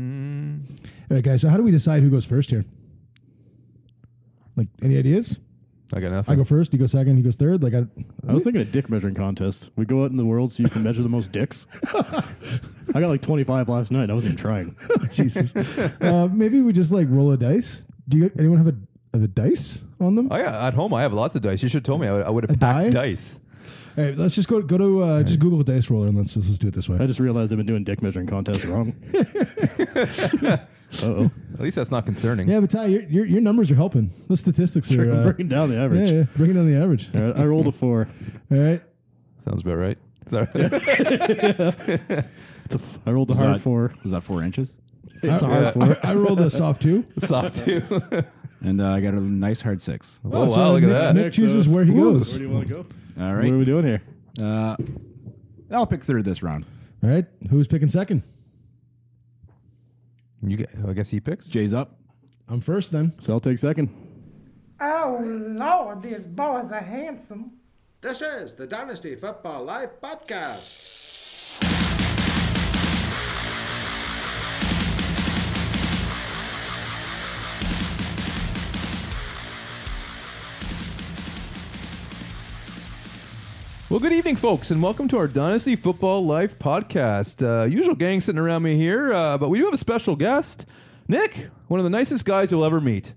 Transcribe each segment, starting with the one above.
Mm, All right, guys. So how do we decide who goes first here? Like any ideas? I got I nothing. go first. You go second. He goes third. Like I, I was thinking a dick measuring contest. We go out in the world so you can measure the most dicks. I got like 25 last night. I wasn't even trying. oh, Jesus. uh, maybe we just like roll a dice. Do you anyone have a have a dice on them? Oh yeah, at home I have lots of dice. You should have told me. I would, I would have die? packed dice. All right, let's just go go to uh, just Google dice roller and let's let's just do it this way. I just realized I've been doing dick measuring contests wrong. Uh-oh. At least that's not concerning. Yeah, but Ty, your your, your numbers are helping. The statistics are uh, Bringing down the average. Yeah, yeah, bringing down the average. All right, I rolled a four. All right. Sounds about right. Sorry. It's a f- I rolled a Was hard that- four. Was that four inches? It's a I, hard four. I, I rolled a soft two. Soft too. And uh, I got a nice hard six. oh wow, so look Nick, at that. Nick chooses uh, where he goes. you want to go? All What are we right. doing here? Uh, I'll pick third this round. All right, who's picking second? You get, I guess he picks. Jay's up. I'm first then. So I'll take second. Oh, Lord, these boys are handsome. This is the Dynasty Football Live Podcast. Well, good evening, folks, and welcome to our Dynasty Football Life podcast. Uh, usual gang sitting around me here, uh, but we do have a special guest, Nick, one of the nicest guys you'll ever meet.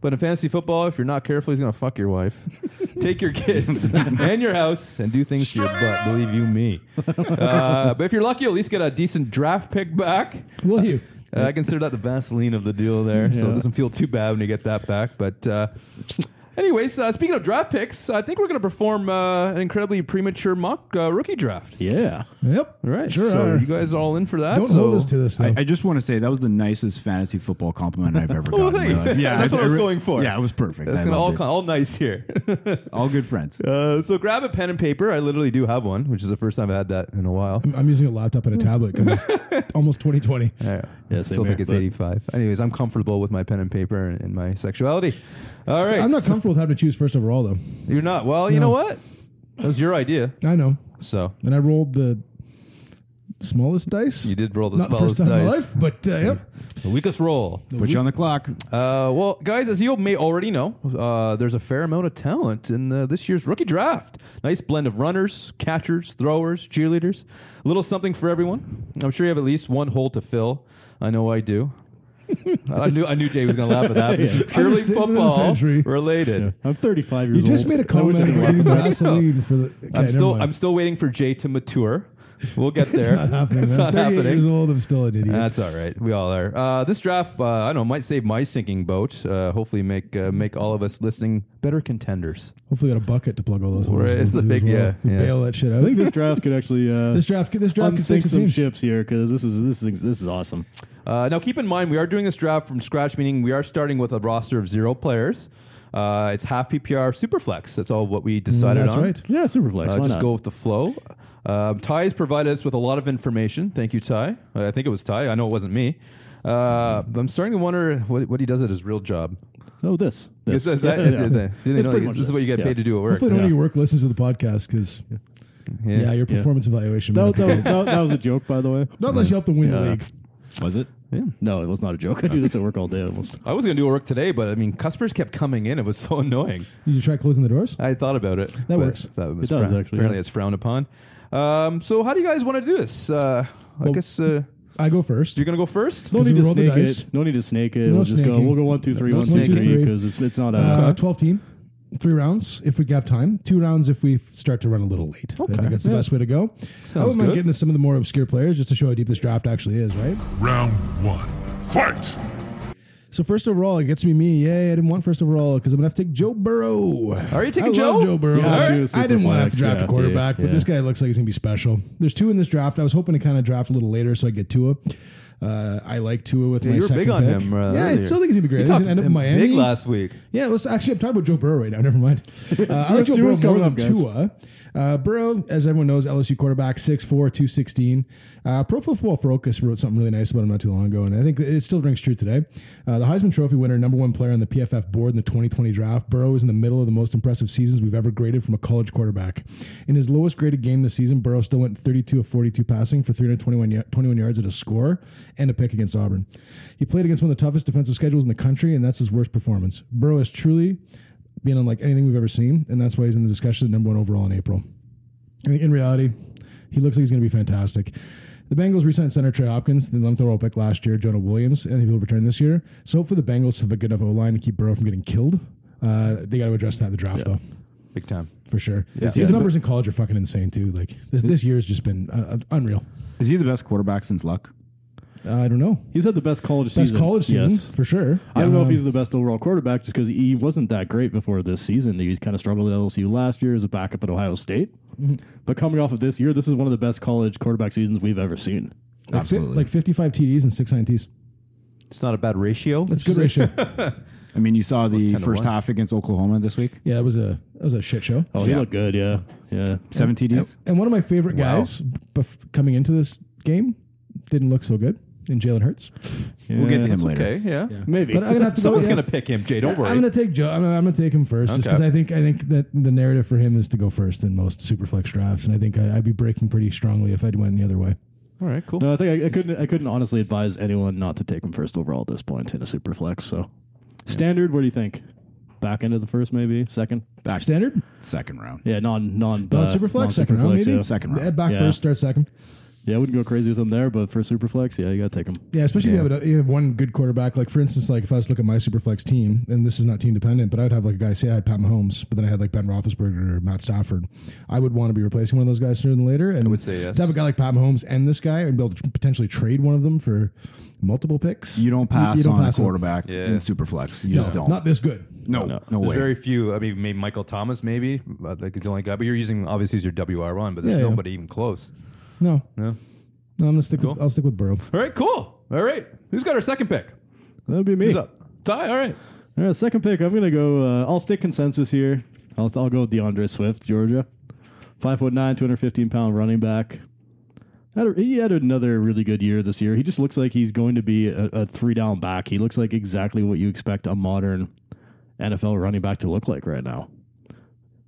But in fantasy football, if you're not careful, he's going to fuck your wife, take your kids and your house, and do things to your butt. Believe you me. Uh, but if you're lucky, you'll at least get a decent draft pick back. Will you? Uh, I consider that the Vaseline of the deal there, so it doesn't feel too bad when you get that back. But, uh, anyways, uh, speaking of draft picks, I think we're going to perform uh, an incredibly premature mock uh, rookie draft. Yeah. Yep. All right, Sure. So are. you guys are all in for that? Don't so hold us to this though. I, I just want to say that was the nicest fantasy football compliment I've ever Oh, gotten. in my thank- life. Yeah, that's what I was re- going for. Yeah, it was perfect. That's I gonna all, loved con- it. all nice here. all good friends. uh, so grab a pen and paper. I literally do have one, which is the first time I've had that in a while. I'm using a laptop and a tablet because it's almost 2020. I same still think here, it's but- 85. Anyways, I'm comfortable with my pen and paper and, and my sexuality. All right. I'm not comfortable with having to choose first overall though. You're not. Well, you No. know what? That was your idea. I know, So and I rolled the smallest dice. you did roll the Not the first smallest time in my dice. life, but uh, yep. The weakest roll. Put you on the clock. Uh, well, guys, as you may already know, uh, there's a fair amount of talent in uh this year's rookie draft. Nice blend of runners, catchers, throwers, cheerleaders. A little something for everyone. I'm sure you have at least one hole to fill. I know I do. I knew I knew Jay was going to laugh at that. This is purely Understatement of the football century. related. I'm 35 years You old. just made a I wish I comment didn't about laugh. using Vaseline for the. Okay, I'm never still mind. I'm still waiting for Jay to mature. We'll get there. It's not happening. It's I'm not 38 years happening. old. I'm still an idiot. That's all right. We all are. Uh, this draft, uh, I don't know, might save my sinking boat. Uh, hopefully, make uh, make all of us listening better contenders. Hopefully, got a bucket to plug all those. holes Right, it's the into as big- well. yeah, yeah. Bail that shit out. I think this draft could actually uh, this draft. This draft could unsink sink some some shit. ships here because this is this is this is awesome. Uh, now, keep in mind, we are doing this draft from scratch, meaning we are starting with a roster of zero players. Uh, it's half PPR superflex. That's all what we decided That's on. right. Yeah, super flex. Uh, just go with the flow. Um, Ty has provided us with a lot of information. Thank you, Ty. I think it was Ty. I know it wasn't me. Uh, I'm starting to wonder what, what he does at his real job. Oh, this. Is that- this. that- Yeah, do they- do they It's know pretty you- much this is what you get Yeah. paid to do at work. Hopefully, none Yeah. of your work listens to the podcast because yeah. your performance evaluation. That, might be- that, that, that was a joke, by the way. Not unless you help them win the Yeah. league. Was it? No, it was not a joke. I do this at work all day almost. I was going to do work today, but I mean, customers kept coming in. It was so annoying. You try closing the doors. I thought about it. That but works. That was It does, frown- actually, Apparently, yeah. it's frowned upon. Um, so, how do you guys want to do this? Uh, I Well- guess uh, I go first. you're going to go first. No Does need we to roll the snake dice? it. No need to snake it. No we'll just go. snaking. We'll go one, two, three, No one, two, three, snaking. Three. because it's it's not a. Uh, Twelve team, three rounds if we have time. Two rounds if we start to run a little late. I think that's the best way to go. I wouldn't mind good. getting to some of the more obscure players just to show how deep this draft actually is, right? Round one. Fight! So first overall, it gets me me. Yay! I didn't want first overall because I'm gonna have to take Joe Burrow. Are you taking I Joe? Love Joe Burrow. Yeah, I, I do didn't super want to have flex. to draft Yeah, a quarterback, dude. but this Yeah. guy looks like he's gonna be special. There's two in this draft. I was hoping to kind of draft a little later so I get Tua. Uh, I like Tua with my you were second big on pick. him. Uh, yeah, I earlier. still think he's gonna be great. You He's talked gonna end up in him Miami. big last week. Yeah, let's actually. I'm talking about Joe Burrow right now. Never mind. Uh, I like Joe Burrow Tua's more coming than up, guys. Tua. Uh, Burrow, as everyone knows, LSU quarterback, 6'4", 216. Uh, Pro Football Focus wrote something really nice about him not too long ago, and I think it still rings true today. Uh, the Heisman Trophy winner, number one player on the PFF board in the 2020 draft, Burrow is in the middle of the most impressive seasons we've ever graded from a college quarterback. In his lowest graded game this season, Burrow still went 32 of 42 passing for 321 ya- 21 yards at a score and a pick against Auburn. He played against one of the toughest defensive schedules in the country, and that's his worst performance. Burrow has truly been unlike anything we've ever seen, and that's why he's in the discussion at number one overall in April. I think in reality, he looks like he's going to be fantastic. The Bengals re-signed center Trey Hopkins, the 11th overall pick last year, Jonah Williams, and he will return this year. So hopefully the Bengals have a good enough O-line to keep Burrow from getting killed. Uh, they got to address that in the draft, though, Big time. for sure. His numbers in college are fucking insane, too. Like, this, this year has just been uh, uh, unreal. Is he the best quarterback since Luck? Uh, I don't know. He's had the best college Best season. college season, Uh. Yes. for sure. Um, I don't know if he's the best overall quarterback just because he wasn't that great before this season. He kind of struggled at LSU last year as a backup at Ohio State. But coming off of this year, this is one of the best college quarterback seasons we've ever seen. Like, fi- Absolutely. like 55 TDs and six INTs. It's not a bad ratio. That's a good ratio. I mean, you saw the 10 to first 1. half against Oklahoma this week. yeah, it was a that was a shit show. Oh, he looked good. Yeah. Yeah. Seven TDs. And one of my favorite guys bef- coming into this game didn't look so good in Jalen Hurts. We'll get to him That's later. okay. Yeah. Maybe. But I'm gonna have to go- Someone's yeah. gonna pick him, Jay. Don't worry. I'm gonna take Joe. I'm, I'm gonna take him first, just Okay. because I think I think that the narrative for him is to go first in most superflex drafts, and I think I, I'd be breaking pretty strongly if I would went the other way. All right. Cool. no, I think I, I couldn't. I couldn't honestly advise anyone not to take him first overall at this point in a super flex. So, standard. What do you think? Back into the first, maybe second. Back Standard, second round. Yeah, non non non uh, superflex, second round, non-superflex, maybe Yeah. Second round. Yeah, back Yeah. first, start second. yeah, I wouldn't go crazy with him there, but for superflex, yeah, you gotta take him. Yeah, especially if you have, a, you have one good quarterback. Like for instance, like if I was looking at my superflex team, and this is not team dependent, but I'd have like a guy say I had Pat Mahomes, but then I had like Ben Roethlisberger or Matt Stafford. I would want to be replacing one of those guys sooner than later. And I would say yes. To have a guy like Pat Mahomes and this guy, and be able to potentially trade one of them for multiple picks. You don't pass on pass a quarterback Yeah. in Superflex. You No, just don't. Not this good. no, no, There's way. very few. I mean, maybe Michael Thomas, maybe but, like he's the only guy. But you're using obviously he's your WR one, but there's Yeah, yeah. nobody even close. No, Yeah. No, I'm gonna stick. Cool. With, I'll stick with Burrow. All right. Cool. All right. Who's got our second pick? That'd be me. Who's up? Ty. All right. All right, second pick. I'm gonna go. Uh, I'll stick consensus here. I'll, I'll go with DeAndre Swift, Georgia, five foot nine, 215 pound running back. Had a- he had another really good year this year. He just looks like he's going to be a, a three down back. He looks like exactly what you expect a modern NFL running back to look like right now.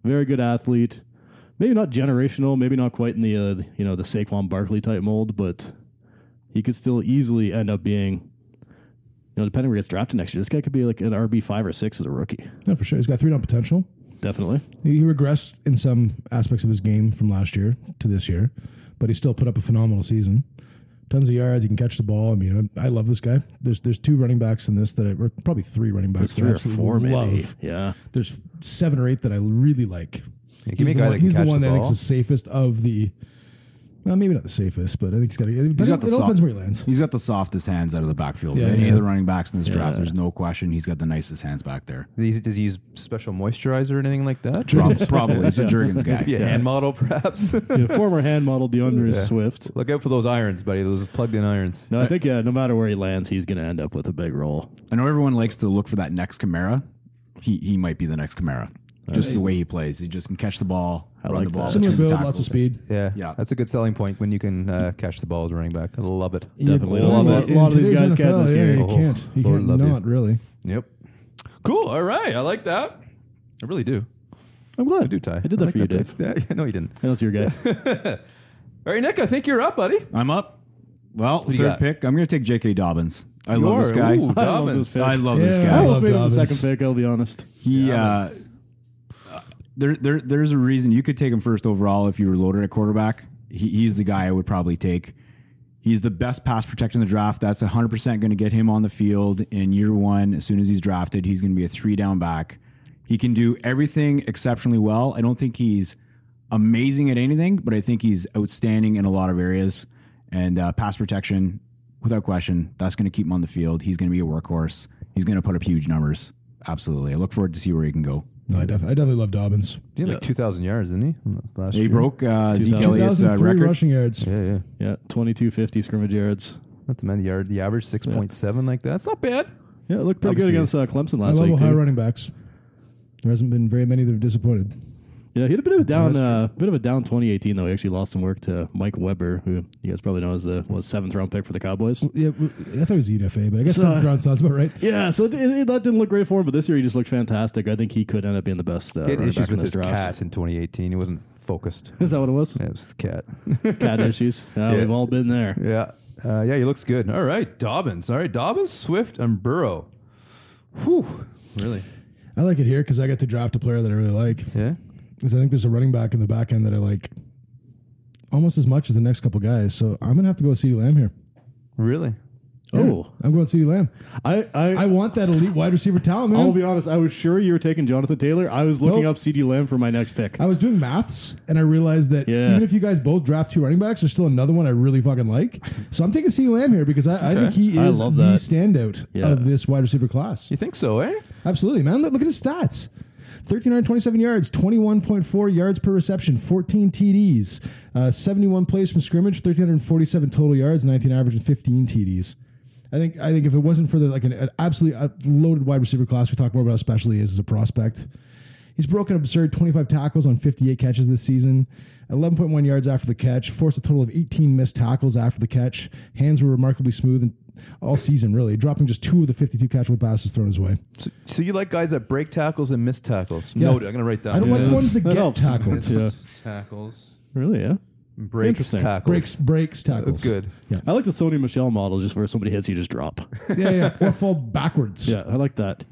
Very good athlete. Maybe not generational. Maybe not quite in the uh, you know the Saquon Barkley type mold, but he could still easily end up being you know, depending where he gets drafted next year, this guy could be like an RB five or six as a rookie. No, for sure. He's got three down potential. Definitely. He regressed in some aspects of his game from last year to this year, but he still put up a phenomenal season. Tons of yards. He can catch the ball. I mean, I, I love this guy. There's there's two running backs in this that I, or probably three running backs that I absolutely love. Yeah. There's seven or eight that I really like. give me he's the one, a guy that can he's the catch one the that I think's ball. the safest of the. Well, maybe not the safest, but I think he's got. It, He's got the it all soft- depends where he lands. He's got the softest hands out of the backfield. Yeah, of any yeah. of the running backs in this draft, there's no question. He's got the nicest hands back there. Does he, does he use special moisturizer or anything like that? Prob- Probably. It's a Jurgens guy. Maybe a hand model, perhaps. Yeah, former hand model DeAndre Swift. Look out for those irons, buddy. Those plugged-in irons. No, I think yeah, no matter where he lands, he's gonna end up with a big role. I know everyone likes to look for that next Camara. He he might be the next Camara. Just the way he plays, he just can catch the ball, I run like the ball, that. between Similar build, tackles. lots of speed. Yeah, Yeah. that's a good selling point when you can uh, catch the ball as a running back. I love it. Definitely. Yeah, A lot of- in a lot of these today's guys can NFL, this yeah, year. You Oh, can't. You Lord can't love you. not really. Yep. Cool. All right, I like that. I really do. I'm glad. I do, Ty. I did that like for you, pick. Dave. Yeah, yeah, no, you didn't. I know it's your guy. All right, Nick, I think you're up, buddy. I'm up. Well, do you third got? pick. I'm going to take J.K. Dobbins. I love this You're- guy. Ooh, I love Dobbins. this pick. love this Yeah. guy. I love almost made him the Dobbins. second pick, I'll be honest. He uh, there there there's a reason you could take him first overall if you were loaded at quarterback. He, he's the guy I would probably take. He's the best pass protector in the draft. That's 100% going to get him on the field in year one. As soon as he's drafted, he's going to be a three down back. He can do everything exceptionally well. I don't think he's amazing at anything, but I think he's outstanding in a lot of areas. And uh, pass protection, without question, that's going to keep him on the field. He's going to be a workhorse. He's going to put up huge numbers. Absolutely. I look forward to see where he can go. No, I, def- I definitely love Dobbins. He had like 2,000 yards, didn't he? Last He year. broke uh, Zeke Elliott's uh, 2003 record. rushing yards. Yeah, yeah. Yeah, twenty two fifty scrimmage yards. Not the man, the yard, the average 6.7 like that. That's not bad. Yeah, it looked pretty good against Obviously. uh, Clemson I last love week. Ohio too. running backs. There hasn't been very many that have disappointed. Yeah, he had a bit of a down, uh, bit of a down 2018 though. He actually lost some work to Mike Weber, who you guys probably know is the was seventh round pick for the Cowboys. Yeah, w- I thought it was EDFA, but I guess So- seventh round sounds about right. Yeah, so it, it, that didn't look great for him, but this year he just looked fantastic. I think he could end up being the best uh, He had running issues back in with this his draft. cat in 2018. He wasn't focused. Is that what it was? Yeah, it was his cat. cat issues. Yeah, Yeah. We've all been there. yeah. Uh, yeah, he looks good. All right, Dobbins. All right, Dobbins, Swift, and Burrow. Whew. Really? I like it here because I get to draft a player that I really like. Yeah. Because I think there's a running back in the back end that I like almost as much as the next couple guys. So I'm gonna have to go with CeeDee Lamb here. Really? Oh, I'm going CeeDee Lamb. I, I, I want that elite wide receiver talent, man. I'll be honest. I was sure you were taking Jonathan Taylor. I was looking Nope. up CD Lamb for my next pick. I was doing maths and I realized that Yeah. even if you guys both draft two running backs, there's still another one I really fucking like. So I'm taking CeeDee Lamb here because I, I think he I is the love that. standout Yeah. of this wide receiver class. You think so, eh? Absolutely, man. Look, look at his stats. 1,327 yards, 21.4 yards per reception, 14 TDs, uh, 71 plays from scrimmage, 1,347 total yards, 19 average, and 15 TDs. I think I think if it wasn't for the like an, an absolutely uh, loaded wide receiver class, we talk more about how special he is as a prospect. He's broken absurd 25 tackles on 58 catches this season, 11.1 yards after the catch, forced a total of 18 missed tackles after the catch. Hands were remarkably smooth and all season, really, dropping just two of the 52 catchable passes thrown his way. So, so you like guys that break tackles and miss tackles? Yeah. Noted. I'm gonna write that. I don't down. like ones that that get helps. tackled. Yeah. tackles. Really? Yeah. Breaks Interesting. tackles. Breaks, breaks, tackles. That's good. Yeah, I like the Sony Michelle model, just where somebody hits, you just drop. yeah, yeah. Or fall backwards. yeah, I like that.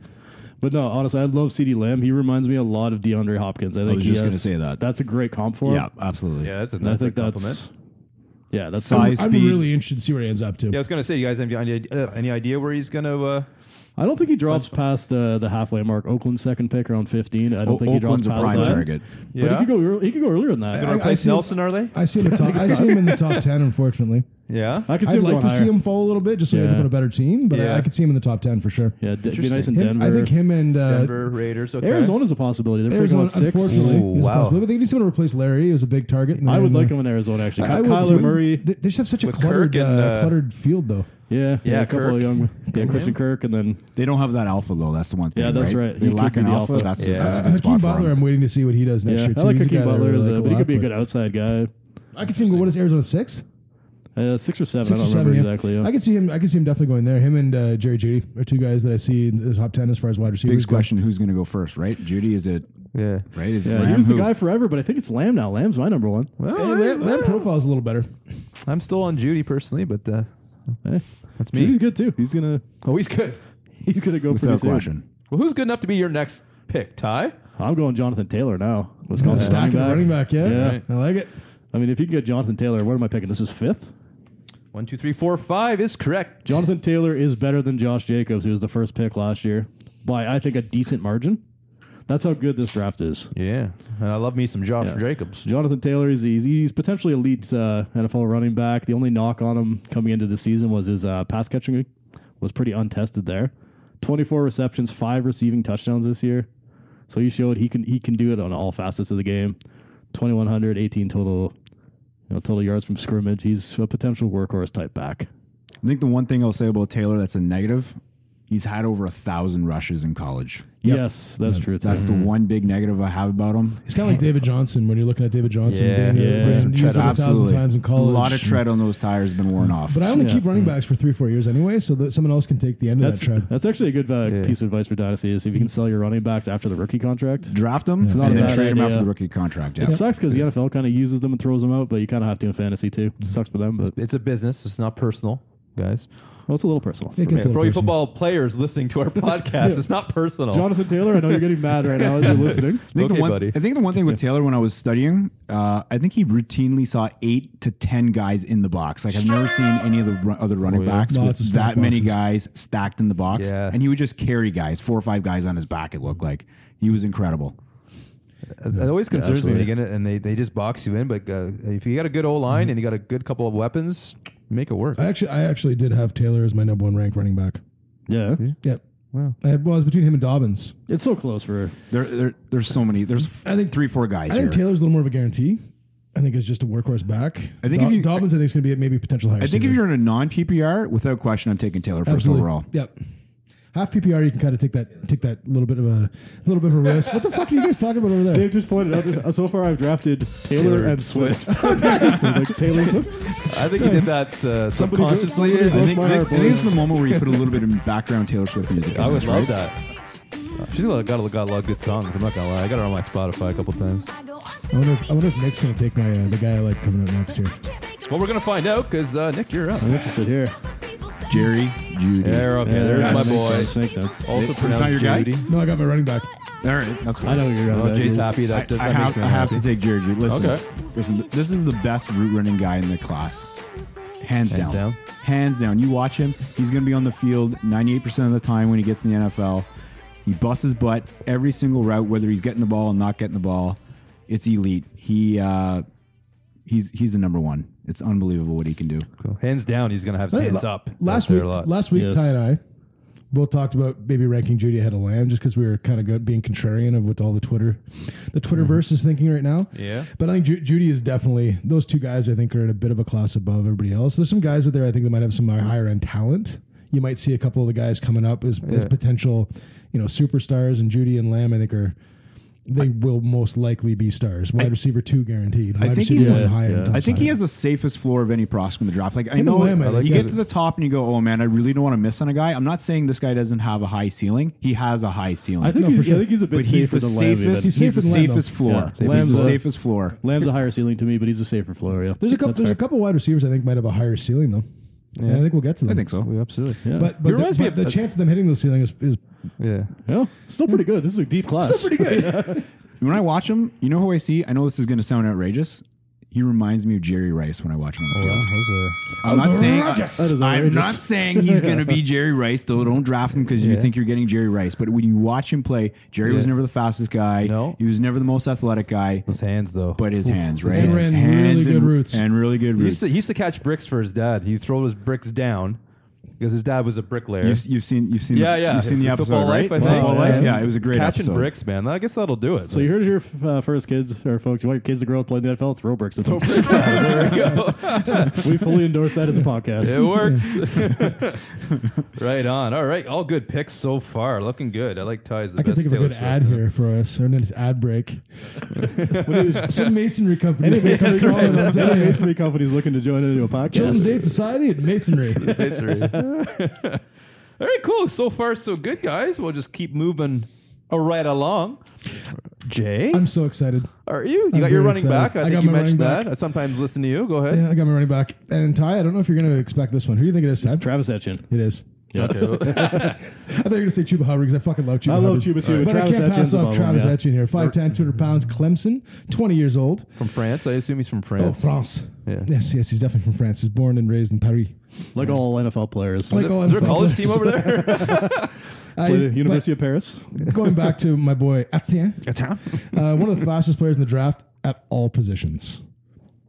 But no, honestly, I love CD Lamb. He reminds me a lot of DeAndre Hopkins. I think was he just gonna has- say that. That's a great comp for him. Yeah, absolutely. Yeah, that's a And I nice think compliment. that's yeah, that's Size. I'm Speed. really interested to see where he ends up to. Yeah, I was gonna say, you guys have any idea, uh, any idea where he's gonna? Uh, I don't think he drops past uh, the halfway mark. Oakland's second pick around 15. I don't O- think Oakland's he a drops past prime that. target. But Yeah. he could go. ear- He could go earlier than that. I- I, gonna replace see- Nelson? Are they? I see him. In the top, I see him in the top ten. Unfortunately, Yeah. could see I'd him like going to higher. see him fall a little bit, just so he ends Yeah. up on a better team. But Yeah. I, I could see him in the top ten for sure. Yeah, d- be nice in Him- Denver. I think him and uh, Denver Raiders. Okay. Arizona's a possibility. They're picking Arizona, on six. unfortunately, Ooh, is wow. possible. But they need someone to replace Larry. He was a big target. and I would then, like uh, him in Arizona actually. I would Kyler too. Murray. They, they just have such a With cluttered, Kirk and, uh, uh, cluttered field, though. Yeah, Yeah, a couple Kirk. of young, yeah, Christian Kirk, and then They don't have that alpha though. That's the one thing. Yeah, that's right. They He could lack be an the alpha. alpha. That's Yeah. that's a Uh, Hakeem good spot for Butler, him. I'm waiting to see what he does next yeah, year. I Too. like He's a guy that Hakeem I Butler. really as a, like but he lot, could be a but good outside guy. I could see him go. What is Arizona six? Uh, six or seven. six I or don't seven. remember yeah. exactly. Yeah. I can see him. I can see him definitely going there. Him and uh, Jerry Judy are two guys that I see in the top ten as far as wide receivers. Big go. question: Who's going to go first? Right? Judy? Is it? Yeah. Right? Is it yeah, Lamb? he was the Who? guy forever, but I think it's Lamb now. Lamb's my number one. Well, Hey, I- Lamb, Lamb profile's a little better. I'm still on Judy personally, but uh, Eh. that's me. He's good too. He's gonna Oh, he's good. he's gonna go Without pretty soon. question. Well, who's good enough to be your next pick, Ty? I'm going Jonathan Taylor now. I'm Wisconsin stacking a running back. Yeah, Yeah. I like it. I mean, if you can get Jonathan Taylor, what am I picking? This is fifth. One, two, three, four, five is correct. Jonathan Taylor is better than Josh Jacobs, who was the first pick last year by I think a decent margin. That's how good this draft is. Yeah, and I love me some Josh Yeah. Jacobs. Jonathan Taylor is he's, he's potentially elite uh, NFL running back. The only knock on him coming into the season was his uh, pass catching was pretty untested there. 24 receptions, five receiving touchdowns this year. So he showed he can he can do it on all facets of the game. 2100, 18 total you know, total yards from scrimmage. He's a potential workhorse type back. I think the one thing I'll say about Taylor that's a negative, he's had over a thousand rushes in college. Yep. Yes, that's true. That's the one big negative I have about him. It's kind of like David Johnson when you're looking at David Johnson. Yeah, being yeah. being Some used over a thousand times in It's college. Mm-hmm. A lot of tread on those tires been worn off. But I only Yeah. Mm. keep running backs for three, four years anyway, so that someone else can take the end that's, of that trend. that's actually a good uh, Yeah. piece of advice for Dynasty is if you can sell your running backs after the rookie contract. Draft him not and a then bad trade him idea. after the rookie contract. Yeah. It sucks because the NFL kind of uses them and throws them out, but you kind of have to in fantasy too. Sucks for them, but It's a business. It's not personal, guys. well, it's a little personal. It gets a little For all you personal. football players listening to our podcast, it's not personal. Jonathan Taylor, I know you're getting mad right now as you're listening. I think, Okay, the one, buddy. I think the one thing with Taylor when I was studying, uh, I think he routinely saw eight to ten guys in the box. Like I've never seen any of the ru- other running backs Lots with of stacked that many boxes. guys stacked in the box, Yeah. and he would just carry guys, four or five guys on his back. It looked like he was incredible. It it always concerns me when you absolutely. get it and they, they just box you in. But uh, if you got a good O line and you got a good couple of weapons, make it work. I actually, I actually did have Taylor as my number one ranked running back. Yeah. Yep. Wow. I had, well, it was between him and Dobbins. It's so close for There, there there's so many. There's I think three, four guys I here. think Taylor's a little more of a guarantee. I think it's just a workhorse back. I think if you- Dobbins, I think is going to be at maybe potential higher. I think if you're in a non PPR, without question, I'm taking Taylor first overall. Yep. Half PPR, you can kind of take that take that little bit of a little bit of a risk. What the fuck are you guys talking about over there? Dave just pointed out. uh, So far, I've drafted Taylor, and Swift. like Taylor Swift. I think he did that uh, subconsciously. I I, think, I my think this is the moment where you put a little bit of background Taylor Swift music. I on would this, love right? that. She's got, got, got a lot of good songs. I'm not going to lie. I got her on my Spotify a couple times. I wonder if, I wonder if Nick's going to take my uh, the guy I like coming up next year. Can't make Well, we're going to find out because, uh, Nick, you're up. I'm interested here. Jerry Judy. There, okay, there's Yeah, my makes boy. sense, makes sense. Also It's not your pronounced guy? Judy. No, I got my running back. All right, that's fine. I know you're Oh, Jay's happy. That, that, I, I that have, makes me I have happy. to take Jerry Judy. Listen, Okay. listen, th- this is the best route running guy in the class. Hands, Hands down? Hands down. You watch him, he's going to be on the field 98% of the time when he gets in the NFL. He busts his butt every single route, whether he's getting the ball and not getting the ball. It's elite. He uh, he's he's the number one. It's unbelievable what he can do. Cool. Hands down, he's going to have his Hey, hands la- up. Last That's week, there a lot. last week, Yes. Ty and I both talked about maybe ranking Judy ahead of Lamb just because we were kind of good, being contrarian of what all the Twitter, the Twitterverse is thinking right now. Yeah. but I think Ju- Judy is definitely those two guys. I think are at a bit of a class above everybody else. There's some guys out there I think that might have some uh, higher end talent. You might see a couple of the guys coming up as, as Yeah. potential, you know, superstars. And Judy and Lamb, I think are. They will most likely be stars. Wide receiver two guaranteed. Wide I think receiver he's one the- high end I top think he side. has the safest floor of any prospect in the draft. Like I and know Lamb, I like you that. get to the top and you go, "Oh man, I really don't want to miss on a guy." I'm not saying this guy doesn't have a high ceiling. He has a high ceiling. I think, No, for he's, sure. I think he's a bit but he's safer the than Lamb. safest. even. He's He's, safer the than Lamb, safest though. floor. Yeah, Lamb's the safest. safest floor. Lamb's a higher ceiling to me, but he's a safer floor. Yeah, There's a couple. That's There's a fair. couple wide receivers. I think might have a higher ceiling though. And I think we'll get to them. I think so. Yeah, absolutely. Yeah. But, but, It reminds the, me but of- the chance of them hitting the ceiling is, is Yeah. Yeah, still pretty good. This is a deep class. Still pretty good. When I watch him, you know who I see? I know this is going to sound outrageous. He reminds me of Jerry Rice when I watch him on the field. I'm not saying That is I'm outrageous. not saying he's going to be Jerry Rice. Though don't draft him because you Yeah. think you're getting Jerry Rice. But when you watch him play, Jerry was Yeah. never the fastest guy. No. he was never the most athletic guy. His hands, though. But his hands, right? And His ran hands really and, good routes. and really good He used, roots. to, he used to catch bricks for his dad. He'd throw his bricks down because his dad was a bricklayer. You've, you've seen you've seen yeah, the, yeah. you've seen the It's episode football right? life, I think. Football yeah. life. Yeah, it was a great catching episode. bricks, man. I guess that'll do it. So you heard it here uh, first, kids or folks. You want your kids to grow up playing the NFL? Throw bricks at them. there we go. we fully endorse that as a podcast. It works. right on. All right. All good picks so far. Looking good. I like ties. The I can best think of a Taylor good Swift. ad here for us or an ad break. when it was some masonry company. Any somebody masonry, calling us, any "Hey, masonry company's looking to join into a Children's podcast. Aid Society at Masonry. That's right. All right, cool. So far, so good, guys. We'll just keep moving right along. Jay, I'm so excited. are you? You I'm got your very running excited. back. I, I think got you my mentioned running that. I sometimes listen to you. Go ahead. Yeah, I got my running back. And Ty, I don't know if you're going to expect this one. Who do you think it is, Ty? Travis Etchen. It is. Okay. I thought you were going to say Chuba Hubbard because I fucking love Chuba I Hubbard. love Chuba too, but But Travis I can't Etienne's pass above off him, Travis yeah. Etchen here. 5'10", 200 pounds, Clemson, 20 years old. from France. I assume he's from Oh, France. France. Yeah. Yes, yes, he's definitely from France. He's born and raised in Paris. Like all NFL players. Like all Is there a NFL college players. team over there? I- Play the but- University of Paris. going back to my boy Atien, uh, one of the fastest players in the draft at all positions.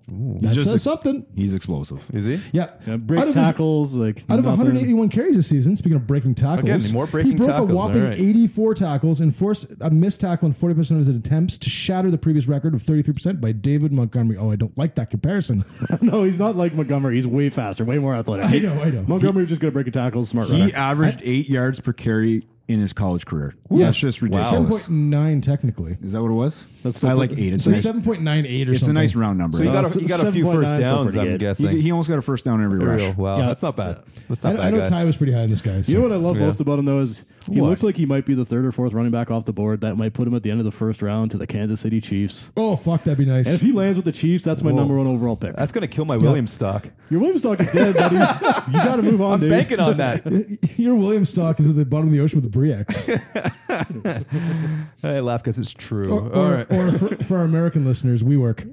That He's just says a- something. He's explosive. Is he? Yeah. Yeah, out breaks of, tackles. like his, out of nothing. 181 carries this season, speaking of breaking tackles, Again, more breaking he broke tackles, a whopping all right. 84 tackles and forced a missed tackle in 40% of his attempts to shatter the previous record of 33% by David Montgomery. Oh, I don't like that comparison. No, he's not like Montgomery. He's way faster, way more athletic. I know, I know. Montgomery was just going to break a tackle, smart He runner. averaged eight yards per carry in his college career. That's just ridiculous. 7.9 technically. Is that what it was? That's I still like pretty- eight. It's, So nice. 7.98 or it's a something. nice round number. So you Uh, got se- a, you got a few 7.9 first is still downs. pretty I'm good. guessing. he, he almost got a first down every rush. Real. Wow, Yeah. that's not bad. That's I, not I bad. know guy. Ty was pretty high on this guy. So. You know what I love Yeah. most about him though is he What? looks like he might be the third or fourth running back off the board. That might put him at the end of the first round to the Kansas City Chiefs. oh, fuck, that'd be nice. And if he lands with the Chiefs, that's my Whoa. number one overall pick. That's gonna kill my Williams stock. Your Williams stock is dead, buddy. you got to move on, I'm dude. banking on that. Your Williams stock is at the bottom of the ocean with the Briex. I laugh because it's true. Or, All or- right. or for, for our American listeners, we work.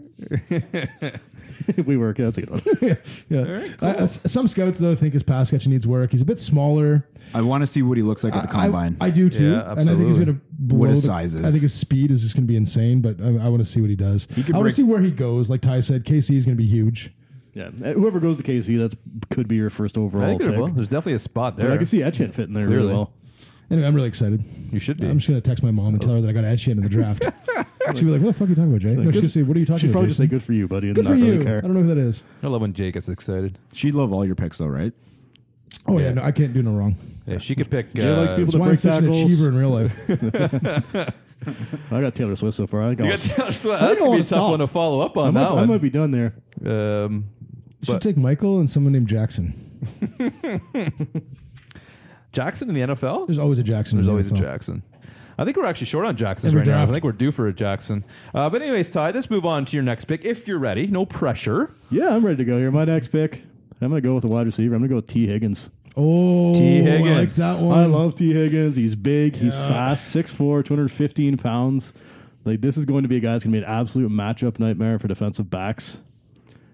we work. That's a good one. Yeah. Uh, uh, s- some scouts though think his pass catching needs work. He's a bit smaller. I want to see what he looks like at the I- combine. I, do too, and Yeah, I think he's absolutely. going to blow his the- size is. I think his speed is just going to be insane. But I, I want to see what he does. could I want break- to see where he goes. Like Ty said, KC is going to be huge. yeah, whoever goes to KC, that's could be your first I overall think there, well, pick. there's definitely a spot there. But I can see Etchin fitting there Clearly. really well. Anyway, I'm really excited. you should be. I'm just going to text my mom and tell her that I got Etchie in the draft. She'll be like, "What the fuck are you talking about, Jay?" No, she's going to say, "What are you talking She'd about?" probably just say Jason? good for you, buddy. and Good not for really you. I care. don't know who that is. I love when Jake gets excited. She'd love all your picks though, right? Oh yeah, no, I can't do no wrong. Yeah, she could pick. Jay likes uh, people That's to why I'm break such an tackles. achiever in real life. I got Taylor Swift so far. I think You I'll- got Taylor Swift. I That's think gonna be I a wanna tough stop. one to follow up on. I might, that I one. might be done there. Um, Should But- take Michael and someone named Jackson. Jackson in the NFL. There's always a Jackson. in There's the always a NFL. Jackson. I think we're actually short on Jacksons Every right now. draft. I think we're due for a Jackson. Uh, but anyways, Ty, let's move on to your next pick if you're ready. No pressure. Yeah, I'm ready to go here. My next pick, I'm going to go with a wide receiver. I'm going to go with T. Higgins. Oh, T. I like Higgins. that one. I love T. Higgins. He's big. He's fast. 6'4", 215 pounds. Like this is going to be a guy that's going to be an absolute matchup nightmare for defensive backs.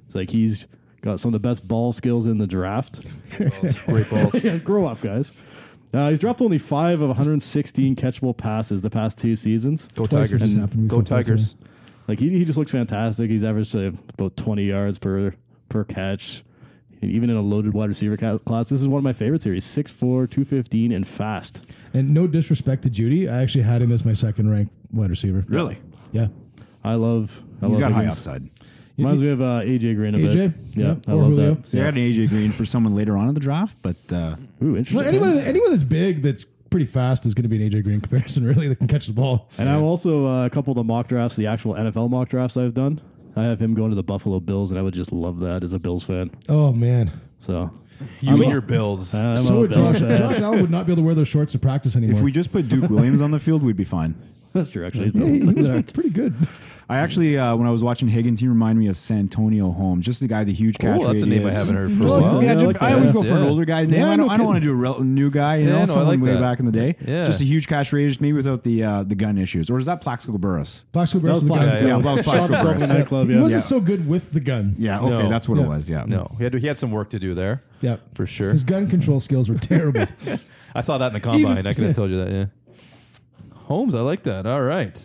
It's like he's got some of the best ball skills in the draft. Great balls. yeah, grow up, guys. Uh, he's dropped only five of 116 catchable passes the past two seasons. Go Twice Tigers. this happened to me Go so far Tigers. Like he, he just looks fantastic. He's averaged uh, about 20 yards per per catch. And even in a loaded wide receiver ca- class, this is one of my favorites here. He's 6'4", 215, and fast. And no disrespect to Judy, I actually had him as my second ranked wide receiver. Really? Yeah. I love. I He's love got high Higgins. upside. Reminds me of uh, AJ Green a AJ? bit. Yeah, Yeah, I or love Julio. that. So I had an AJ Green for someone later on in the draft, but uh, Ooh, interesting. Well, anyone, anyone that's big that's pretty fast is going to be an AJ Green comparison, really, that can catch the ball. And I've also uh, a couple of the mock drafts, the actual NFL mock drafts I've done. I have him going to the Buffalo Bills, and I would just love that as a Bills fan. Oh, man. So, uh, You and your Bills. I'm So a would Bills Josh, fan. Josh Allen would not be able to wear those shorts to practice anymore. if we just put Duke Williams on the field, we'd be fine. That's true, actually. yeah, he was pretty- pretty good. I actually, uh, when I was watching Higgins, he reminded me of Santonio Holmes, just the guy, the huge catch. Oh, that's a name I radius. haven't heard for a Just- Well, while. yeah, yeah, just- I like I that. always go for an Yeah. older guy's name. Yeah, I no don't, I don't kidding. want to do a rel- new guy, you Yeah, no, I know, someone like way that. back in the day. Yeah. Just a huge catch radius, maybe without the uh, the gun issues. Or is that Plaxico Burris? Plaxico Burris That was was the guy. Plaxico. Yeah, well, Shot Plaxico himself in Burris. the nightclub, He yeah. wasn't Yeah. so good with the gun. Yeah, okay, No. that's what Yeah. it was. Yeah. No, he had, he had some work to do there. Yeah. For sure. His gun control skills were terrible. I saw that in the combine. Even- I could have told you that. Yeah. Holmes, I like that. All right.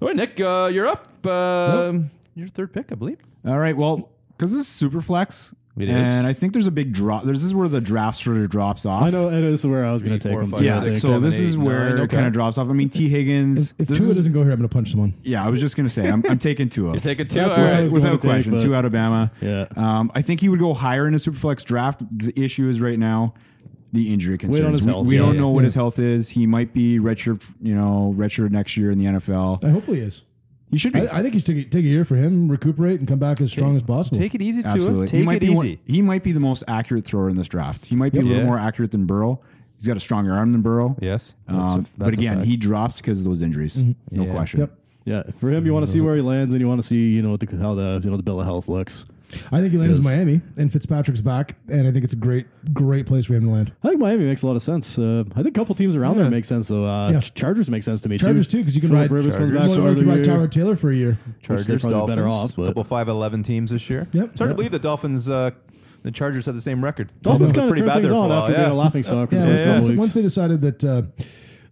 All right, Nick, uh, you're up. Um Your third pick, I believe. All right. Well, because this is super flex. It is. And I think there's a big drop. There's, this is where the draft sort of drops off. I know it is where I was going to Three, take four, him. five, too, yeah, I think. so seven, this is eight, where nine, it kind okay. of drops off. I mean, T. Higgins. if this Tua is- doesn't go here, I'm going to punch someone. yeah, I was just gonna say I'm, I'm taking Tua. You're taking two. That's All what I right. was- going Without to take, question, but- two out of Bama. Yeah. Um, I think he would go higher in a superflex draft. The issue is right now the injury concerns. on his we health, we yeah, don't yeah, know what his health is. He might be redshirt, you know, redshirt next year in the NFL. I hope he is. He should be. I, I think he should take, take a year for him, recuperate, and come back as strong as possible. Take it easy, Tua. Absolutely. he Take might it be easy. one- he might be the most accurate thrower in this draft. He might be a little Yeah. more accurate than Burrow. He's got a stronger arm than Burrow. Yes. that's a- Um, but that's a again, fact. he drops because of those injuries. No Yeah. question. Yep. Yeah, for him, you want to see where he lands, and you want to see you know what the, how the you know the bill of health looks. I think he lands in Yes. Miami, and Fitzpatrick's back, and I think it's a great, great place for him to land. I think Miami makes a lot of sense. Uh, I think a couple teams around Yeah. there make sense though. Uh, Yeah. Ch- Chargers make sense to me. Chargers too, because you can Phillip ride Rivers comes Chargers. back Well, for or you another can ride year. Tyrod Taylor for a year. Chargers, Chargers, probably Dolphins, better off, but- couple five eleven teams this year. Yep. It's hard to believe the Dolphins, uh, the Chargers had the same record. Dolphins Looked kind of pretty turned bad things there for on a while, after yeah. being a laughing stock for Yeah, the first yeah. once, couple once weeks. they decided that uh,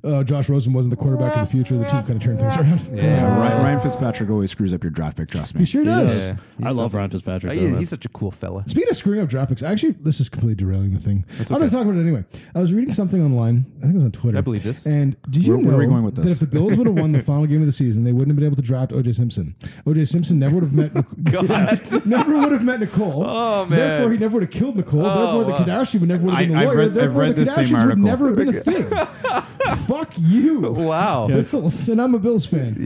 uh, Josh Rosen wasn't the quarterback of the future, the team kind of turned things around. Yeah. Yeah, Ryan, Ryan Fitzpatrick always screws up your draft pick. Trust me. he sure does. Yeah. I He's love something. Ryan Fitzpatrick. Uh, though, he- man. he's such a cool fella. Speaking of screwing up draft picks, actually, this is completely derailing the thing. I'm going to talk about it anyway. I was reading something online. I think it was on Twitter. I believe this. And did you Where- know where are we going with that this? if the Bills would have won the final game of the season, they wouldn't have been able to draft OJ Simpson. OJ Simpson never would have met God. never would have met Nicole. Oh, man. Therefore, he never would have killed Nicole. Therefore, the wow. Kardashian would never would have been Oh, a I- I've lawyer. read- I've Therefore, read the the same Kardashians would article. never have been a thing. Fuck you, Wow. Yeah, Bills. And I'm a Bills fan.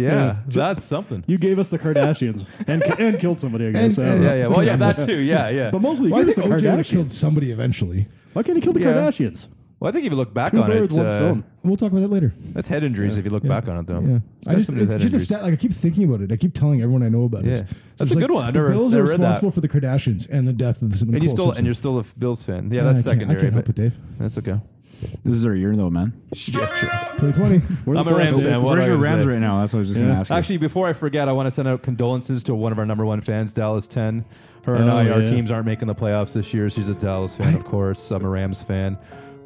that's something. you gave us the Kardashians and and killed somebody, I guess. And- I don't and- know. Yeah, yeah. Well, yeah, that too. Yeah, yeah. But mostly, you Well, I gave think us OJ the would have Kardashians. killed somebody eventually. Why can't he kill the Yeah. Kardashians? Well, I think if you look back Two on birds, it, one uh, stone. We'll talk about that later. that's head injuries. If you look back on it, though, Yeah, It's I got just something to do it's just a with head injuries. stat. Like I keep thinking about it. I keep telling everyone I know about Yeah. it. So That's it's a good one. I never- the Bills never are read that. responsible for the Kardashians and the death of the And you still Simpson. and you're still a Bills fan. Yeah, Yeah, that's I can't- I secondary. can't but help it, Dave. That's okay. This is our year, though, man. 2020. We're I'm the a Browns, Rams Dave. fan. What Where's are your you gonna Rams say? right now? That's what I was just Yeah. going to ask. you. Actually, before I forget, I want to send out condolences to one of our number one fans, Dallas Ten. Her and Oh, I, our yeah. teams aren't making the playoffs this year. She's a Dallas fan, of course. I'm a Rams fan.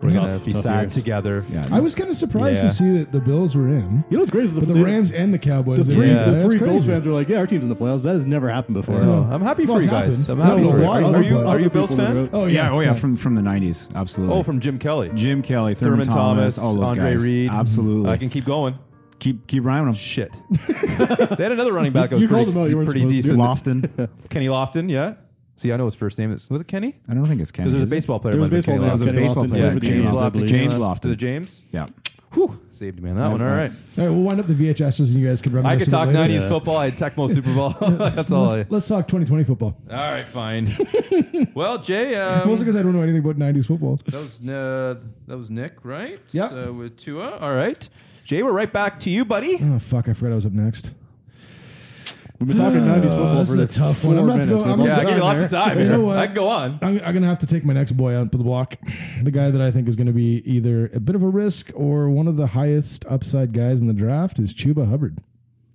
We're Tough- gonna be tough sad years. together. yeah. I was kind of surprised Yeah. to see that the Bills were in, You know what's crazy? is but the Rams and the Cowboys. the they three, were in. Yeah. the That's three Bills crazy. fans were like, "Yeah, our team's in the playoffs." That has never happened before. No, I'm happy Well, for it's you guys. happened. I'm happy No, for a you. lot of Are you people- are you other a Bills people fan? were- Oh yeah, yeah. oh yeah, from from the '90s, absolutely. Oh, from Jim Kelly. Jim Kelly, Thurman, Thurman Thomas, all those Andre guys. Reed. absolutely. I can keep going. keep keep rhyming them. Shit. they had another running back. that was You pretty, called him out. You weren't pretty supposed to. decent. Lofton. Kenny Lofton. Yeah. See, I know his first name. It's- Was it Kenny? I don't think it's Kenny. Because there's is a it? baseball player. There was might have been baseball Kenny Lofton. names. Kenny Kenny Lofton, Lofton. Yeah, David James James Lofton. Lofton. The James. Yeah. Whew. Saved me on that one. All right. All right, we'll wind up the VHSs and you guys can I reminisce. could a bit talk later. 90s football. I had Tecmo Super Bowl. That's all I. Let's talk 2020 football. All right, fine. well, Jay, um, Mostly because I don't know anything about 90s football. that was uh, that was Nick, right? Yep. So with Tua. All right. Jay, we're right back to you, buddy. Oh fuck! I forgot I was up next. We've been talking 90s football this is for a the tough four one. I'm not minutes. going- I'm We've Yeah, I lost give you time lots there. of time. You know here. what? I can go on. I'm, I'm gonna have to take my next boy out to the block, the guy that I think is gonna be either a bit of a risk or one of the highest upside guys in the draft is Chuba Hubbard.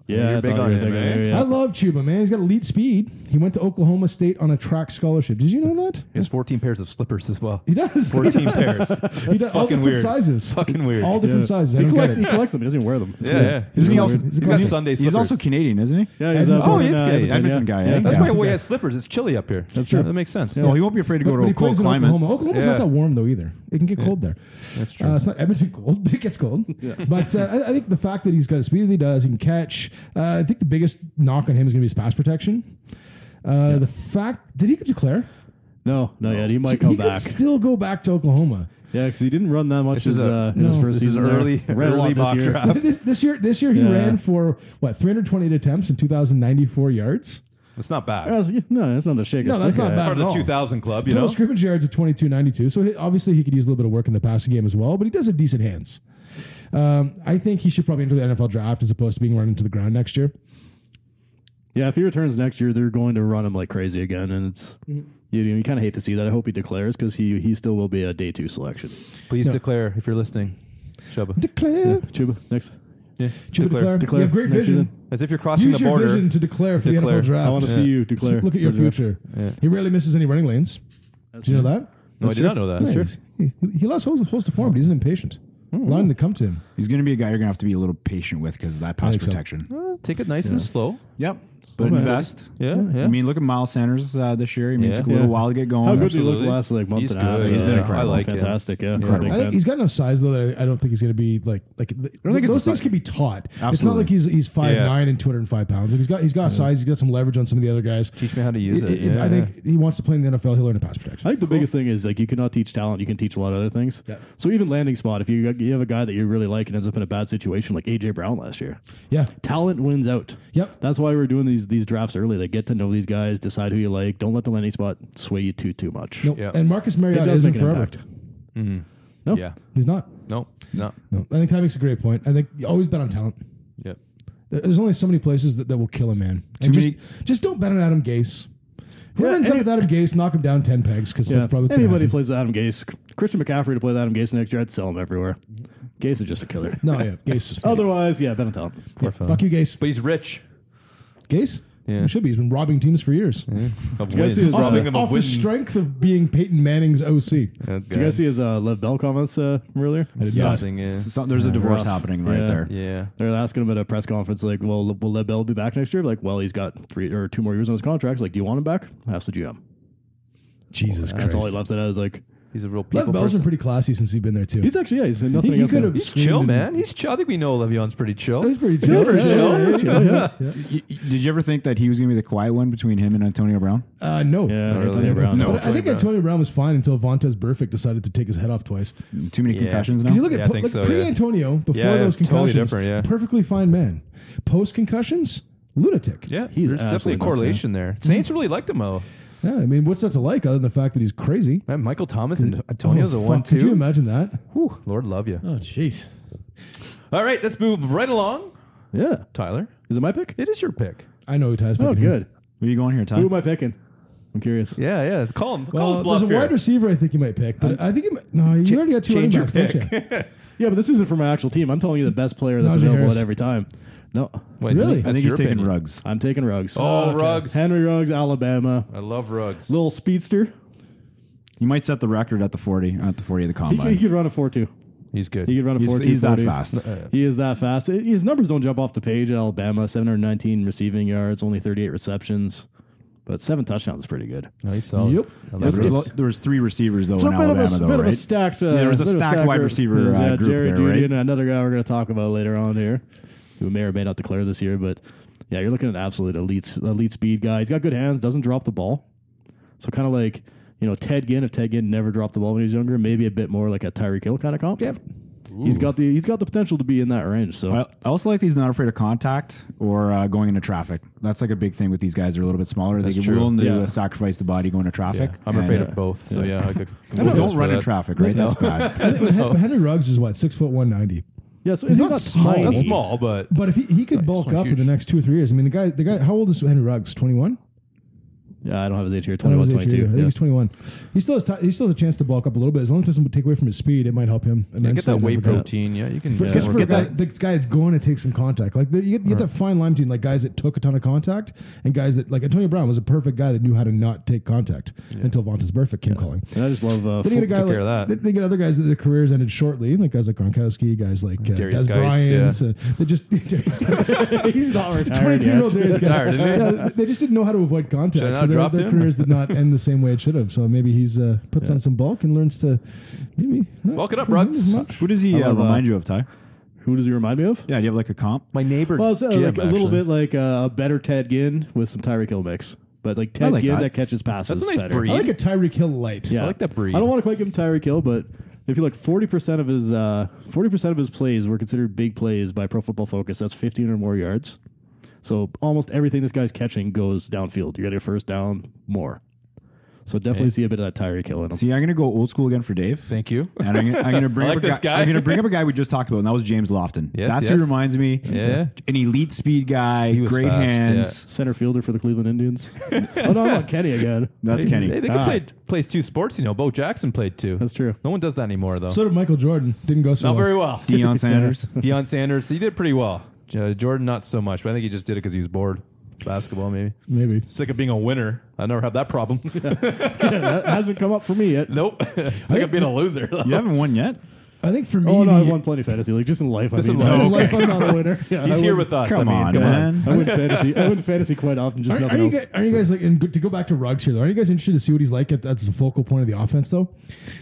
Yeah, You're I big thought on we him, were thinking eh? maybe, yeah. I love Chuba, man. He's got elite speed. He went to Oklahoma State on a track scholarship. Did you know that? He has 14 pairs of slippers as well. He does. 14 pairs. he does all Fucking different weird. sizes. Fucking weird. All different Yeah. sizes. I He don't collects, get he it. collects them. He doesn't wear them. It's yeah, weird. yeah. He's He's, a also, weird- he's got he's a- Sunday slippers. He's also Canadian, isn't he? Yeah, he's uh, Oh, born he in, is uh, Canadian. Edmonton Edmonton guy, Yeah, yeah. That's yeah. why he has slippers. It's chilly up here. That's true. That makes sense. Well, he won't be afraid to go But to he a cold plays in climate. Oklahoma. Oklahoma's Yeah. not that warm though either. It can get cold there. That's true. Uh, it's not Edmonton cold, but it gets cold. But uh, I, I think the fact that he's got a speed that he does, he can catch. Uh, I think the biggest knock on him is going to be his pass protection. Uh, The fact did he declare? No, not yet. He might So come he back. could still go back to Oklahoma. yeah, because he didn't run that much is his, a- uh, in his No. first This is season. there. early- Ran a lot early mock this year. draft. I think this, this year, this year he Yeah. ran for what 328 attempts and 2,094 yards. It's not bad. Yeah, I was like, No, that's not the shake. a No, that's stick not at. bad. Part of the at all. 2000 club, you Total know? scrimmage yards at 22.92. So he- obviously he could use a little bit of work in the passing game as well, but he does have decent hands. Um, I think he should probably enter the NFL draft as opposed to being run into the ground next year. Yeah, if he returns next year, they're going to run him like crazy again, and it's you, you kind of hate to see that. I hope he declares because he he still will be a day two selection. Please declare if you're listening. Chuba. Declare. Chuba next. Yeah, Chuba declare. Declare. You have great Next vision. season. As if you're crossing Use the your border. vision to declare for Declare. the NFL draft. I want to see you declare. Look at your for the draft. future. He rarely misses any running lanes. Do you know that? no, I did not know that. Yeah, he's- He, he lost host, host of form, but he's impatient. Hmm. Allowing him to come to him. He's going to be a guy you're going to have to be a little patient with because of that pass think so. protection. Well, Take it nice and slow. Yep. But invest. Yeah, yeah. I mean, look at Miles Sanders uh, this year. I mean, Yeah. it took a little Yeah. while to get going. How good Absolutely. he looked last like month He's and a half. good. He's been Yeah, incredible. I like him. fantastic. Yeah, Incredible. Big I think fan. he's got enough size though that I, I don't think he's going to be like like. I don't think those it's a things size- can be taught. It's not Absolutely. like he's he's five Yeah. nine and two hundred and five pounds. Like he's got he's got size. He's got some leverage on some of the other guys. Teach me how to use I- it. if Yeah, I think he wants to play in the NFL. He'll learn a pass I protection. think the biggest thing is like you cannot teach talent; you can teach a lot of other things. Yeah. So even landing spot, if you you have a guy that you really like and ends up in a bad situation, like AJ Brown last year, yeah, talent wins out. Yep. That's why we're doing these these drafts early. Like get to know these guys, decide who you like. Don't let the landing spot sway you too too much. no. Yeah. And Marcus It Mariota does isn't make an forever. impact. No. Mm. Yeah. He's not. No. No. No, I think Ty makes a great point. I think you always bet on talent. Yeah. There- There's only so many places that, that will kill a man. And Too just, many- just don't bet on Adam Gase. Whoever Yeah, ends up any- with Adam Gase, knock him down ten pegs because that's probably what's gonna anybody happen. plays with Adam Gase. Christian McCaffrey to play with Adam Gase next year, I'd sell him everywhere. Gase is just a killer. No, yeah, Gase. is- Otherwise, yeah, Ben and Tom. yeah, fuck you, Gase. But he's rich. Gase? Yeah. He should be. He's been robbing teams for years. Of guys wins. see his Robbing brother- them Off of the wins. strength of being Peyton Manning's OC. That Did you guy. guys see his uh, Lev Bell comments uh, from earlier? Something. Yeah. So- there's a divorce rough. happening right Yeah. there. Yeah. They're asking him at a press conference, like, "Well, Le- will Lev Bell be back next year?" Like, well, he's got three or two more years on his contract. Like, do you want him back? Ask the GM. Jesus Christ. That's all he left it as. Like, He's a real Lev people Bell's person. been pretty classy since he's been there, too. he's actually yeah, he's nothing. He- he against could him. have- He's chill, Screamed man. and- He's chill. I think we know Le'Veon's pretty chill. Oh, He's pretty chill. pretty chill. Yeah, yeah, yeah. Y- y- Did you ever think that he was going to be the quiet one between him and Antonio Brown? Uh, no. Yeah, really. Antonio Brown. But I think Brown. Antonio Brown was fine until Vontez Burfict decided to take his head off twice. Too many Yeah. concussions now. Because you look Yeah, I at po- think like so, pre yeah. Antonio, before Yeah, yeah, those totally concussions, different, yeah. perfectly fine man. Post concussions, lunatic. Yeah. He's There's definitely a absolutely nuts, correlation there. Saints really liked him, though. Yeah, I mean, what's not to like other than the fact that he's crazy? Man, Michael Thomas and Antonio's oh, a fuck, one-two. Could you imagine that? Whew, Lord love you. Oh, jeez. All right, let's move right along. Yeah, Tyler, is it my pick? it is your pick. I know who Ty's Oh, picking here. good. Who are you going here, Who Tom? am I picking? I'm curious. Yeah, yeah. Call him. Call Well, his there's bluff a wide here. receiver I think you might pick, but I think you might, no, you already got two running change your backs, don't you? Yeah, but this isn't for my actual team. I'm telling you the best player that's Najee available Harris. at every time. No, Wait, Really? that's I think he's your taking opinion. rugs. I'm taking Ruggs. Uh, Oh, rugs. Henry Ruggs, Alabama. I love rugs. Little speedster. He might set the record at the 40 at the 40 of the He combine. could, he could run a 4 2. he's good. He could run a He's- 4 2. he's that Uh, fast. He is that fast. I- His numbers don't jump off the page at Alabama 719 receiving yards, only 38 receptions, but seven touchdowns is pretty good. no, he's Yep. solid. I Yeah, love there, rugs. was, there was three receivers though It's a in bit of Alabama a, though, bit of a right? stacked. Uh, Yeah, there was a bit of stacked wide group. receiver, There's, uh, group Jerry there, Judy right? and another guy we're going to talk about later on here, who may or may not declare this year. But yeah, you're looking at an absolute elite, elite speed guy. He's got good hands, doesn't drop the ball. So kind of like you know Ted Ginn. If Ted Ginn never dropped the ball when he was younger, maybe a bit more like a Tyreek Hill kind of comp. Yep. He's got the he's got the potential to be in that range. So I I also like that he's not afraid of contact or uh, going into traffic. That's like a big thing with these guys. They're a little bit smaller. They're That's true. willing to Yeah. uh, sacrifice the body going to traffic. I'm afraid And, uh, of both. So yeah, I could, Well, don't run in traffic, right? That's bad. I think Hen- Henry Ruggs is what six foot one ninety. yeah, so He's he's not not, small. tiny. That's small, but But if he, he could Sorry, bulk someone's up in the huge. next two or three years, I mean, the guy, the guy, how old is Henry Ruggs? Twenty one. Yeah, I don't have his age here. I don't know 21, his age 22. either. I think yeah. he's 21. He still has ti he still has a chance to bulk up a little bit. As long as it doesn't take away from his speed, it might help him. yeah, immensely get that in whey regard. protein. Yeah, you can For, yeah, Because work for a it guy, out. the guy that's going to take some contact, like there, you get, you get that fine line between like guys that took a ton of contact and guys that like Antonio Brown was a perfect guy that knew how to not take contact until Vontaze Burfict came calling. And I just love uh, Then you get fo- a guy took care of like that. then you get other guys that their careers ended shortly, like guys like Gronkowski, guys like uh, Darius Des Geis, Bryant. yeah. Uh, they just Darius Geis. he's not retired 22 year old yet. Darius Retired, Geis. didn't he? Yeah, they just didn't know how to avoid Should I contact. not So their, dropped their him? careers did not end the same way it should have. So maybe he's uh, puts on some bulk and learns to maybe not Bulk it up, not as Ruggs. much. What does he I uh, love, uh, remind you of, Ty? Who does he remind me of? Yeah, do you have like a comp? My neighbor, Well, it's, uh, Jim, like a little actually. bit like uh, a better Ted Ginn with some Tyreek Hill mix, but like Ted like Ginn that. that. catches passes. That's a nice better. breed. I like a Tyreek Hill light. Yeah, I like that breed. I don't want to quite give him Tyreek Hill, but if you look, forty percent of his uh, forty percent of his plays were considered big plays by Pro Football Focus. That's fifteen or more yards. So almost everything this guy's catching goes downfield. You're getting a first down more. So definitely see a bit of that Tyreek Hill in him. See, I'm gonna go old school again for Dave. Thank you. And I'm gonna, I'm gonna bring I up like a this guy. I'm gonna bring up a guy we just talked about, and that was James Lofton. Yes, That's who yes. he reminds me. Yeah. an elite speed guy, was great fast, hands. Center fielder for the Cleveland Indians. oh no, I want Kenny again. That's Kenny. They, they could play plays two sports. You know, Bo Jackson played two. That's true. No one does that anymore, though. So did Michael Jordan. Didn't go so not well. very well. Deion Sanders. Deion Sanders, he did pretty well. J- Jordan, not so much, but I think he just did it because he was bored. Basketball, maybe. Maybe. Sick of being a winner. I never had that problem. That hasn't come up for me yet. nope. Sick of being a loser. though. You haven't won yet. I think for me, Oh no, I the- won plenty fantasy league just in life. Just I in mean, life. I- in life, I'm not a winner. yeah, He's I here win- with us. Come I mean, on, come man. I win fantasy. I win fantasy quite often. Just Are, nothing are you else. guys, are you guys like and good- to go back to Ruggs here though? Are you guys interested to see what he's like at that's the focal point of the offense though?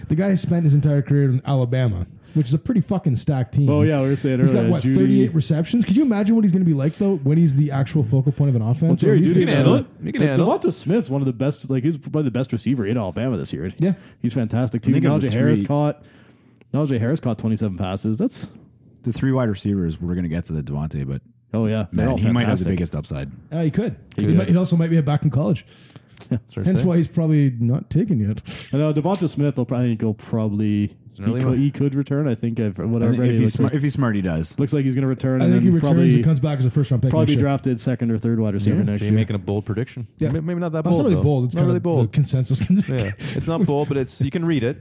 The guy spent his entire career in Alabama, which is a pretty fucking stacked team. Oh, yeah, we were saying he's got earlier, what Judy- thirty eight receptions. Could you imagine what he's going to be like though when he's the actual focal point of an offense? Or Jerry he's Judy the- can handle it. You can De- handle it. Devonta Smith's one of the best. Like he's probably the best receiver in Alabama this year. Yeah. he's fantastic too. think of the Najee Harris three- caught. Najee Harris caught 27 passes. That's The three wide receivers. We're gonna get to the Devontae, but oh yeah, they're man, all he might have the fantastic. biggest upside. Uh, he could. He, could. might, he also might be back in college. Sort of Hence thing. why he's probably not taken yet. I know Devonta Smith will probably go probably an he early could, one. he could return. I think I've I whatever. think he If he's looks, smart, like, if he's smart, he does. looks like he's going to return. I and think he then returns probably, and comes back as a first round pick. probably next year. drafted second or third wide receiver Yeah. next So year. you're making a bold prediction. Yeah. May- Maybe not that That's bold. not really though. bold. It's not kind really of bold. the consensus. yeah. It's not bold, but it's you can read it,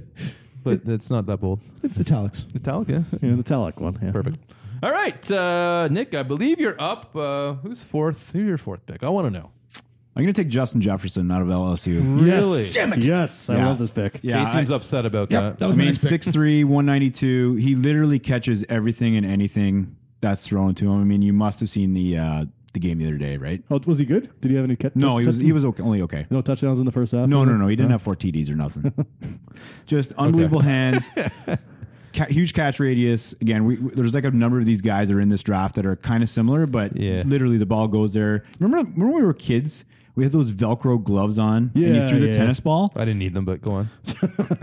but it's not that bold. it's italics. Italic, yeah. yeah, the Talek one. Yeah. Perfect. All right, uh, Nick. I believe you're up. Uh, who's fourth? Who's your fourth pick? I want to know. I'm gonna take Justin Jefferson out of LSU. Really? Yes, yes, I Yeah. love this pick. Yeah, he I- seems upset about Yep, that. that was I my mean, next pick. 6'3", 192. He literally catches everything and anything that's thrown to him. I mean, you must have seen the uh, the game the other day, right? Oh, was he good? Did he have any? Catch- No, he was touch- he was okay, only okay. no touchdowns in the first half. No, no, no. He didn't have four TDs or nothing. Just unbelievable hands. Ca- huge catch radius. Again, we, we- there's like a number of these guys that are in this draft that are kind of similar, but Yeah. literally the ball goes there. Remember, remember when we were kids? We had those Velcro gloves on, and you Yeah, threw the yeah. tennis ball. I didn't need them, but go on.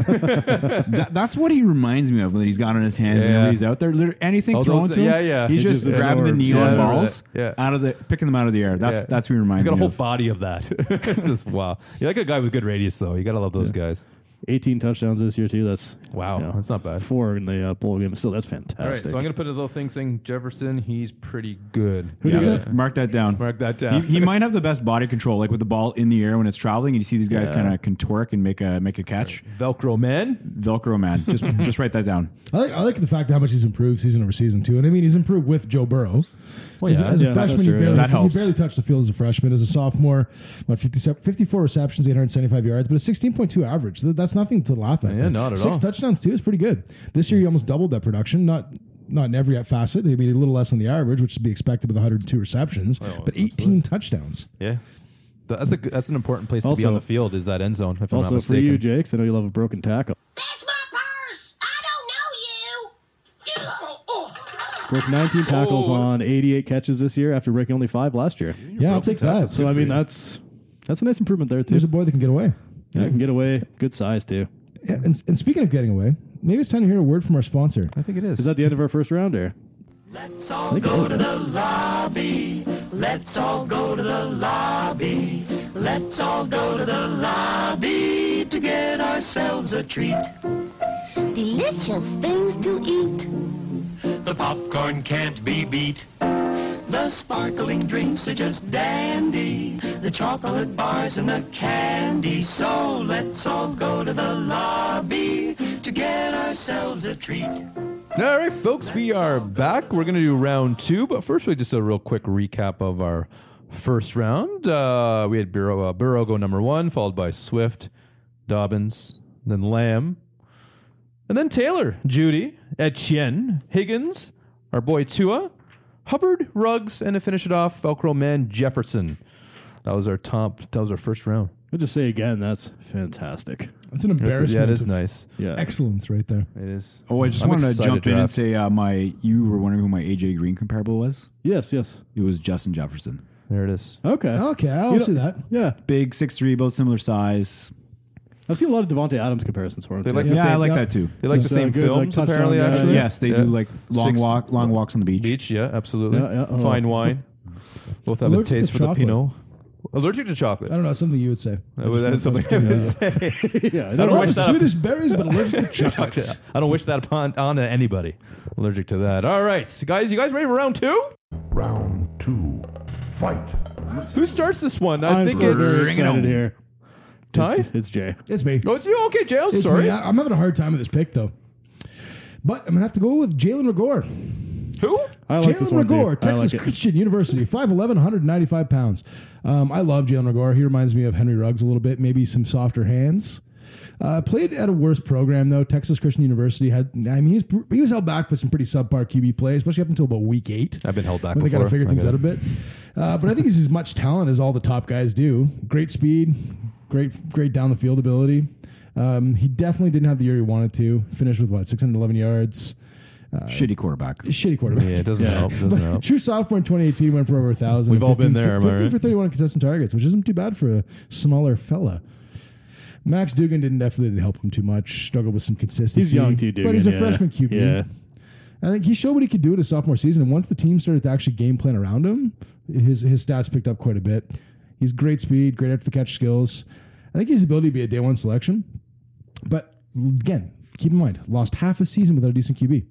That, that's what he reminds me of when he's got on his hands Yeah. whenever he's out there. Literally, anything Oh, thrown those- to him, yeah, yeah. he's He just, just grabbing the absorbs. Yeah, I neon remember balls that. Yeah. out of the, picking them out of the air. That's Yeah. that's who he reminds He's got a me whole of. body of that. It's just- wow. You like a guy with good radius, though. You gotta love those guys. 18 touchdowns this year too. That's Wow, that's not bad. Four in the uh, bowl game. Still, that's fantastic. All right, so I'm gonna put a little thing saying Jefferson. He's pretty good. Yeah. Mark that down. Mark that down. He, he might have the best body control, like with the ball in the air when it's traveling, and you see these guys Yeah. kind of contort and make a make a catch. Velcro man. Velcro man, just just write that down. I like, I like the fact how much he's improved season over season too, and I mean he's improved with Joe Burrow. as, yeah. as a Yeah, that's freshman, you true. barely, That you helps. barely touched the field as a freshman. As a sophomore, what 50, 54 receptions, 875 yards, but a 16.2 average. Th- That's nothing to laugh at. Yeah, there. not at Six all. touchdowns, too, is pretty good. This year, you almost doubled that production. Not not in every facet. I mean, a little less than the average, which would be expected with 102 receptions, Oh, but 18 touchdowns. Yeah, But that's a good- that's an important place to be Also- on the field. Is that end zone? If I'm not also for mistaken. you, Jakes. I know you love a broken tackle. That's my purse! I don't know you! Oh, oh. Broke 19 tackles Oh. on 88 catches this year after breaking only five last year. Yeah, I'll take that. So I mean, that's that's a nice improvement there too. There's a boy that can get away. yeah, can get away. Good size too. Yeah, and, and speaking of getting away, maybe it's time to hear a word from our sponsor. I think it is. Is that the end of our first round there? Delicious things to eat. The popcorn can't be beat. The sparkling drinks are just dandy. The chocolate bars and the candy. So let's all go to the lobby to get ourselves a treat. All right, folks, we are back. We're going to do round two, but first, we just a real quick recap of our first round. Uh, we had Burrow, uh, Burrow go number one, followed by Swift, Dobbins, then Lamb, and then Taylor, Judy, Etienne, Higgins, our boy Tua, Hubbard, Ruggs, and to finish it off, Velcro Man Jefferson. That was our top. That was our first round. I'll just say again, that's fantastic. That's an That's- embarrassment. Yeah, it is of nice. Yeah. Excellence right there. It is. Oh, I just I'm wanted to excited jump in and draft. say uh, my. You were wondering who my AJ Green comparable was. Yes, yes. It was Justin Jefferson. There it is. Okay. Okay, I'll You know- see that. Yeah. Big six three, both similar size. I've seen a lot of Devonte Adams comparisons for him. They too. like the Yeah, same. I like yeah. that too. They like the It's, uh, same good, like, films, touchdown apparently. guy. Actually, Yes, they Yeah. do like long Six- walk, long walks on the beach. Beach, yeah, absolutely. Yeah, yeah, oh. Fine wine. Both have Allergic a taste to for chocolate. the Pinot. Allergic to chocolate. I don't know. it's Something you would say. That was- that is something I would say. yeah. I I don't love wish that Swedish berries, but allergic to chocolate. Chocolate. I don't wish that upon on anybody. Allergic to that. All right, so guys, you guys ready for round two? Round two. Fight. Who starts this one? I I'm think so very it's Bring it on. excited here. Ty. It's, it's Jay. It's me. Oh, it's you. Okay, Jay. I'm It's sorry. me. I, am having a hard time with this pick, though. But I'm going to have to go with Jalen Rigor. Who? I like this Jalen one too. Rigor, I Texas like it. Christian University, 5'11, 195 pounds. Um, I love Jalen Rigor. He reminds me of Henry Ruggs a little bit, maybe some softer hands. Uh, played at a worse program though. Texas Christian University had. I mean, he was, he was held back with some pretty subpar QB play, especially up until about week eight. I've been held back When they got to before. figure I things get out a bit. it. Uh, but I think he's as much talent as all the top guys do. Great speed, great great down the field ability. Um, he definitely didn't have the year he wanted to. Finished with what 611 yards. Shitty quarterback. Shitty quarterback. Yeah, it doesn't help. It doesn't help. True sophomore in 2018 went for over a thousand. We've all 15 been there, am I 15 for right? 31 contestant targets, which isn't too bad for a smaller fella. Max Dugan didn't definitely help him too much. Struggled with some consistency. He's young too, dude. but he's a yeah. freshman QB. Yeah. I think he showed what he could do at his sophomore season, and once the team started to actually game plan around him, his his stats picked up quite a bit. He's great speed, great after the catch skills. I think his ability to be a day one selection, but again, keep in mind, lost half a season without a decent QB,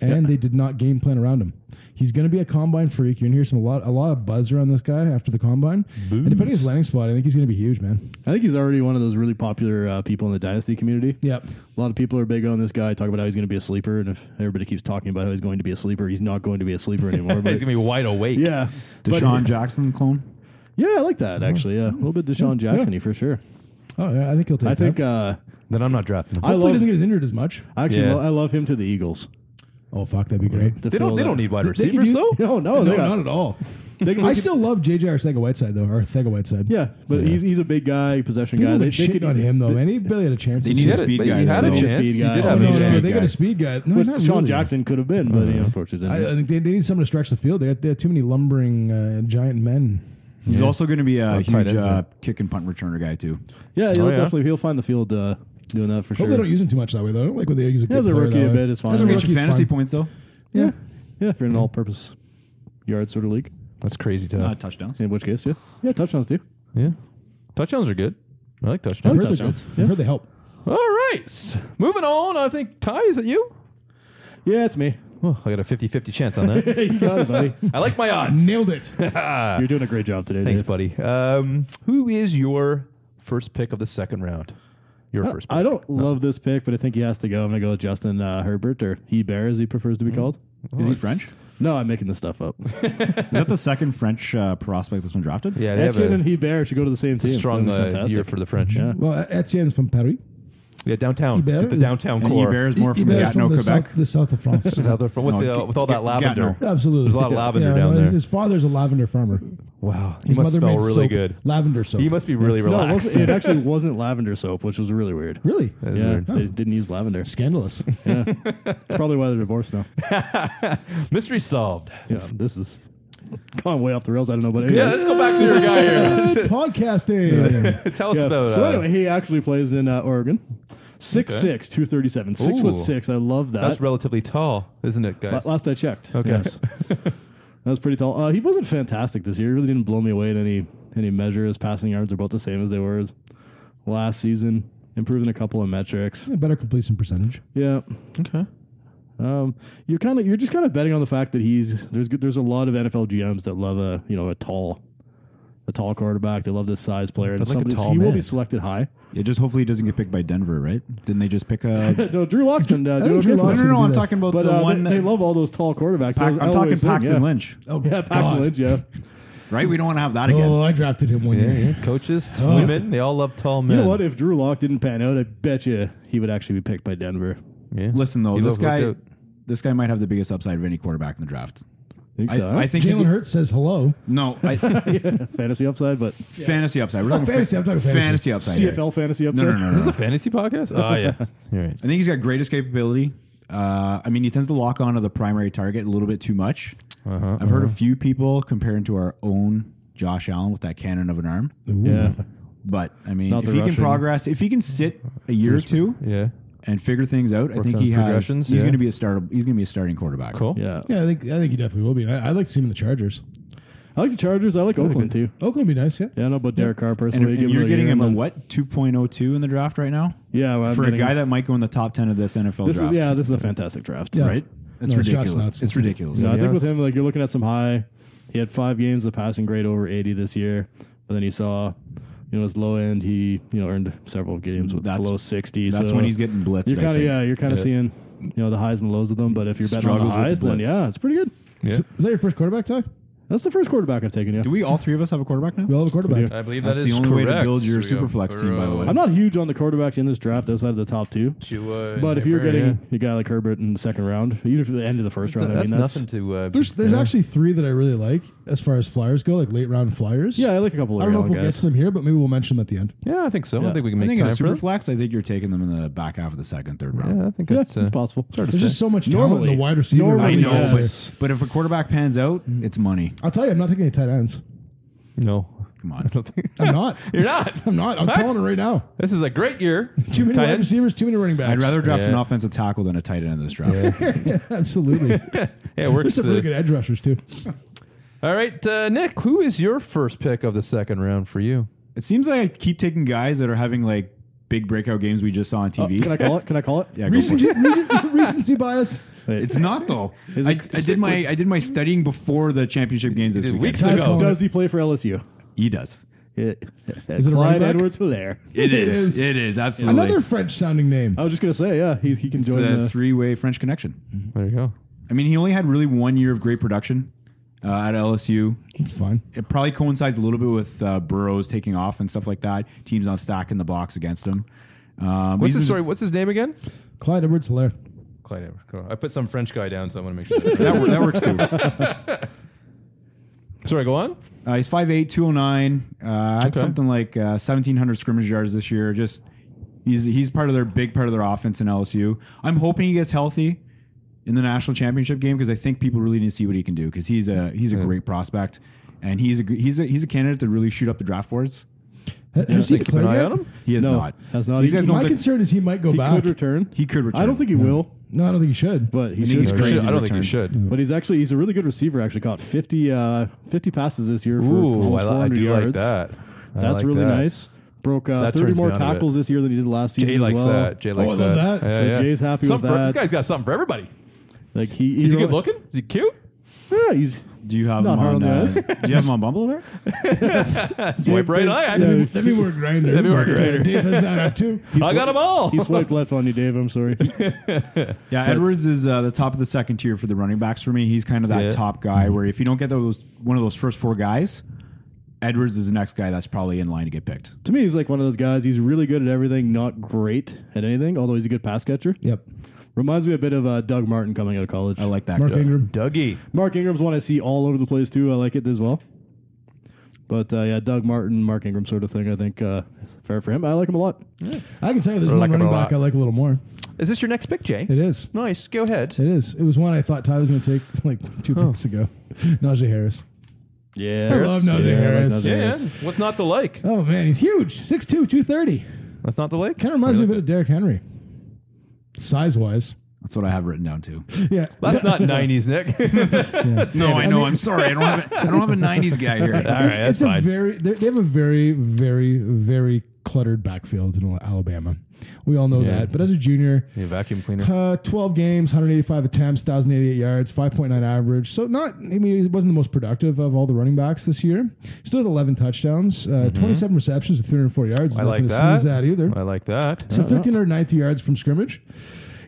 and they did not game plan around him. He's going to be a combine freak. You're going to hear some a lot a lot of buzz around this guy after the combine, and depending on his landing spot, I think he's going to be huge, man. I think he's already one of those really popular uh, people in the dynasty community. Yep. A lot of people are big on this guy, talking about how he's going to be a sleeper, and if everybody keeps talking about how he's going to be a sleeper, he's not going to be a sleeper anymore. But He's gonna be wide awake. yeah, But- Deshaun Jackson clone. yeah, I like that actually. Yeah, a little bit Deshaun Yeah, yeah. Jackson for sure. Oh yeah, I think he'll take. I think that. uh, Then I'm not drafting him. I hopefully he love doesn't get as injured as much. actually Yeah. lo- I love him to the Eagles. Oh fuck, that'd be great. To They don't. fill They that- don't need wide They could receivers use- though. No, no, no, they got, not at all. They can I look at- still love JJ Arcega Whiteside though, or Arcega Whiteside. yeah, but he's he's a big guy, possession people guy. have They, been they could shitting on him though, man. He barely had a chance. They this need a season. speed but guy. You had though. a though. chance. Speed You guy. did Oh, have no, a no, chance. no, they got a speed guy. No, But not Deshaun really. Jackson could have been, but Uh-huh. you know, unfortunately, I, didn't. I think they, they need someone to stretch the field. They got they have too many lumbering uh, giant men. He's also going to be a Well, tight huge ends, uh, kick and punt returner guy too. yeah, he'll Oh, yeah. definitely he'll find the field uh, doing that for Hope they sure. don't use him too much that way though. I don't like when they use a good as a player rookie, that I way. bet it's fine. As a Get Get rookie, your it's fantasy fine. points though. Yeah. yeah, if you're in an all-purpose yard sort of league, That's crazy, Ty. Not Uh, touchdowns. in which case, yeah, yeah, touchdowns too. yeah. Touchdowns are good. I like I've touchdowns. heard, they, touchdowns. I've heard they help. All right. Moving on. I think Ty, is it you? Yeah, it's me. Oh, I got a 50 50 chance on that. Hey, you got it, buddy. I like my odds. Nailed it. You're doing a great job today. Uh, Thanks, Dave. buddy. Um, who is your first pick of the second round? Your first pick. Oh, I don't love this pick, but I think he has to go. I'm gonna go with Justin uh, Herbert or He Bear, as he prefers Mm. to be called. Is he French? No, I'm making this stuff up. Is that the second French uh, prospect that's been drafted? yeah, they have Etienne and a, He Bear should go to the same a team. strong That'd be uh, year fantastic. for the French. Yeah, Yeah. Well, Etienne's from Paris. downtown. Ibera The, the is- downtown And core. Iber is more He from bears Gatineau, from the Quebec. south, the south of France. Is out there from, with, No, the, it's- with all that it's Gatineau. lavender. Absolutely. There's a lot of lavender down no, there. His father's a lavender farmer. Wow. He His must mother smell made really soap, good. Lavender soap. He must be really No, it, relaxed. wasn't- it actually wasn't lavender soap, which was really weird. really That is Yeah, weird. they didn't use lavender. It's scandalous. probably why they're divorced now. Mystery solved. Yeah, this is gone way off the rails. I don't know, but Yeah, let's anyways. go back to your guy here. Podcasting. Tell us Yeah. about so uh, anyway, he actually plays in uh, Oregon. Six six two thirty seven. Six Ooh. foot six. I love that. That's relatively tall, isn't it, La- guys? Last I checked. Okay. Yes. that was pretty tall. Uh, he wasn't fantastic this year. He really didn't blow me away in any any measure. His passing yards are about the same as they were as last season. Improving a couple of metrics. A better completion percentage. Yeah. Okay. Um, you're kind of you're just kind of betting on the fact that he's there's good- there's a lot of NFL GMs that love a you know a tall a tall quarterback. They love this size player. And like a somebody, tall he will man. be selected high. Yeah, just hopefully he doesn't get picked by Denver, right? Didn't they just pick a? No, Drew Lock's been uh, think doing Drew okay Lock's for them. no, no, Should no. we I'm do that? talking about But the uh, one they, that they love all those tall quarterbacks. Pac- I'm talking Paxton yeah. Lynch, Oh, yeah, God. Paxton Lynch. Yeah. right? We don't want to have that again. Oh, I drafted him one year. Coaches, women, they all love tall men. You know what? If Drew Lock didn't pan out, I bet you he would actually be picked by Denver. Yeah. Listen though, You this love worked guy, out. this guy might have the biggest upside of any quarterback in the draft. Think I, so? I think he Jalen could- Hurts says hello. No, I, fantasy upside, but fantasy upside. We're talking Oh, fantasy, I'm talking fantasy. upside. here. CFL fantasy No, upside. no, no, no. Is this no. a fantasy podcast? Oh, yeah. You're right. I think he's got great escapability. Uh, I mean, he tends to lock onto the primary target a little bit too much. Uh-huh, I've heard a few people comparing to our own Josh Allen with that cannon of an arm. Yeah, But I mean, Not if the he can rushing. progress, if he can sit a year or two Yeah. and figure things out, I think on he has. progressions, He's yeah. going to be a start. He's going to be a starting quarterback. Cool. yeah. Yeah, I think I think he definitely will be. And I, I'd like to see him in the Chargers. I like the Chargers. I like Oakland too. Oakland would be nice. Yeah. Yeah, I know about Derek Carr And, personally. and Give you're a getting year, him a but- what 2.02 in the draft right now Yeah, well, I'm for a getting guy him. that might go in the top 10 of this NFL this draft. is yeah, this is a fantastic draft. Yeah. right? It's No, it's ridiculous. just nuts. It's ridiculous. No, I think with Yes. him, like you're looking at some high. He had five games, the passing grade over 80 this year, but then he saw, you know, his low end. He you know earned several games with That's- below 60. That's so when he's getting blitzed. You're I kind of think. yeah, you're kind of Yeah. seeing you know the highs and lows of them. But if you're betting on the Struggles with the highs, then blitz. yeah, it's pretty good. Yeah. Is, is that your first quarterback talk? That's the first quarterback I've taken. Yeah, Do we all three of us have a quarterback now? We all have a quarterback. I believe That's that the is only way to correct. build your We got Superflex team, by the way. Burrow, I'm not huge on the quarterbacks in this draft outside of the top two. Tua, But if you're Herbert, getting uh, yeah. a guy like Herbert in the second round, even if the end of the first round, that's, I mean, that's nothing to. Uh, There's there's actually three that I really like as far as flyers go, like late round flyers. yeah, I like a couple I of don't know if young we'll get guys. to them here, but maybe we'll mention them at the end. yeah, I think so. I Yeah. think we can I make think in a time for super it. flex, I think you're taking them in the back half of the second, third round. Yeah, I think Yeah, that's uh, it's possible. There's just so much talent in Normally- the wide receiver. normally, I know, Yeah. but, but if a quarterback pans out, it's money. I'll tell you, I'm not taking any tight ends. no. Come on. I'm not. You're not. I'm not. I'm What? calling it right now. This is a great year. Too many Tight wide ends. receivers, too many running backs. I'd rather draft an Yeah. offensive tackle than a tight end in this draft. absolutely. Yeah, it There's works. some really uh, good edge rushers too. All right, uh, Nick, who is your first pick of the second round for you? It seems like I keep taking guys that are having like big breakout games we just saw on TV. Uh, Can I call it? Can I call it? yeah, go for it. Recency, re- recency bias. It's not though. Is I, it- I did my I did my studying before the championship games this did week. weeks Ty's ago. calling Does he play for LSU? He does. Is it a running back? Edwards Hilaire? It is. is. It is absolutely Another French sounding name. I was just gonna say, yeah, he, he can It's uh, join uh, a the three-way French connection. There you go. I mean, he only had really one year of great production uh, at LSU. It's fine. It probably coincides a little bit with uh, Burrows taking off and stuff like that. Teams not stacking the box against him. Um, What's he's his been- sorry? What's his name again? Clyde Edwards Hilaire. Clyde. Edwards. Cool. I put some French guy down, so I want to make sure. that's right. That, wor- that works too. sorry, go on. Uh, he's 5'8", 209. Uh, had Okay. something like uh, 1,700 scrimmage yards this year. Just he's he's part of their big part of their offense in LSU. I'm hoping he gets healthy in the national championship game because I think people really need to see what he can do because he's a he's a great prospect and he's a g- he's a he's a candidate to really shoot up the draft boards. Ha- Has he Keep an declared eye yet? on him. He has No, not. has not. These guys He- don't My think- concern is he might go He back. could return. He could I return. don't think he will, no, I don't think he should. but he I think should. he's Should- crazy I don't think you return. should. But he's actually he's a really good receiver. Actually, caught 50, uh, 50 passes this year for Ooh, I, almost li- I 400 do yards. like that. I That's like really that. nice. Broke uh, That thirty turns me more on a bit. tackles this year than he did last season. Jay as likes well. Oh, that. Jay likes I love that. that. Yeah, So yeah. Jay's happy Something with for- that. This guy's got something for everybody. Like he, he's Is he only- good looking? Is he cute? Yeah, he's. Do you have Not him hard on on? the Uh, eyes. do you have him on Bumble there? Swipe right eye. That'd be- that'd be more grinder. That'd be more grinder. Dave has that up too. I got them all. He swiped left on you, Dave. I'm sorry. Yeah, Edwards is uh, the top of the second tier for the running backs for me. He's kind of that Yeah. top guy where if you don't get those one of those first four guys, Edwards is the next guy that's probably in line to get picked. to me, he's like one of those guys. He's really good at everything, not great at anything. Although he's a good pass catcher. Yep. Reminds me a bit of uh, Doug Martin coming out of college. I like that. Mark guy. Ingram. Dougie. Mark Ingram's one I see all over the place too. I like it as well. But uh, yeah, Doug Martin, Mark Ingram sort of thing. I think uh, fair for him. I like him a lot. I can tell you there's I like one him a running back lot. I like a little more. Is this your next pick, Jay? It is. Nice. Go ahead. It is. It was one I thought Ty was going to take like two picks ago. Najee Harris. Yeah, I love Najee I like Harris. Najee Yeah. Harris. yeah. What's not to like? Oh man, he's huge. 6'2", 230. That's not the like. Kind of reminds me a bit of Derrick Henry. size wise. That's what I have written down too. Yeah. That's not 90s, Nick. No, I know. I'm sorry. I don't have. A, I don't have a '90s guy All here. right, that's it's a fine. very they they have a very very very cluttered backfield in Alabama. We all know Yeah. that. But as a junior, Yeah, vacuum cleaner. uh, 12 games, 185 attempts, 1,088 yards, 5.9 average. So not, I mean, it wasn't the most productive of all the running backs this year. Still had 11 touchdowns, uh, 27 receptions, with 304 yards. Mm-hmm. I Nothing to like sneeze that. uh-huh. at either. I like that. So 1,392 yards from scrimmage,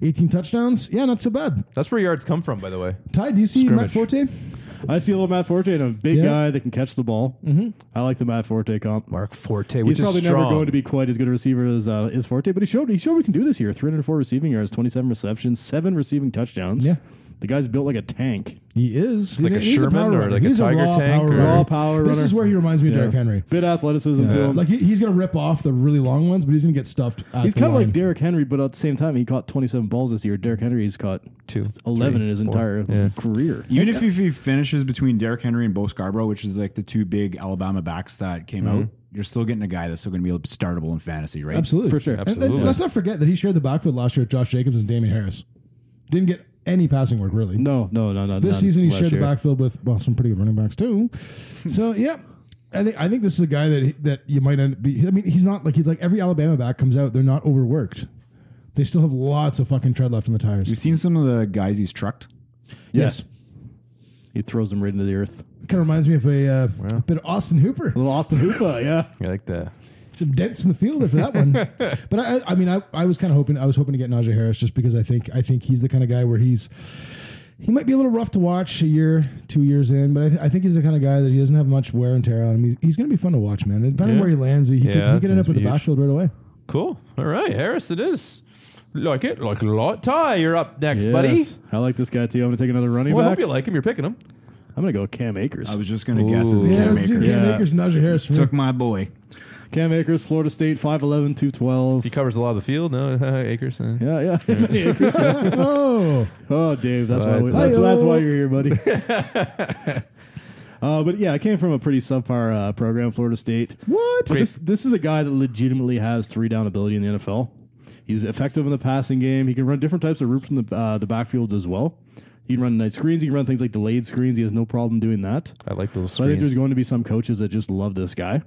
18 touchdowns. Yeah, not so bad. That's where yards come from, by the way. Ty, do you see Matt Scrimmage. Forte? I see a little Matt Forte and a big Yeah. guy that can catch the ball. I like the Matt Forte comp. Mark Forte, He's which is probably strong. never going to be quite as good a receiver as uh, is Forte, but he showed he showed we can do this here. 304 receiving yards, 27 receptions, seven receiving touchdowns. Yeah. the guy's built like a tank. He is. Like He- a he's Sherman power or runner. like a he's Tiger raw tank power or- runner. Raw power This runner. is where he reminds me of Derrick Henry. bit athleticism to him. Like he, he's going to rip off the really long ones, but he's going to get stuffed. at He's the kind of line. like Derrick Henry, but at the same time, he caught 27 balls this year. Derrick Henry's caught Two, 11 three, in his four. entire Yeah. career. Even if, if he finishes between Derrick Henry and Bo Scarborough, which is like the two big Alabama backs that came out, you're still getting a guy that's still going to be startable in fantasy, right? Absolutely. For sure. And- and Absolutely. let's not forget that he shared the backfield last year with Josh Jacobs and Damon Harris. Didn't get any passing work, really. No, no, no, no. This none season, he last shared year. the backfield with, well, some pretty good running backs, too. so, yeah. I think, I think this is a guy that that you might end up be. I mean, he's not like he's like every Alabama back comes out. They're not overworked. They still have lots of fucking tread left in the tires. We've seen some of the guys he's trucked. Yes, He throws them right into the earth. kind of reminds me of a, uh, a bit of Austin Hooper. Little Austin Hoopa, yeah. I like that. some dents in the field after that one. but I, I mean, I, I was kind of hoping I was hoping to get Najee Harris just because I think I think he's the kind of guy where he's he might be a little rough to watch a year, two years in, but I, th- I think he's the kind of guy that he doesn't have much wear and tear on him. He's, he's going to be fun to watch, man. Depending Yeah. on where he lands, he, could, Yeah, he could end up that's with the huge. backfield right away. Cool. All right, Harris, it is. Like it, like a lot. Ty, you're up next, buddy. Yes. I like this guy too. I'm going to take another running Well, I back. hope you like him. You're picking him. I'm going to go Cam Akers. I was just going to guess as a Yeah, Cam let's do Akers. Cam Yeah. Akers, Najee Harris. For me. Took my boy. Cam Akers, Florida State, 5'11, 212. He covers a lot of the field. No acres. uh, Yeah, yeah. Many acres. oh, Oh, Dave, that's why Right. we, that's, Hi-yo. that's why you're here, buddy. uh, but yeah, I came from a pretty subpar uh, program, Florida State. what? Great. This, this is a guy that legitimately has three down ability in the NFL. He's effective in the passing game. He can run different types of routes from the uh, the backfield as well. He can run night screens. He can run things like delayed screens. He has no problem doing that. I like those So I think screens. there's going to be some coaches that just love this guy,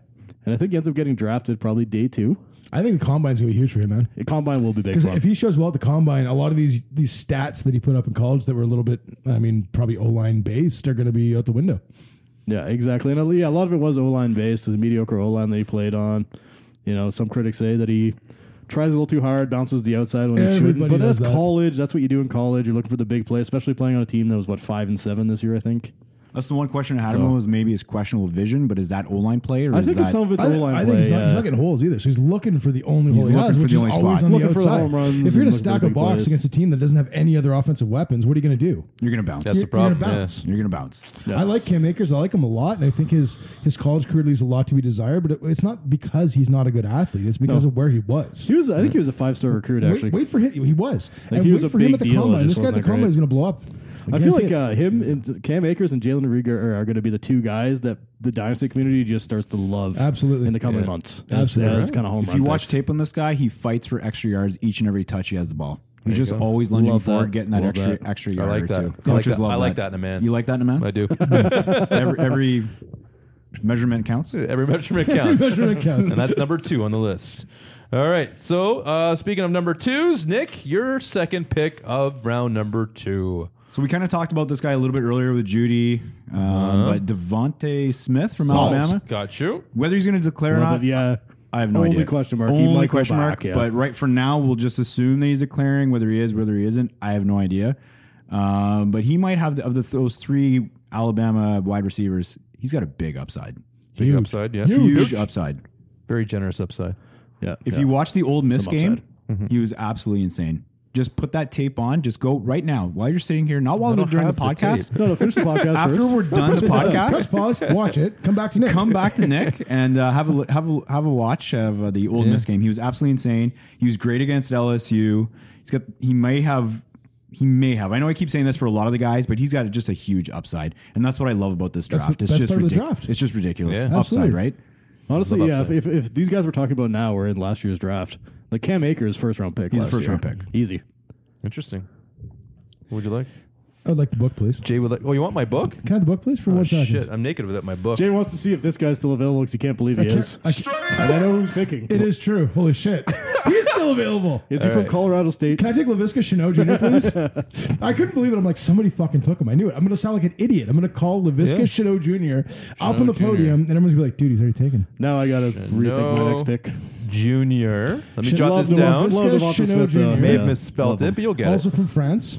and I think he ends up getting drafted probably day two. I think the combine's going to be huge for him, man. The combine will be big. Because For him. if he shows well at the combine, a lot of these these stats that he put up in college that were a little bit, I mean, probably O line based, are going to be out the window. Yeah, exactly. And uh, yeah, a lot of it was O line based, the mediocre O line that he played on. You know, some critics say that he tries a little too hard, bounces the outside when he shouldn't. Everybody But does that's that. college. That's what you do in college. You're looking for the big play, especially playing on a team that was what five and seven this year, I think. That's the one question I had him was maybe his questionable vision, but is that O line play or I is think that it's some of it's O I, thi- line I play. think he's not, he's yeah. not getting holes either. So he's looking for the only hole he looking has, for which the is only always spot. on the Looking for the outside. home if you're runs going and to looking for stack the a big box plays. against a team that doesn't have any other offensive weapons, what are you going to do? you're going to bounce? That's You're- the problem. You're gonna yeah. bounce. You're going to bounce. I like Cam Akers. I like him a lot, and I think his his college career leaves a lot to be desired. But it, it's not because he's not a good athlete; it's because No. of where he was. He was. I think he was a five star recruit actually. Wait, wait for him. He was. and he wait was a for him big at the deal, it combine. just This guy at the wasn't that combine great. is going to blow up. I feel guarantee like it. uh, him and Cam Akers and Jalen Rieger are, going to be the two guys that the dynasty community just starts to love Absolutely. in the coming Yeah. months. Absolutely. that's kind of home. If run you watch picks. tape on this guy, he fights for extra yards each and every touch he has the ball. He's just always lunging Love that. forward, getting that Love extra that. extra I yard like or that. two. I like Coaches that. love I like that in a man. You like that in a man? I do. every, every measurement counts. Every measurement counts. measurement counts. and that's number two on the list. All right. So uh, speaking of number twos, Nick, your second pick of round number two. So we kind of talked about this guy a little bit earlier with Judy, um, Uh-huh. but Devonte Smith from Alabama. Got you. Whether he's going to declare or Well, not, but yeah, I have no Only idea. question mark. He might Only go question back, mark. yeah. But right for now, we'll just assume that he's declaring. Whether he is, whether he isn't, I have no idea. Um, but he might have the, of the, those three Alabama wide receivers. He's got a big upside, Big Huge. upside. Yeah. huge, upside. Very generous upside. yeah. If yeah. you watch the old Miss Some game, upside. Mm-hmm. he was absolutely insane. Just put that tape on. Just go right now while you're sitting here, not while don't during the have the podcast. tape. no, no, finish the podcast After first. we're done this podcast, Press pause. Watch it. Come back to Nick. come back to Nick and uh, have a li- have a, have a watch of uh, the old Miss game. He was absolutely insane. He was great against LSU. He's got he may have he may have. I know I keep saying this for a lot of the guys, but he's got just a huge upside, and that's what I love about this That's draft. the it's best just part of the ridic- draft. It's just ridiculous Yeah. upside, Absolutely. right? Honestly, Love yeah. If, upside. if, if these guys we're talking about now were in last year's draft, like Cam Akers, first round pick. He's a last first year. round pick. Easy. Interesting. What would you like? I would Oh, like the book, please. Jay would like. Oh, you want my book? Can I have the book, please, for one Oh, second? shit, I'm naked without my book. Jay wants to see if this guy's still available because he can't believe I he can't- is. I can't- And I know who's picking. it is true. Holy shit. He's still available. Is he from Colorado State? Can I take LaVisca Chanel Jr., please? I couldn't believe it. I'm like, somebody fucking took him. I knew it. I'm going to sound like an idiot. I'm going to call LaVisca Yeah. Chanel Jr. up on the Jr.. podium, and everyone's going to be like, dude, he's already taken. Now I gotta rethink my No. next pick. Junior. Let me Should jot love this the down. Love LaVisca Devonta Chanel Smith, Jr. though. May have Yeah. misspelled it, but you'll get also it. from France.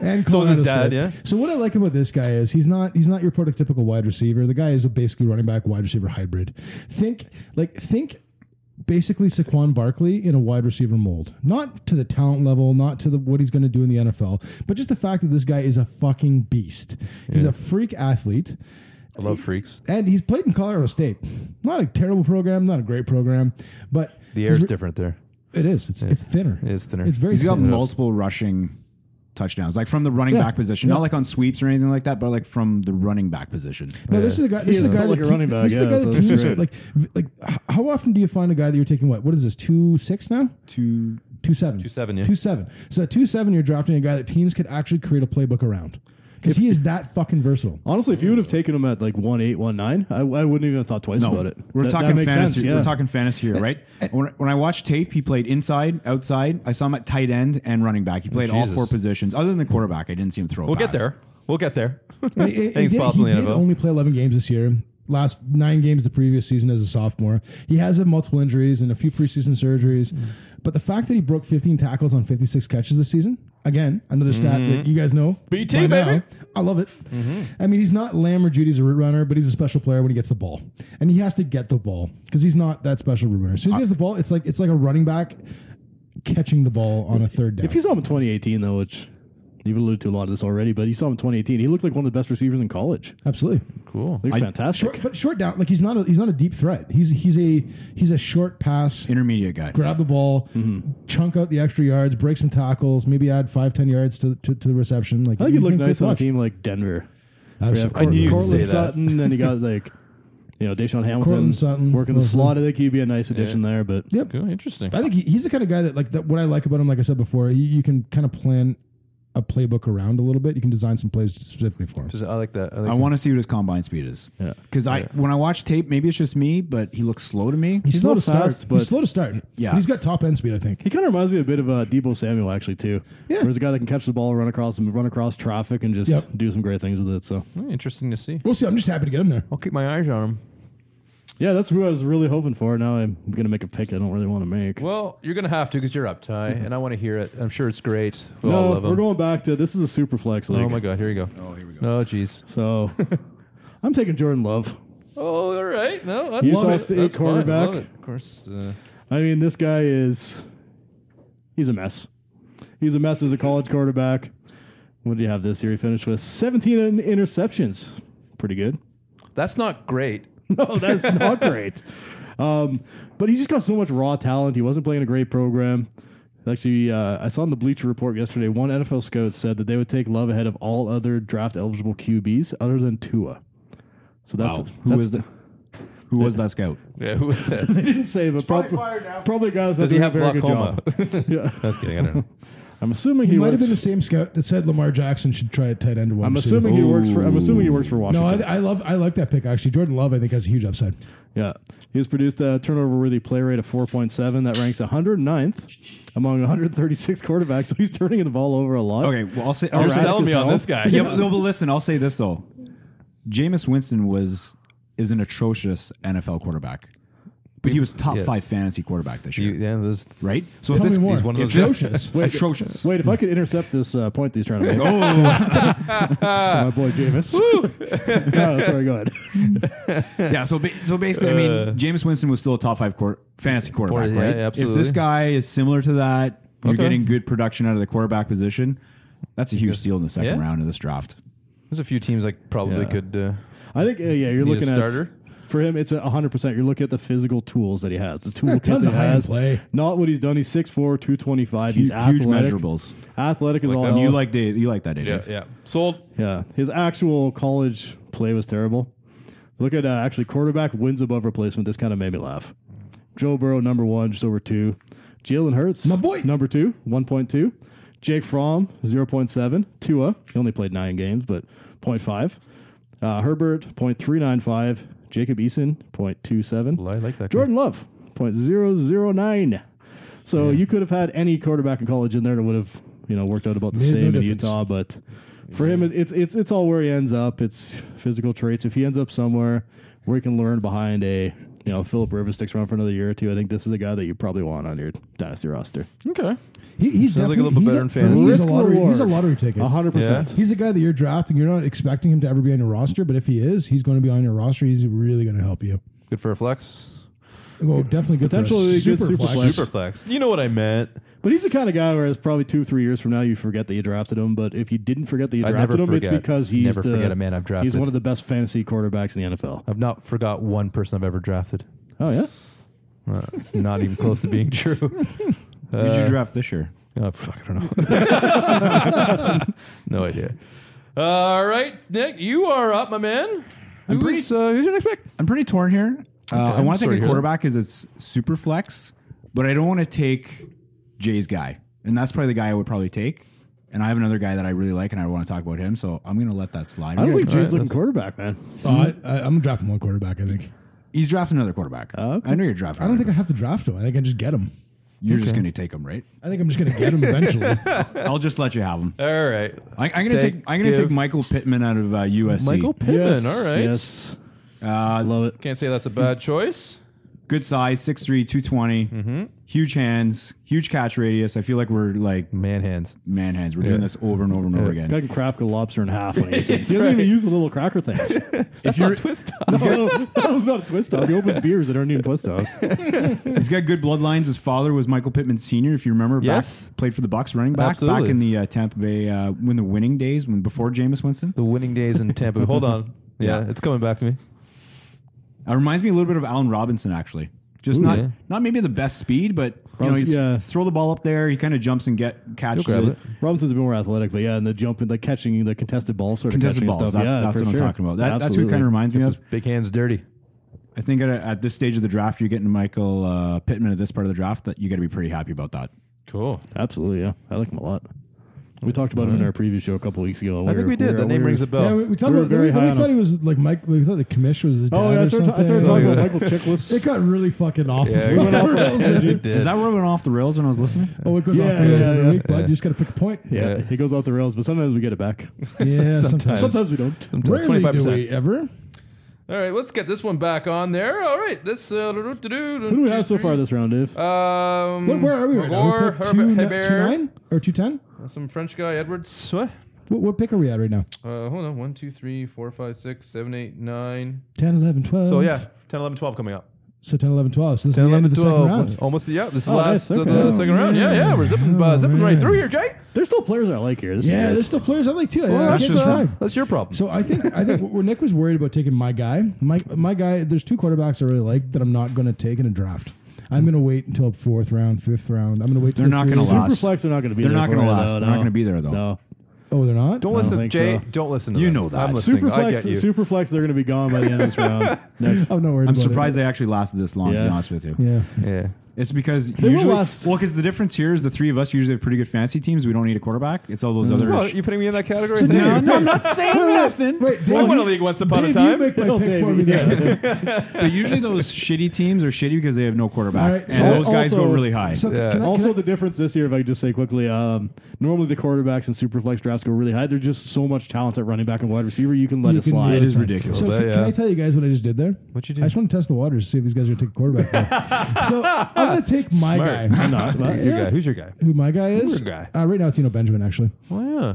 and So is his Colorado dad, State. yeah. So what I like about this guy is he's not he's not your prototypical wide receiver. The guy is a basically running back wide receiver hybrid. Think like think basically Saquon Barkley in a wide receiver mold. Not to the talent level, not to the what he's going to do in the NFL, but just the fact that this guy is a fucking beast. He's a freak athlete. I love freaks. And he's played in Colorado State. Not a terrible program, not a great program, but The air's he's re- different there. It is. It's it's thinner. It is thinner. It's very. He's got thin. multiple rushing touchdowns, like from the running Yeah. back position, Yeah. not like on sweeps or anything like that, but like from the running back position. No, this is a guy. This He is a is guy that built like a te- running back, This is a yeah, guy so that that's teams great. like like. h- How often do you find a guy that you're taking? What what is this? Two six now? Two Two seven. Two seven, yeah. Two seven. So at two seven, you're drafting a guy that teams could actually create a playbook around because he is that fucking versatile. Honestly, if you would have taken him at like one eight, one nine, I, I wouldn't even have thought twice no, about it. we're That- that talking makes fantasy. sense, yeah. We're talking fantasy here, right? when, when I watched tape, he played inside, outside. I saw him at tight end and running back. He played all Jesus. four positions, other than the quarterback. I didn't see him throw. a We'll get pass. there. We'll get there. And he- he Things did- possible he in did the NFL. only play 11 games this year. Last nine games the previous season as a sophomore. He has had multiple injuries and a few preseason surgeries. But the fact that he broke 15 tackles on 56 catches this season, again, another stat that you guys know. by BT, now. baby. I love it. I mean, he's not Lamb or Judy's a root runner, but he's a special player when he gets the ball. And he has to get the ball because he's not that special root runner. As soon as he gets the ball, it's like it's like a running back catching the ball on a third down. If you saw him in 2018, though, which you've alluded to a lot of this already, but you saw him in 2018, he looked like one of the best receivers in college. Absolutely. Cool. He was fantastic. Short, but short down, like he's not a, he's not a deep threat. He's he's a he's a short pass, Intermediate guy. grab the ball, Mm-hmm. chunk out the extra yards, break some tackles, maybe add five ten yards to to, to the reception. Like I think he'd he's look been good nice to on a watch. team like Denver. Absolutely. Courtland, you'd Courtland say that. Sutton, and you got like, you know, Deshaun Hamilton, Courtland Sutton, working the Wilson. slot. I think he'd be a nice addition there, but Yep. Cool. Interesting. I think he, he's the kind of guy that like that. What I like about him, like I said before, you, you can kind of plan a playbook around a little bit. You can design some plays specifically for him. Just- I like that. I, like I that. want to see what his combine speed is. Yeah. Because I when I watch tape, maybe it's just me, but he looks slow to me. He's, he's slow not to start. fast, but- he's slow to start. Yeah. But he's got top end speed. I think. he kind of reminds me a bit of uh, Debo Samuel, actually, too. Yeah. There's a guy that can catch the ball, run across run across traffic, and just Yep. do some great things with it. So, Hmm, Interesting to see. We'll see. I'm just happy to get him there. I'll keep my eyes on him. yeah, that's who I was really hoping for. Now I'm going to make a pick I don't really want to make. Well, you're gonna have to because you're up, Ty, and I want to hear it. I'm sure it's great. We'll all no, love we're him. going back to this is a super flex league. oh my God! Here you go. Oh, here we go. Oh, jeez. So I'm taking Jordan Love. Oh, all right. No, that's, Utah that's- State that's fine. quarterback. Love it. Of course. Uh, I mean, this guy is he's a mess. He's a mess as a college quarterback. What do you have this year? He finished with 17 in- interceptions. Pretty good. that's not great. No, that's not great. Um, but he just got so much raw talent. He wasn't playing a great program. Actually, uh, I saw in the Bleacher Report yesterday, one NFL scout said that they would take Love ahead of all other draft eligible QBs other than Tua. So that's, Wow. that's Who was the Who was that scout? Yeah, who was that? they didn't say, but prob- probably guys Does that's he doing a have very good glaucoma? job. yeah. Just kidding. I don't know. I'm assuming he, He might works, have been the same scout that said Lamar Jackson should try a tight end. at wide I'm receiver. assuming he works for. I'm assuming he works for No, Washington. I, I love I like that pick actually. Jordan Love I think has a huge upside. yeah, he's produced a turnover-worthy play rate of 4.7. That ranks 109th among 136 quarterbacks. So he's turning the ball over a lot. Okay, well I'll say You're I'll say- selling me as on hell. this guy. yeah, but, no, but listen, I'll say this though. Jameis Winston was is an atrocious NFL quarterback. But he was top Yes. five fantasy quarterback this You, year. yeah, this, Right? So Tell if this me more. He's one of if those- this- Atrocious. Wait. atrocious. Wait, if I could intercept this uh, point that he's trying to make, for Oh my boy Jameis. no, sorry, go ahead. yeah, so ba- so basically, I mean, James Winston was still a top five quar- fantasy quarterback, Uh, Quarter- yeah, right? yeah, If this absolutely. guy is similar to that, you're Okay. getting good production out of the quarterback position. That's a huge steal in the second Yeah. round of this draft. there's a few teams I probably Yeah. could. Uh, I think uh, yeah, you're Need a looking at starter? for him. It's a 100. percent You're looking at the physical tools that he has, the tool kit tons that of he high-end has. play. Not what he's done. He's 6'4", 225. he's Huge, huge athletic. measurables. Athletic is all. And you hell. like Dave, you like that, Dave. yeah, yeah. Sold. Yeah, his actual college play was terrible. Look at uh, actually quarterback wins above replacement. This kind of made me laugh. Joe Burrow number one, just over two. Jalen Hurts, My boy. number two, one point two. Jake Fromm, 0.7. Tua, he only played nine games, but 0.5. Uh, Herbert, 0.395. Jacob Eason, 0.27. I like that. Jordan Love, 0.009. So you could have had any quarterback in college in there that would have, you know, worked out about the Made no same in difference. Utah. But for him, it- it's it's it's all where he ends up. It's physical traits. If he ends up somewhere where he can learn behind a, you know, Philip Rivers sticks around for another year or two, I think this is a guy that you probably want on your dynasty roster. Okay. He, he's Sounds like definitely- a little bit he's better in for fantasy. me, He's a Risk lottery. He's a reward. Uh-huh. lotary ticket. A hundred percent. Yeah. He's a guy that you're drafting. You're not expecting him to ever be on your roster, but if he is, he's going to be on your roster. He's really going to help you. Good for a flex. Well, definitely good Potentially for a good super, super flex. flex. Super flex. You know what I meant. But he's the kind of guy where it's probably two, three years from now you forget that you drafted him. But if you didn't forget that you I drafted never him, forget. it's because he's Never the forget a man I've He's drafted. one of the best fantasy quarterbacks in the NFL. I've not forgot one person I've ever drafted. Oh yeah, Uh, it's not even close to being true. Who Uh, did you draft this year? Oh, fuck, I don't know. no idea. All right, Nick, you are up, my man. Who's, uh, who's your next pick? I'm pretty torn here. Uh, I I'm want to sorry to take hear a quarterback because it's super flex, but I don't want to take Jay's guy, and that's probably the guy I would probably take. And I have another guy that I really like, and I want to talk about him, so I'm going to let that slide. I don't think All right, Jay's looking that's- quarterback, man. Uh, I, Mm-hmm. I, I'm drafting one quarterback. I think. He's drafting another quarterback. I know you're drafting. I don't think I another- have to draft him. I think I just get him. you're just going to take him, right? I think I'm just going to get him eventually. I'll just let you have him. All right. I, I'm going to take. Take- I'm going to give- take Michael Pittman out of uh, USC. Michael Pittman. Yes, all right. Yes, Uh, love it. Can't say that's a bad choice. good size, 6'3", 220, huge hands, huge catch radius. I feel like we're like Man hands. man hands. We're doing this over and over and over again. Guy can crack a lobster in half when he eats it. That's He doesn't right. even use the little cracker things. That's not twist off. No, that was not a twist off. He opens beers that aren't even twist offs. He's got good bloodlines. His father was Michael Pittman Senior, if you remember. back- Yes. played for the Bucks running back Absolutely. back in the uh, Tampa Bay uh, when the winning days when before Jameis Winston. The winning days in Tampa. Hold on. Yeah, Yeah. it's coming back to me. Uh, reminds me a little bit of Allen Robinson actually. Just not yeah. not maybe the best speed, but you know, Robinson- he's yeah. throw the ball up there. He kind of jumps and get catches grab it. it. Robinson's a bit more athletic, but yeah, and the jump and the catching the contested ball sort of Contested catching balls. stuff. that- yeah, that's for what I'm sure. talking about. That, that's who Absolutely. kind of reminds me of. Big hands dirty. I think at, at this stage of the draft, you're getting Michael uh, Pittman at this part of the draft. That you got to be pretty happy about that. Cool. Absolutely, yeah. I like him a lot. We talked about him in our previous show a couple weeks ago. I think we did. That name rings a bell. yeah, we, we talked We were about. Then we, very then high we on thought him. he was like Mike. We thought the commish was his dad Oh, yeah, I or started, something. I started talking about Michael it Chickless. got really fucking off. Yeah, the we went rails. off on a tangent. Is that where I went off the rails when I was listening? oh, it goes Yeah, off the rails yeah, every yeah. week, bud. Yeah. You just got to pick a point. yeah, Yeah. he goes off the rails, but sometimes we get it back. Yeah, Sometimes. sometimes. Sometimes we don't. Rarely do 25%. we ever. All right, let's get this one back on there. All right, this. Uh, Who Who do we have so far this round, Dave? Um, What, where are we right now? We Gregor, picked two, Herbert, ni- two Hebert, nine or two ten? Some French guy, Edwards. What? What, what pick are we at right now? Uh, hold on. 1, 2, 3, 4, 5, 6, 7, 8, 9. 10, 11, 12. So, yeah, 10, 11, 12 coming up. So 10, 11, 12. So this 10, is the end 11, of the 12. second round. Almost, yeah, this is Oh, last nice, of okay. the second round. Yeah, yeah, we're zipping, uh, Oh, zipping right man. through here, Jay. There's still players I like here. This Yeah, is there's good. still players I like too. Yeah, I that's, guess just, I- that's your problem. So I think I think what Nick was worried about taking my guy. My my guy. There's two quarterbacks I really like that I'm not going to take in a draft. I'm going to wait until fourth round, fifth round. I'm going to wait. till They're not free gonna agency. last. Superflex are not going to be. They're there not for gonna you, last. though, no. They're not gonna be there, though. No. Oh, they're not. don't listen, think Jay. so. Don't listen to You them. know that. I'm listening. I Superflex, get you. Superflex, they're going to be gone by the end of this round. Next. I'm not Oh, worried. I'm about surprised It. they actually lasted this long. To Yeah. be honest with you, Yeah. yeah. it's because will usually last- well, because the difference here is the three of us usually have pretty good fantasy teams. We don't need a quarterback. It's all Mm. those other. Well, you putting me in that category? So, no, Dave, no, Dave, I'm not saying nothing. Wait, Dave, I won a you- league once upon a Dave, time. you make my Little pick for me Davey, there. but usually those shitty teams are shitty because they have no quarterback, All right, and so those guys also- go really high. So Yeah. can I, also, can the difference this year, if I could just say quickly, um, normally the quarterbacks and superflex drafts go really high. There's just so much talent at running back and wide receiver. You can I, let you it can- slide. It is ridiculous. So Well, can there, yeah. I tell you guys what I just did there? What'd you do? I just want to test the waters to see if these guys are going to take a quarterback. now. so I'm going to take my Smart. guy. not, but- Your guy. Who's your guy? Who my guy is? Your guy. Uh, right now, it's Eno Benjamin. Actually, Oh, yeah.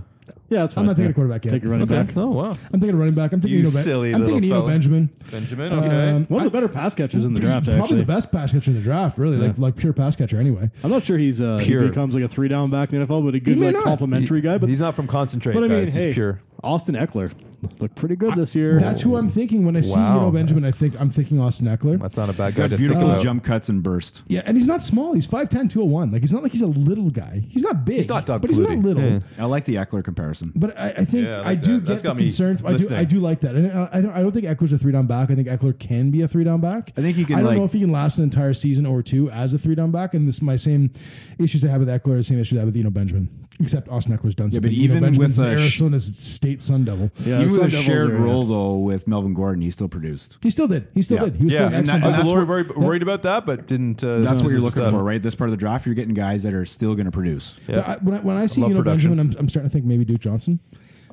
yeah, that's fine. I'm not taking Yeah. a quarterback yet. Take a running back. Oh, wow. I'm taking a running back. I'm taking You Eno Ben- silly I'm little taking Eno fella. Benjamin. Benjamin, okay. Um, One of the better pass catchers in the draft, Probably actually. the best pass catcher in the draft, really, like like pure pass catcher. Anyway, I'm not sure he's uh, he Pure. becomes like a three down back in the NFL, but a good may like not. complimentary guy. But he's not from concentrate. but I mean, guys. hey, he's pure. Austin Eckler looked pretty good this year. that's who I'm thinking when I see Wow. you know Benjamin. I think I'm thinking Austin Eckler. That's not a bad guy. got To beautiful think about. jump cuts and burst. yeah, and he's not small. He's 5'10", 201. Like he's not like he's a little guy. He's not big. He's not Doug but he's not Flutie. little. Yeah. I like the Eckler comparison. But I, I think I, Yeah, I like that. do That's get the got me concerns. I do listening. I do like that, and I, I don't I don't think Eckler's a three down back. I think Eckler can be a three down back. I think he can, I don't know like- if he can last an entire season or two as a three down back. And this my same issues I have with Eckler, are the same issues I have with Eno Benjamin. Except Austin Eckler's done Yeah, something. but Dino even Benjamin's with, an uh, sh- Arizona's state Sun Devil, Yeah, Sun Even with a Devils shared are- role though with Melvin Gordon, he still produced. he still did. He still Yeah. did. He was Yeah, still an and, excellent. that, and that's basketball- what we're worried about that, but didn't. Uh, That's what you're didn't looking stop. for, right? This part of the draft, you're getting guys that are still going to produce. Yeah. I- when, I, when I see love you know production. Benjamin, I'm, I'm starting to think maybe Duke Johnson.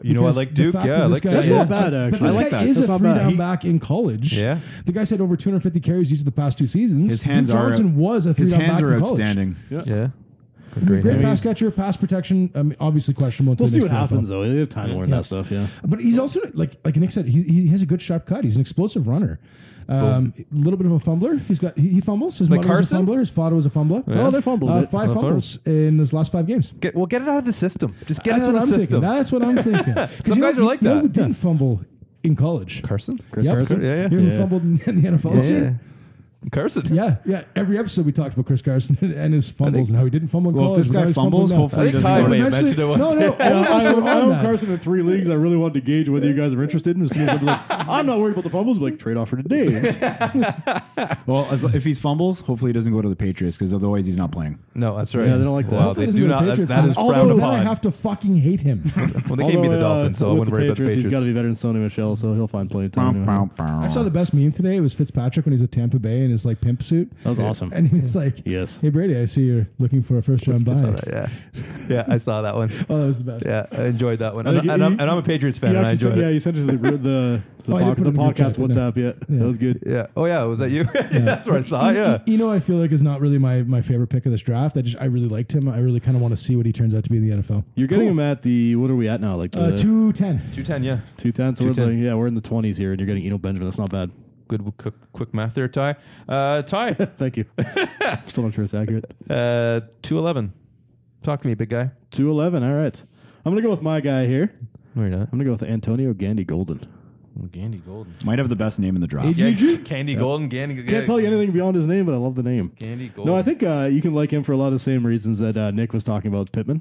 You know, I Because like the Duke. fact Yeah, that I this like guy that. is- That's yeah. not bad, actually. But this I like guy that. is That's a not three bad. down He- back in college. Yeah. the guy's had over 250 carries each of the past two seasons. His hands Duke are Johnson was a three his down hands back are in college. outstanding. Yeah. Great, Great pass catcher, pass protection. Um, obviously questionable. until We'll see the what next NFL. happens though. They have time to learn that stuff. Yeah. But he's also like like Nick said, he, he has a good sharp cut. He's an explosive runner. Um, a little bit of a fumbler. He's got he, he fumbles. His Like mother was a Carson? fumbler. His father was a fumbler. Oh, they fumbled Uh, it. five Fumbled. fumbles in his last five games. Get, well, get it out of the system. Just get That's it out what of I'm the thinking. system. That's what I'm thinking. 'Cause Some you know- guys are like you know that. who didn't fumble in college? Carson. Yep. Carson. Yeah, yeah. You know who Yeah. fumbled in, in the NFL this year? Carson. Yeah, yeah. Every episode we talked about Chris Carson and his fumbles and how he didn't fumble in Well, if college. this and guy now he's fumbling fumbles, now. hopefully I think he doesn't Ty go And to may the have eventually- mentioned it once. No, no. All of us I, were own, I on own that. Carson in three leagues. I really wanted to gauge whether you guys were interested. And as soon as I'm like, I'm not worried about the fumbles, but like trade off for today. Well, as, if he fumbles, hopefully he doesn't go to the Patriots because otherwise he's not playing. No, that's right. Yeah, they don't like that. Wow, Hopefully they he doesn't go do to not. the That, Patriots, that is although frowned then I upon. have to fucking hate him. Well, they can't beat the Although, uh, Dolphins, so I with wouldn't worry about the He's got to Patriots. be better than Sonny Michelle, so he'll find plenty of time. anyway. I saw the best meme today. It was Fitzpatrick when he's at Tampa Bay in his like pimp suit. That was awesome. And he was like, Yes. hey Brady, I see you're looking for a first round buy." Yeah, yeah, I saw that one. Oh, that was the best. Yeah, I enjoyed that one, I and, think he- and I'm, he- and I'm a Patriots fan, He and I actually enjoyed sent, yeah, it. he sent us the the, the, the, Oh, I did pod- put the it in your podcast chat, didn't I? WhatsApp yet. That was good. Yeah. Oh yeah, was that you? yeah, that's where I Uh, saw. it, Yeah. You know, I feel like is not really my, my favorite pick of this draft. I just I really liked him. I really kind of want to see what he turns out to be in the NFL. You're getting him at the what are we at now? Like Uh, the two ten. Two ten. Yeah. two ten. So we're 210. like, yeah, we're in the twenties here, and you're getting Eno Benjamin. That's not bad. Good quick, quick math there, Ty. Uh, Ty, Thank you. Still not sure it's accurate. uh, two eleven. Talk to me, big guy. Two eleven. All right. I'm gonna go with my guy here. No, you're not. I'm gonna go with Antonio Gandy Golden. Gandy Golden. Might have the best name in the draft. Yeah, Candy Golden. Gandy. Can't tell you anything beyond his name, but I love the name. Gandy Golden. No, I think uh, you can like him for a lot of the same reasons that uh, Nick was talking about Pittman.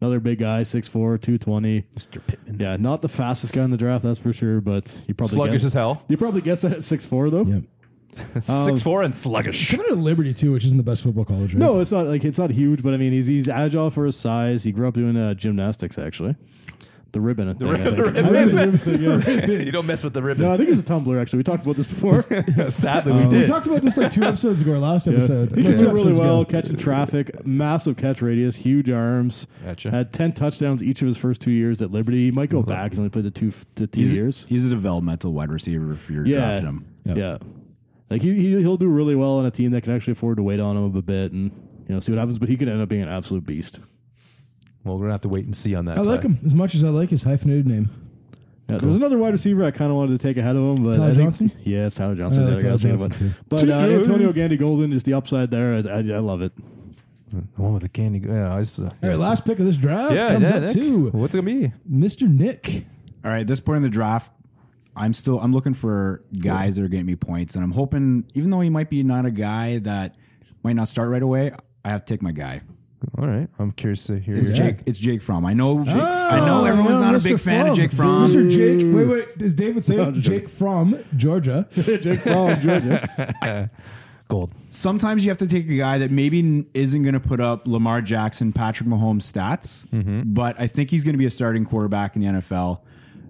Another big guy, 6'4", 220. Mr. Pittman. Yeah, not the fastest guy in the draft, that's for sure, but you probably Sluggish guessed- as hell. You probably guessed that at 6'4", though. Yeah. six four and sluggish. Coming out of Liberty too, which isn't the best football college. Right? No, it's not like it's not huge, but I mean he's he's agile for his size. He grew up doing uh, gymnastics actually, the ribbon thing. I think. I think the ribbon thing, yeah. you don't mess with the ribbon. No, I think it's a tumbler actually. We talked about this before. Sadly, we we did. talked about this like two episodes ago, or last episode. He No, can two do really episodes ago. well, catching traffic, massive catch radius, huge arms. Gotcha. Had ten touchdowns each of his first two years at Liberty. He might go back. He's only played the two the two He's a, years. he's a developmental wide receiver if you're yeah, drafting him. yeah. Like he, he he'll do really well on a team that can actually afford to wait on him a bit and you know see what happens. But he could end up being an absolute beast. Well, we're gonna have to wait and see on that. I like him as much as I like his hyphenated name. Yeah, There's another wide receiver I kind of wanted to take ahead of him, but Tyler I think, Johnson? Yeah, it's Tyler Johnson. I like the other guy I was Tyler thinking Johnson, about. But uh, Antonio Gandy Golden is the upside there. I, I, I love it. The one with the candy. Yeah, I just. Uh, All right, last pick of this draft yeah, comes yeah, up Nick. to What's it gonna be? Mr. Nick. All right, at this point in the draft, I'm still I'm looking for guys that are getting me points, and I'm hoping even though he might be not a guy that might not start right away, I have to take my guy. All right, I'm curious to hear. It's your- Jake. It's Jake Fromm. I know. Jake, I know everyone's Oh, yeah, not a Mr. big fan of Jake Fromm. Mr. Jake. Wait, wait. Does David say Jake from Georgia? Jake Fromm, Georgia. Gold. Sometimes you have to take a guy that maybe n- isn't going to put up Lamar Jackson, Patrick Mahomes stats, but I think he's going to be a starting quarterback in the NFL.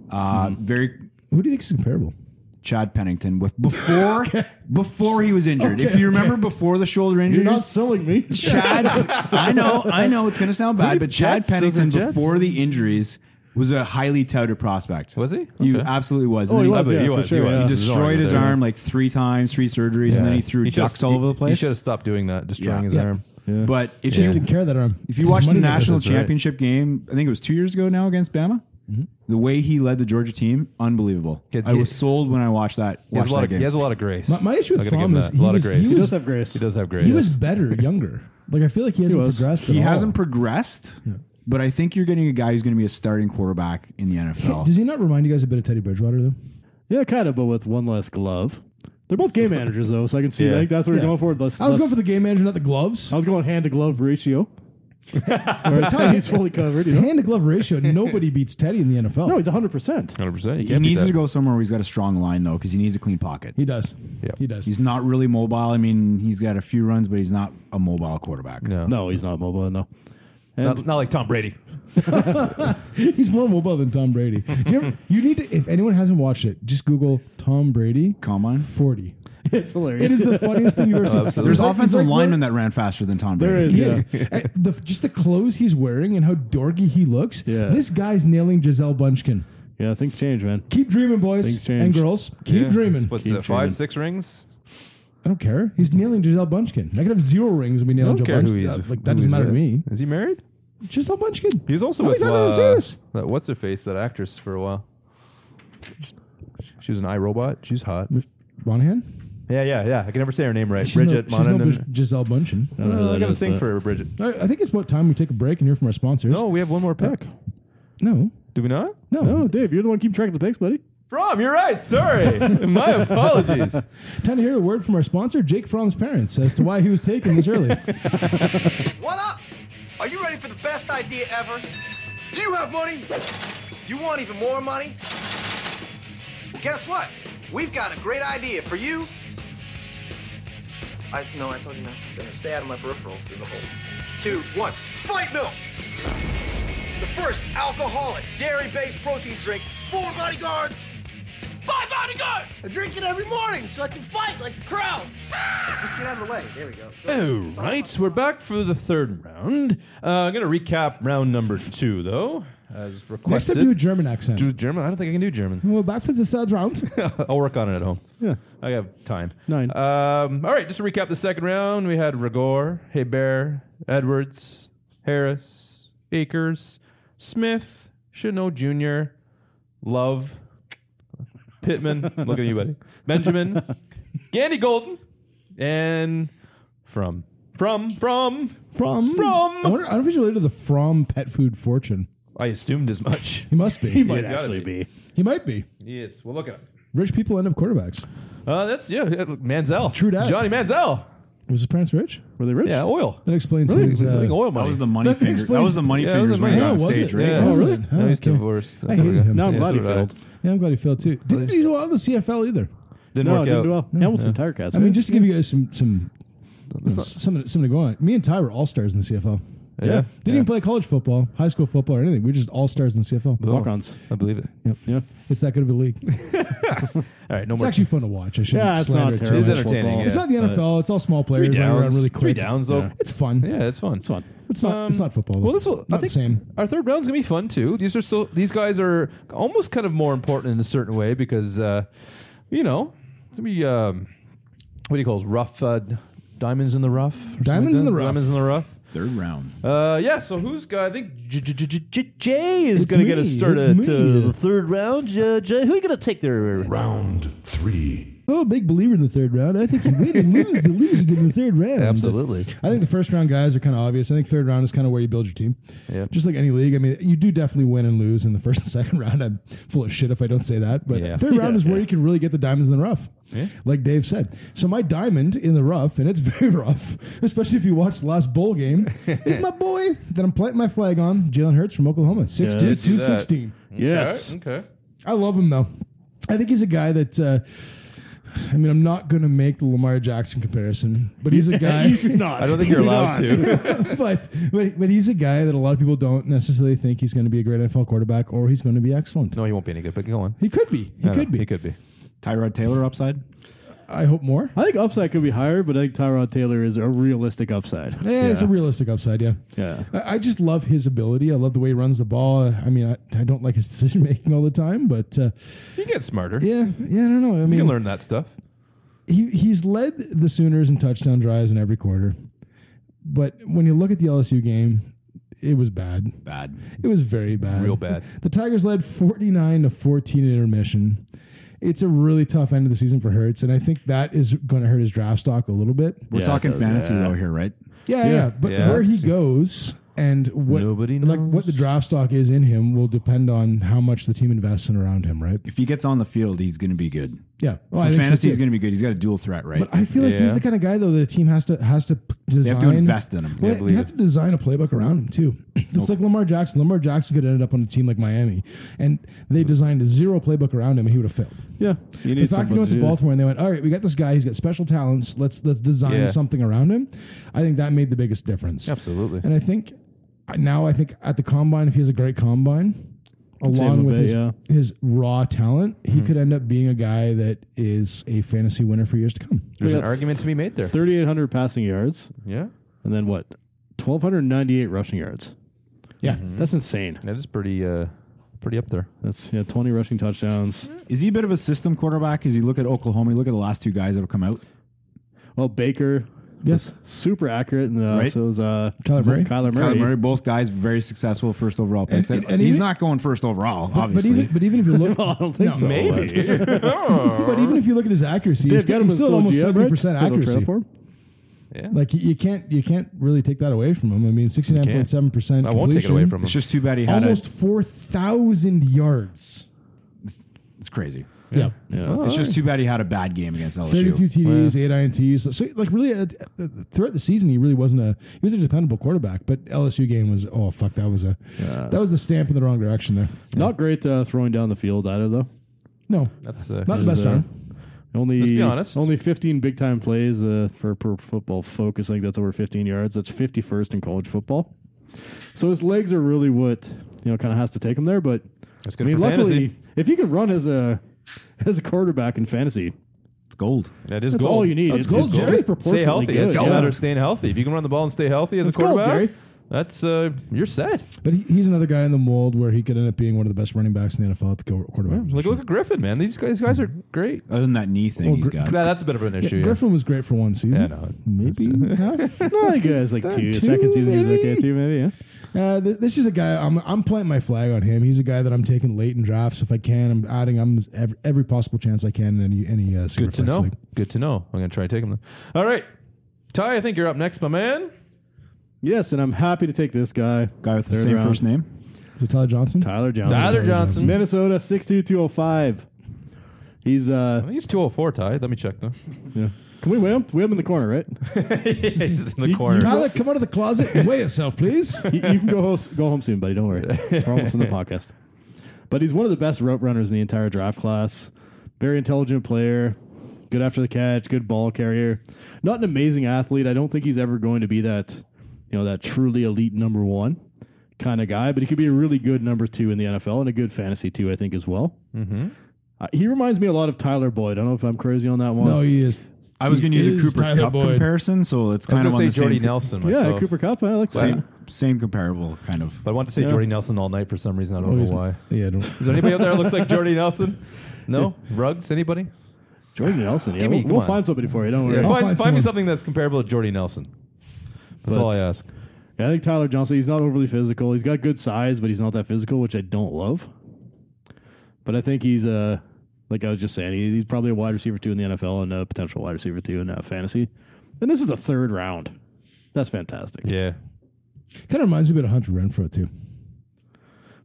Uh, Very Who do you think is comparable? Chad Pennington with before before he was injured. if you remember before the shoulder You're injury, not selling me. Chad, I know, I know, it's going to sound bad, but Chad Jets, those are Pennington Jets. before the injuries was a highly touted prospect. Was he? You Okay. absolutely was. Oh, And he then was. Yeah, he for was. sure, he was. yeah. he His destroyed his there. arm like three times, three surgeries, and then he threw should've- ducks all over the he- place. He should have stopped doing that, destroying Yeah. his Yeah. arm. But if Jake you didn't care of that arm. if It's you his watch the money maker. national That's right. Mm-hmm. championship game, I think it was two years ago now against Bama. The way he led the Georgia team, unbelievable. He- I was sold when I watched that. He has, Watched a lot that of, game. he has a lot of grace. My- my issue with I'll give him Fromm is that. he a lot was- of he grace. He was- does have grace. He does have grace. He was better younger. Like I feel like he hasn't was. progressed. He at all. hasn't progressed, but I think you're getting a guy who's going to be a starting quarterback in the NFL. Does he not remind you guys a bit of Teddy Bridgewater though? Yeah, kind of, but with one less glove. They're both game managers, though, so I can see. Yeah. I think that's what Yeah. you're going for. Less, I was less- going for the game manager, not the gloves. I was going hand to glove ratio. Whereas Ty- Teddy's fully covered. You know? Hand to glove ratio. Nobody beats Teddy in the NFL. No, he's 100. 100%. percent You He can't beat needs that. to go somewhere where he's got a strong line though, because he needs a clean pocket. he does. Yeah. He does. He's not really mobile. I mean, he's got a few runs, but he's not a mobile quarterback. No. No, he's not mobile. No, And- Not, not like Tom Brady. He's more mobile than Tom Brady. Do you, ever- you need to, if anyone hasn't watched it, just Google Tom Brady Combine? 40. It's hilarious. It is the funniest thing you've ever seen. absolutely. There's It's like- offensive it's like linemen that ran faster than Tom Brady. There is. He Yeah. is. And the, just the clothes he's wearing and how dorky he looks. Yeah. This guy's nailing Giselle Bunchkin. Yeah, things change, man. Keep dreaming, Things boys change. and girls. Keep Yeah. dreaming. What's Keep that, five, dreaming. six rings? I don't care. He's nailing Giselle Bunchkin. I could have zero rings and be I nailing don't Joe care Bunchkin. who he's. like, who that doesn't he's matter to with. me. Is he married? Giselle Bunchkin. He's also How many with times have I uh, seen this? that what's her face, that actress for a while. She was an iRobot. She's hot. Monahan? Yeah, yeah, yeah. I can never say her name right. She's Bridget no, she's no Monahan. Bis- Giselle Bunchen. I don't know Well, who I that got a is, thing but- for Bridget. I, I think it's about time we take a break and hear from our sponsors. No, we have one more pick. No. Do we not? No. No, Dave, you're the one keeping track of the picks, buddy. Brom, you're right. Sorry. My apologies. Time to hear a word from our sponsor, Jake Fromm's parents, as to why he was taken this early. What up? Are you ready for the best idea ever? Do you have money? Do you want even more money? Well, guess what? We've got a great idea for you. I no, I told you not to stay, stay out of my peripheral through the hole. Two, one, fight milk! The first alcoholic, dairy-based protein drink for bodyguards! My bodyguard! I drink it every morning so I can fight like the crowd. Let's get out of the way. There we go. All Oh, right, we're back for the third round. Uh, I'm going to recap round number two, though, as Next up, requested. do a German accent. Do German? I don't think I can do German. Well, back for the third round. I'll work on it at home. Yeah. I have time. Nine. Um, all right, just to recap the second round, we had Rigor, Hebert, Edwards, Harris, Akers, Smith, Chanot Jr., Love, Pittman, look at you, buddy, Benjamin, Gandy Golden, and from. From, from, From. From. I, wonder, I don't know if he's related to the From pet food fortune. I assumed as much. He must be. He might it's gotta actually be. be. He might be. Yes, well, look at him. Rich people end up quarterbacks. Uh, that's, yeah, yeah, look, Manziel. True that. Johnny Manziel. Was his parents rich? Were they rich? Yeah, oil. That explains Really? things. I think Uh, oil That money. was the money That finger. That explains- was the money Yeah, that was fingers the when he money- got on Oh, was stage, it? right? Yeah. Oh, Yeah. really? No, Oh, he's okay. divorced. I hated him. No, I'm Yeah, glad he so did I. failed. yeah, I'm glad he failed too. Didn't do well in the CFL either. Didn't No, work it didn't out. do well. Hamilton tire cast. I mean, just to give you guys some some you know, something something to go on. Me and Ty were all stars in the CFL. Yeah. Didn't even play college football, high school football, or anything. We were just all stars in the CFL. walk-ons. I believe it. Yeah. It's that good of a league. All right, no It's more. actually fun to watch. I should Yeah, it's not slander it too terrible. It is much. entertaining, Football. yeah. It's not the NFL. It's all small three players running around downs. really three quick. downs though. It's fun. Yeah, it's fun. It's fun. It's not. it's not football. Though. Well, this will not I think the same. Our third round's gonna be fun too. These are so these guys are almost kind of more important in a certain way because uh, you know we um, what do you call it? rough uh, d- diamonds in the rough. or something Diamonds in that? the rough. Diamonds in the rough. Third round. Uh, yeah. So who's got? I think J- J- J- J- Jay is It's gonna me. get us It's started me. to the third round. J- Jay, who are you gonna take there? Round three. Oh, big believer in the third round. I think he win and lose the league in the third round. Absolutely. I think the first round guys are kind of obvious. I think third round is kind of where you build your team. Yep. Just like any league, I mean, you do definitely win and lose in the first and second round. I'm full of shit if I don't say that. But Yeah. third round Yeah, is where yeah. you can really get the diamonds in the rough. Like Dave said. So my diamond in the rough, and it's very rough, especially if you watch the last bowl game, is my boy that I'm planting my flag on, Jalen Hurts from Oklahoma, 6'2", Yes. 216. Yes. Mm-hmm. Okay. I love him though. I think he's a guy that. Uh, I mean, I'm not going to make the Lamar Jackson comparison, but he's a guy. You should not. I don't think you're allowed to. but, but but he's a guy that a lot of people don't necessarily think he's going to be a great NFL quarterback or he's going to be excellent. no, he won't be any good. But go on. He could be. He No, no, could be. He could be. Tyrod Taylor upside. I hope more. I think upside could be higher, but I think Tyrod Taylor is a realistic upside. Yeah, it's a realistic upside. Yeah. Yeah. I, I just love his ability. I love the way he runs the ball. I mean, I, I don't like his decision making all the time, but uh, He gets smarter. yeah, yeah, I don't know. I You mean, can learn that stuff. he he's led the Sooners in touchdown drives in every quarter, but when you look at the LSU game, it was bad. Bad. It was very bad, Real bad. The Tigers led forty nine to fourteen at intermission. It's a really tough end of the season for Hertz, and I think that is going to hurt his draft stock a little bit. We're Yeah, talking it does, fantasy yeah. though here, right? Yeah, yeah. But Yeah. where he goes and what Nobody like knows. what the draft stock is in him will depend on how much the team invests in around him, right? If he gets on the field, he's going to be good. Yeah. Well, Oh, For I think so fantasy, too. he's going to be good. He's got a dual threat, right? But I feel like Yeah. he's the kind of guy though that a team has to has to p- design. have to invest in him. Yeah, I Well, they believe have it. to design a playbook around him too. It's like Lamar Jackson. Lamar Jackson could have ended up on a team like Miami, and they designed a zero playbook around him, and he would have failed. Yeah. You the fact that he went to do that. Baltimore and they went, all right, we got this guy. He's got special talents. Let's let's design Yeah. something around him. I think that made the biggest difference. Absolutely. And I think I- now I think at the combine, if he has a great combine, save along him a with bit, his, yeah. his raw talent, he could end up being a guy that is a fantasy winner for years to come. There's We an got argument to be made there. 3,800 passing yards, Yeah, and then what? 1,298 rushing yards. Yeah. That's insane. that is pretty uh, pretty up there. That's yeah, 20 rushing touchdowns. Is he a bit of a system quarterback? Because you look at Oklahoma, you look at the last two guys that have come out. Well, Oh, Baker, Yes. super accurate, and uh, Right. so is uh, Kyler Murray. Kyler Kyler Murray. Murray, both guys very successful first overall picks. And- and he's even- not going first overall, But obviously. even, but even if you look, Well, I don't think No, so. But even if you look at his accuracy, he's Dave still, Gettleman's he's still still almost GM, seventy right? percent Still trade accuracy. for him? yeah, Like you, you can't you can't really take that away from him. I mean, sixty nine point seven percent. I won't take it away from him. it's just too bad he had Almost a. four thousand yards. It's crazy. Yeah, It's just too bad he had a bad game against thirty two LSU. TDs, eight ints. So, so, like really, uh, uh, throughout the season, he really wasn't a he was a dependable quarterback. But LSU game was oh fuck that was a that was the stamp in the wrong direction there. Not great uh, throwing down the field either, though. No, that's uh, not the There's, best uh, arm. Only, Let's be honest. Only 15 big time plays uh, for per football focus. I think that's over 15 yards. That's 51st in college football. So his legs are really what you know kind of has to take him there. But That's good I mean, for luckily, fantasy. if you can run as a as a quarterback in fantasy, It's gold. that is that's gold. all you need. That's gold, it's Jerry. disproportionately Stay healthy. Good. It's just a Yeah. matter of staying healthy. If you can run the ball and stay healthy as Let's a go, quarterback, Jerry. that's uh, you're set. But he, he's another guy in the mold where he could end up being one of the best running backs in the NFL at the qu- quarterback. Like position. look at Griffin, man. These guys, these guys are great. Other than that knee thing Well, he's Gr- got. Yeah, that's a bit of an issue. yeah. Griffin was great for one season. Yeah, no, maybe half. No, I guess like That two, too, second season he's maybe? okay too, maybe. Yeah. Uh, th- this is a guy I'm I'm planting my flag on him. He's a guy that I'm taking late in drafts if I can. I'm adding I'm every, every possible chance I can in any any uh, super Good to flex know. league. Good to know. I'm gonna try to take him. then. All right, Ty. I think you're up next, my man. Yes, and I'm happy to take this guy. guy with the Third same round. first name. So Tyler Johnson, Tyler Johnson. Tyler Johnson. Minnesota 62205. He's I uh think he's 204, Ty. Let me check though. yeah. Can we weigh him? Weigh him in the corner, right? he's in the You- corner. Tyler, come out of the closet and weigh yourself, please. you, you can go home, go home soon, buddy. Don't worry. We're almost in the podcast. But he's one of the best route runners in the entire draft class. Very intelligent player. Good after the catch. Good ball carrier. Not an amazing athlete. I don't think he's ever going to be that, you know, that truly elite number one kind of guy. But he could be a really good number two in the NFL and a good fantasy too, I think, as well. Mm-hmm. Uh, he reminds me a lot of Tyler Boyd. I don't know if I'm crazy on that one. no, he is. I was going to He use a is Cooper Tyler Cup Boyd. comparison, so it's I was kind of on gonna the say Jordy same, Nelson. yeah, Myself. Cooper Cup. I like that. same same comparable kind of. But I want to say Jordy Nelson all night for some reason. I don't Oh, know he's- why. Yeah, I don't. Is there anybody out there that looks like Jordy Nelson? No? Ruggs? Anybody? Jordan Nelson. Yeah, Gimme, we'll come we'll on. find somebody for you. Don't worry. I'll find find find me someone. something that's comparable to Jordy Nelson. That's But- all I ask. Yeah, I think Tyler Johnson, he's not overly physical. He's got good size, but he's not that physical, which I don't love. But I think he's, uh, like I was just saying, he, he's probably a wide receiver two in the NFL and a potential wide receiver two in uh, fantasy. And this is a third round. That's fantastic. Yeah. Kind of reminds me a bit of Hunter Renfro too.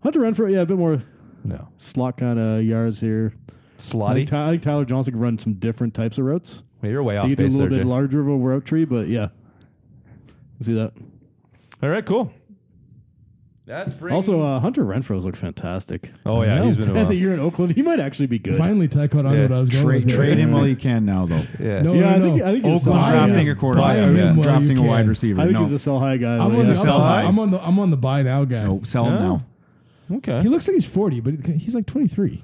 Hunter Renfro, yeah, a bit more No. slot kind of yards here. I think, Slotty. Ty- I think Tyler Johnson can run some different types of routes. Well, you're way off He can do a base little there, bit Jay. larger of a route tree, but yeah. See that? All right, cool. That brings Also, uh, Hunter Renfro's looked fantastic. Oh yeah, he's been a that while. year in Oakland, he might actually be good. Finally, Ty caught on Yeah. what I was going Trade with there. trade him while you can now though. Yeah. No, Yeah, I no, no. think, I think he's a Oh, Oakland sell-high. drafting a Buy quarterback, him yeah. while you drafting a can. wide receiver. I think no, he's a sell high guy. Oh, I'm though, on, yeah. the, I'm, Sell high. I'm on the I'm on the buy now guy. no, sell him Yeah. now. Okay. He looks like he's forty, but he's like twenty three.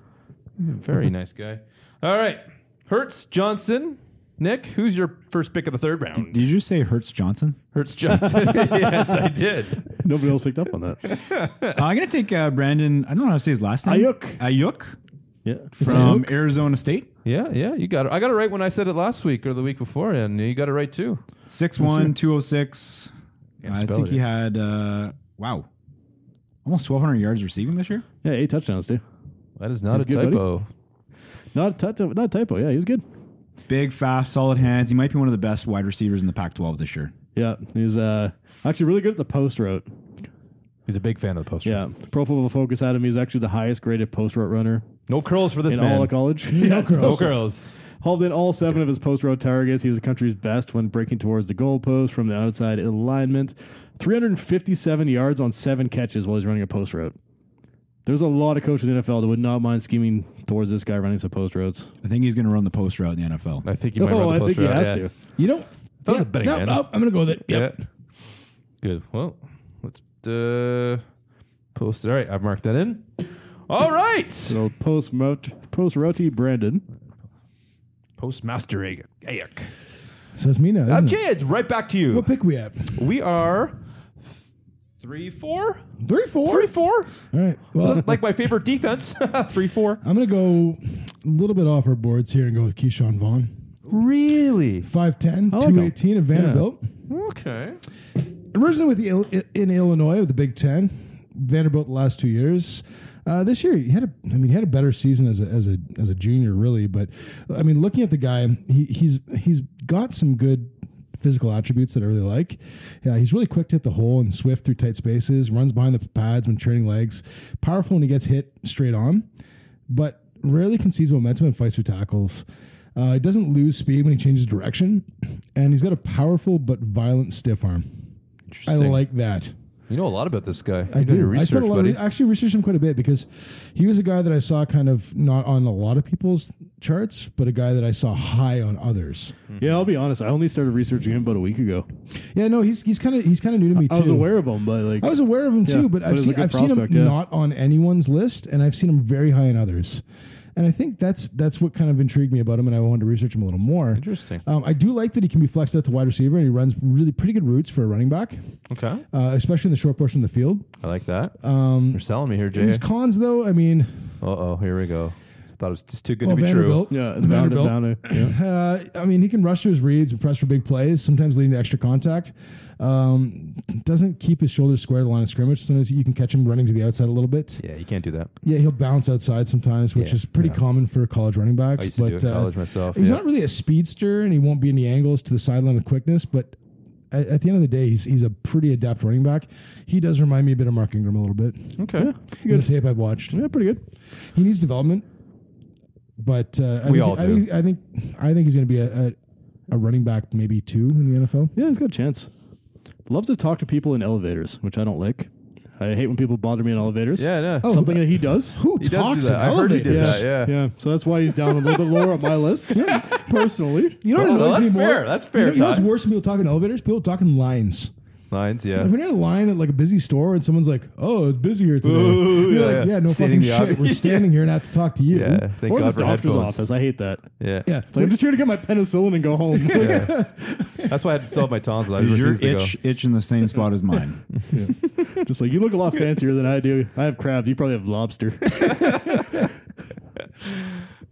Very nice guy. All right. Hertz Johnson. Nick, who's your first pick of the third round? Did you just say Hertz Johnson? Hertz Johnson. yes, I did. Nobody else picked up on that. Uh, I'm going to take uh, Brandon. I don't know how to say his last name. Ayuk. Ayuk yeah. from Arizona State. Yeah, yeah, you got it. I got it right when I said it last week or the week before, and you got it right too. 6'1", 206. I spell think it. he had, uh, wow, almost 1,200 yards receiving this year. Yeah, eight touchdowns too. That is not That's a good, buddy. typo. Not a typo. Not a typo. Yeah, he was good. Big, fast, solid hands. He might be one of the best wide receivers in the Pac-12 this year. Yeah, he was uh, actually really good at the post route. He's a big fan of the poster. Yeah, Pro Football Focus had him. He's actually the highest graded post route runner No curls for this in man. all of college. yeah, no curls. hauled in all seven of his post route targets. He was the country's best when breaking towards the goalpost from the outside alignment. 357 yards on seven catches while he's running a post route. There's a lot of coaches in the NFL that would not mind scheming towards this guy running some post routes. I think he's going to run the post route in the NFL. I think you might run the I poster think he out, has yeah. to. You don't. That was a betting no, oh, man. no, I'm gonna go with it. Yep. Yeah. Good. Well, let's uh, posted. All right, I've marked that in. All right. So post post roti Brandon. Postmaster Ayak. Ayak. So it's me now. Uh, Isn't it? Jay, it's right back to you. What pick we at? We are th- three, four, Three, four. three, four. All right. Well, like my favorite defense, three, four. I'm gonna go a little bit off our boards here and go with Keyshawn Vaughn, Really? 5'10", like him. 218 of Vanderbilt. Okay. Originally with the Il- I- in Illinois with the Big Ten, Vanderbilt the last two years. Uh, this year he had a, I mean, he had a better season as a as a as a junior, really. But I mean, looking at the guy, he, he's he's got some good physical attributes that I really like. Yeah, he's really quick to hit the hole and swift through tight spaces. Runs behind the pads when turning legs. Powerful when he gets hit straight on, but rarely concedes momentum and fights through tackles. Uh, he doesn't lose speed when he changes direction, and he's got a powerful but violent stiff arm. I like that. You know a lot about this guy. I you do. Your I research, spent a lot buddy. of re- actually researched him quite a bit because he was a guy that I saw kind of not on a lot of people's charts, but a guy that I saw high on others. Mm-hmm. Yeah, I'll be honest. I only started researching him about a week ago. Yeah, no, he's he's kind of he's kind of new to me too. I was aware of him, but like I was aware of him Yeah, too, but but I've he's a seen good I've seen him prospect, yeah. not on anyone's list, and I've seen him very high in others. And I think that's that's what kind of intrigued me about him, and I wanted to research him a little more. Interesting. Um, I do like that he can be flexed out to wide receiver, and he runs really pretty good routes for a running back, okay. uh, especially in the short portion of the field. I like that. Um, You're selling me here, Jay. His cons, though, I mean, Uh oh, here we go. I thought it was just too good well, to be Oh, Vanderbilt. yeah, it's bound to- Vanderbilt. bound to- yeah. Uh, I mean, he can rush to his reads and press for big plays, sometimes leading to extra contact. Um, doesn't keep his shoulders square to the line of scrimmage. Sometimes you can catch him running to the outside a little bit. true. Yeah, you can't do that. Yeah, he'll bounce outside sometimes, which Yeah, is pretty yeah. common for college running backs. I used to but do it in uh, college myself, He's yeah. not really a speedster, and he won't be in the angles to the sideline with quickness. But at, at the end of the day, he's he's a pretty adept running back. He does remind me a bit of Mark Ingram a little bit. Okay. Good. The tape I've watched. yeah, pretty good. He needs development, but uh, I We think, all I do. think I think I think he's going to be a, a a running back, maybe two in the NFL. Yeah, he's got a chance. Love to talk to people in elevators, which I don't like. I hate when people bother me in elevators. Yeah, yeah. Oh, something that he does. Who He does do talks in that. I heard he did elevators? that, yeah. yeah. So that's why he's down a little bit lower on my list, personally. You know what Well, annoys that's me more? fair. That's fair, You know, you know what's Todd. worse than people talking in elevators? People talking lines. Lines, Like, yeah. when you're in a line at like a busy store and someone's like, "Oh, it's busy here today," Ooh, you're yeah. like, "Yeah, no Stating the fucking shit. obvious. We're standing here and I have to talk to you." Yeah. Thank or the God for doctor's headphones. office. I hate that. Yeah. Yeah. Like, I'm just here to get my penicillin and go home. That's why I had to still have my tonsils. I Is your refused to go. itch itch in the same spot as mine? just like you look a lot fancier than I do. I have crabs. You probably have lobster.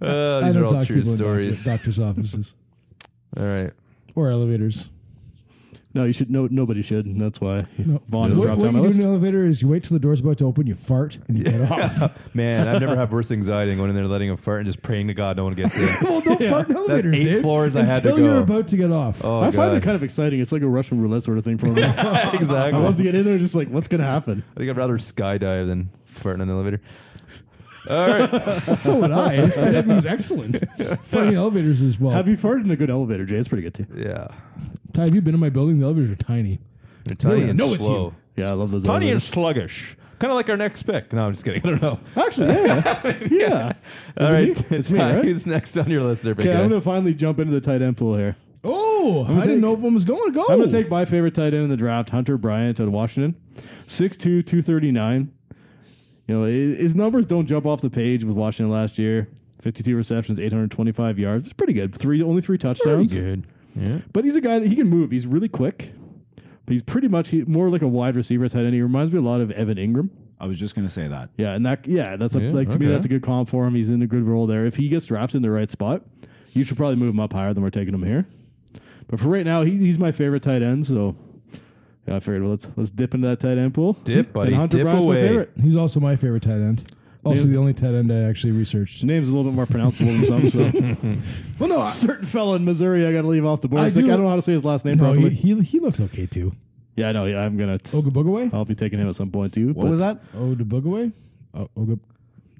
Uh, I these are don't all talk to true people in stories. doctor, doctors' offices All right. or elevators. no, you should. No, nobody should. And that's why Vaughn What, dropped what you down my do in list. an elevator is you wait till the door's about to open, you fart, and you get off. Man, I've never had worse anxiety than going in there letting him fart and just praying to God no one gets in. well, don't fart in elevators, eight Dave, floors I had to until you're go. about to get off. Oh, I find God. it kind of exciting. It's like a Russian roulette sort of thing for me. I exactly. love to get in there, just like what's gonna happen. I think I'd rather skydive than fart in an elevator. All right. So would I. It's kind of- it was excellent. Farting in elevators as Oh. well. Have you farted in a good elevator, Jay? It's pretty good too. Yeah. Ty, have you been in my building? The elevators are tiny. They're tiny No, and no, it's slow. you. Yeah, I love those. Tiny and elevators. sluggish. Kind of like our next pick. No, I'm just kidding. I don't know. Actually, yeah, yeah. All Is it right. me? It's It's me, right? Who's next on your list there, big Okay, guy? I'm gonna finally jump into the tight end pool here. Oh, I take- didn't know if one was going to go. I'm gonna take my favorite tight end in the draft, Hunter Bryant out of Washington, 6'2", 239. You know, his his numbers don't jump off the page with Washington last year. 52 receptions, 825 yards. It's pretty good. Three only three touchdowns. good. Yeah. But he's a guy that he can move. He's really quick. But he's pretty much he, more like a wide receiver tight end. He reminds me a lot of Evan Ingram. I was just gonna say that. Yeah, and that yeah, that's a, Yeah, like to me okay. that's a good comp for him. He's in a good role there. If he gets drafted in the right spot, you should probably move him up higher than we're taking him here. But for right now, he, he's my favorite tight end. So yeah, I figured well, let's let's dip into that tight end pool. Dip, buddy, And Hunter dip Brown's away. my favorite. He's also my favorite tight end. Also, Name- the only tight end I actually researched. His name's a little bit more pronounceable than some. So Well, no, I, certain fellow in Missouri, I got to leave off the board. I It's like, I, do- don't know how to say his last name no, he, properly. he, he looks okay too. yeah, I know. Yeah, I'm gonna. Oh, i Ogabugaway? I'll be taking him at some point too. What was that? Odabugaway? Oh, Oga-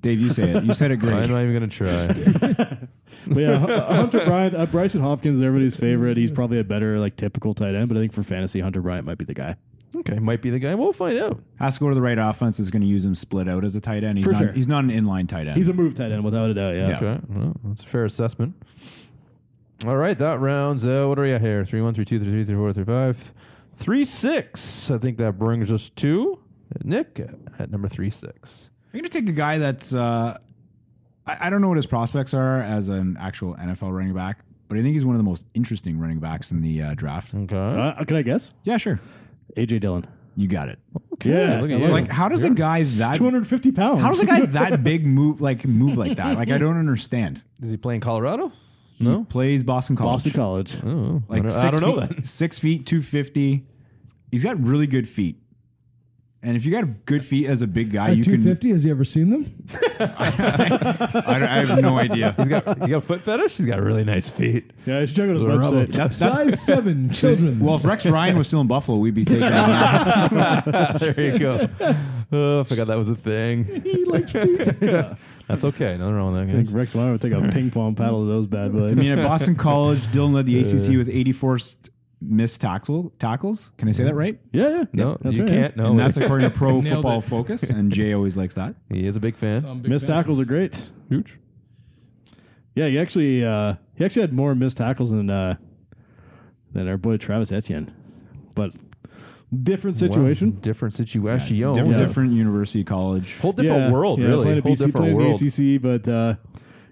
Dave, you say it. You said it I'm great. not even going to try. But yeah, Hu- Hunter Bryant, uh, Bryson Hopkins, is everybody's favorite. He's probably a better like typical tight end, but I think for fantasy, Hunter Bryant might be the guy. okay. Might be the guy. We'll find out. Has to go to the right offense. Is going to use him split out as a tight end. He's For not. sure. He's not an inline tight end. He's a move tight end without a doubt. Yeah. Yeah. Okay. Well, that's a fair assessment. All right. That rounds out. What are we at here? Three, one, three, two, three, three, three, four, three, five. Three, six. I think that brings us to Nick at number three six. I'm going to take a guy that's. Uh, I, I don't know what his prospects are as an actual NFL running back, but I think he's one of the most interesting running backs in the uh, draft. Okay. Uh, can I guess? Yeah, sure. AJ Dillon. You got it. Yeah, look at you. yeah. Like, how does a guy that 250 pounds. how does a guy that big move like move like that? Like, I don't understand. Is he playing Colorado? He No? plays Boston College. Boston College? Oh, Like I don't, six I don't know feet, that. Six feet, two fifty. He's got really good feet. And if you got good feet as a big guy, At Ah, you two can. fifty, has he ever seen them? I, don't- I have no idea. He's got you got a foot fetish. He's got really nice feet. Yeah, I should check out his They're rubber. website. That's, that's, Size seven, children. well, if Rex Ryan was still in Buffalo, we'd be taking. That There you go. Oh, I forgot that was a thing. he likes feet. That's okay. Nothing wrong with I that. think guys. Rex Meyer would take a ping pong paddle to those bad boys. I mean, at Boston College, Dylan led the ACC with 84 st- missed tackle, tackles. Can I say that right? yeah, yeah. No, that's you right. can't. No, and that's according to Pro Nailed Football it. Focus, and Jay always likes that. he is a big fan. Um, Missed tackles are great. Huge. Yeah, he actually uh, he actually had more missed tackles than uh, than our boy Travis Etienne, but different Wow, situation. different situation. Different, Oh, Yeah. different university college. Whole different yeah, world, yeah, really. Playing Whole at BC, different playing world. at ACC, but uh,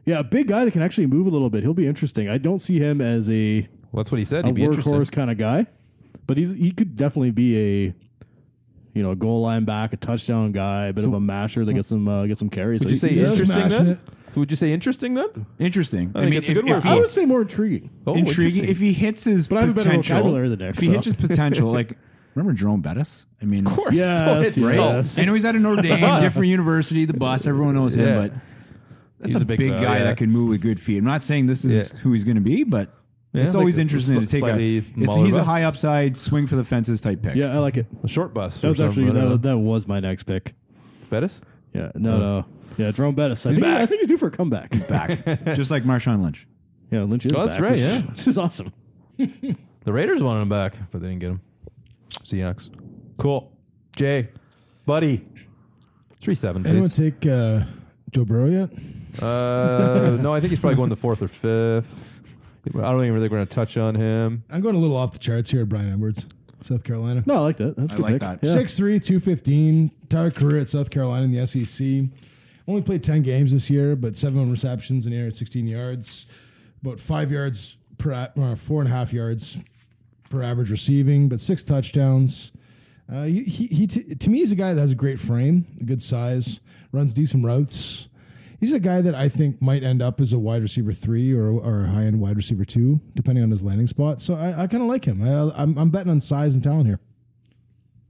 yeah, a big guy that can actually move a little bit. He'll be interesting. I don't see him as a Well, that's what he said. a He'd be interesting. workhorse kind of guy, but he's he could definitely be a you know goal line back, a touchdown guy, a bit of a masher that gets some uh, gets some carries. Would you say He does interesting smash then? it. So would you say interesting then? Interesting. I, think mean, it's a if, good if word. I he, would say more intriguing. Oh, intriguing. If interesting. he hits his But I have a better potential, vocabulary than Nick, if he so. hits his potential, like remember Jerome Bettis? I mean, of course, Yes, don't hit yes. salt. Right. I know he's at an ordained, Bus. different university, the bus, everyone knows him, Yeah. but that's He's a, big, guy yeah. that can move with good feet. I'm not saying this is Yeah. who he's going to be, but Yeah, it's like always a interesting to sli- take a. slightly It's, smaller he's a bus. high upside, swing for the fences type pick. Yeah, I like it. A short bus. That or was something, actually I don't know. that, that was my next pick. Bettis. Yeah, no, no. Yeah, Jerome Bettis. I, think, back. I think he's due for a comeback. He's back, just like Marshawn Lynch. Yeah, Lynch is Oh, that's back, right, which- yeah. which is awesome. The Raiders wanted him back, but they didn't get him. Seahawks. Cool. Jay, buddy. Three seven, Anyone please. take uh, Joe Burrow yet? Uh, no, I think he's probably going the fourth or fifth. I don't even really think we're going to touch on him. I'm going a little off the charts here. Brian Edwards, South Carolina. No, I like that. That's a I good like pick. that. Yeah. Six three, two fifteen. 215. Entire career at South Carolina in the SEC. Only played 10 games this year, but seven receptions and air at 16 yards. About five yards per, a- uh, four and a half yards per average receiving, but six touchdowns. Uh, he, he, he t- to me, he's a guy that has a great frame, a good size, runs decent routes. He's a guy that I think might end up as a wide receiver three or, or a high end wide receiver two, depending on his landing spot. So I, I kind of like him. I, I'm, I'm betting on size and talent here.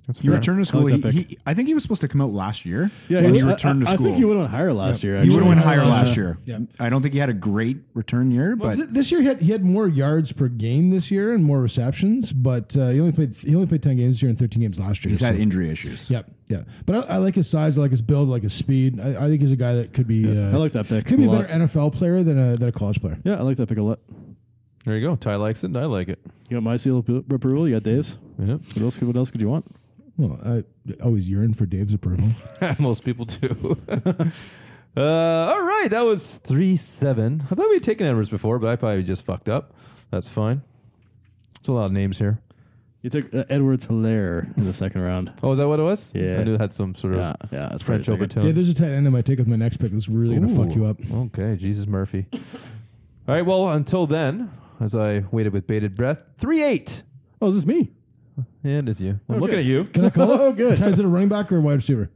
That's He returned to school. I like that he, he, I think he was supposed to come out last year. Yeah, and was- he returned I, to I school. think he would have went higher last year. He actually. would have went higher Yeah. last year. Yeah. I don't think he had a great return year, Well, but th- this year he had, he had more yards per game this year and more receptions, but uh, he only played he only played ten games this year and thirteen games last year. he's had so- injury issues. Yep, yeah. But I, I like his size, I like his build, I like his speed. I, I think he's a guy that could be. uh, I like that pick Could be a a lot. better NFL player than a than a college player. Yeah, I like that pick a lot. There you go. Ty likes it, and I like it. You got my seal of appro- approval. You got Dave's. Yeah. What else, could- what else could you want? Well, I always yearn for Dave's approval. Most people do. uh, all right, that was three seven. I thought we'd taken Edwards before, but I probably just fucked up. That's fine. There's a lot of names here. You took uh, Edwards Hilaire in the second round. Oh, is that what it was? Yeah. I knew it had some sort of Yeah, yeah, that's French pretty overtone. yeah, there's a tight end I might take with my next pick that's really gonna fuck Ooh. you up. Okay, Jesus Murphy. All right, well, until then, as I waited with bated breath, three eight. Oh, is this me? And it's you. I'm Okay. looking at you. Can I call it? Oh, good. Ty, Is it a running back or a wide receiver?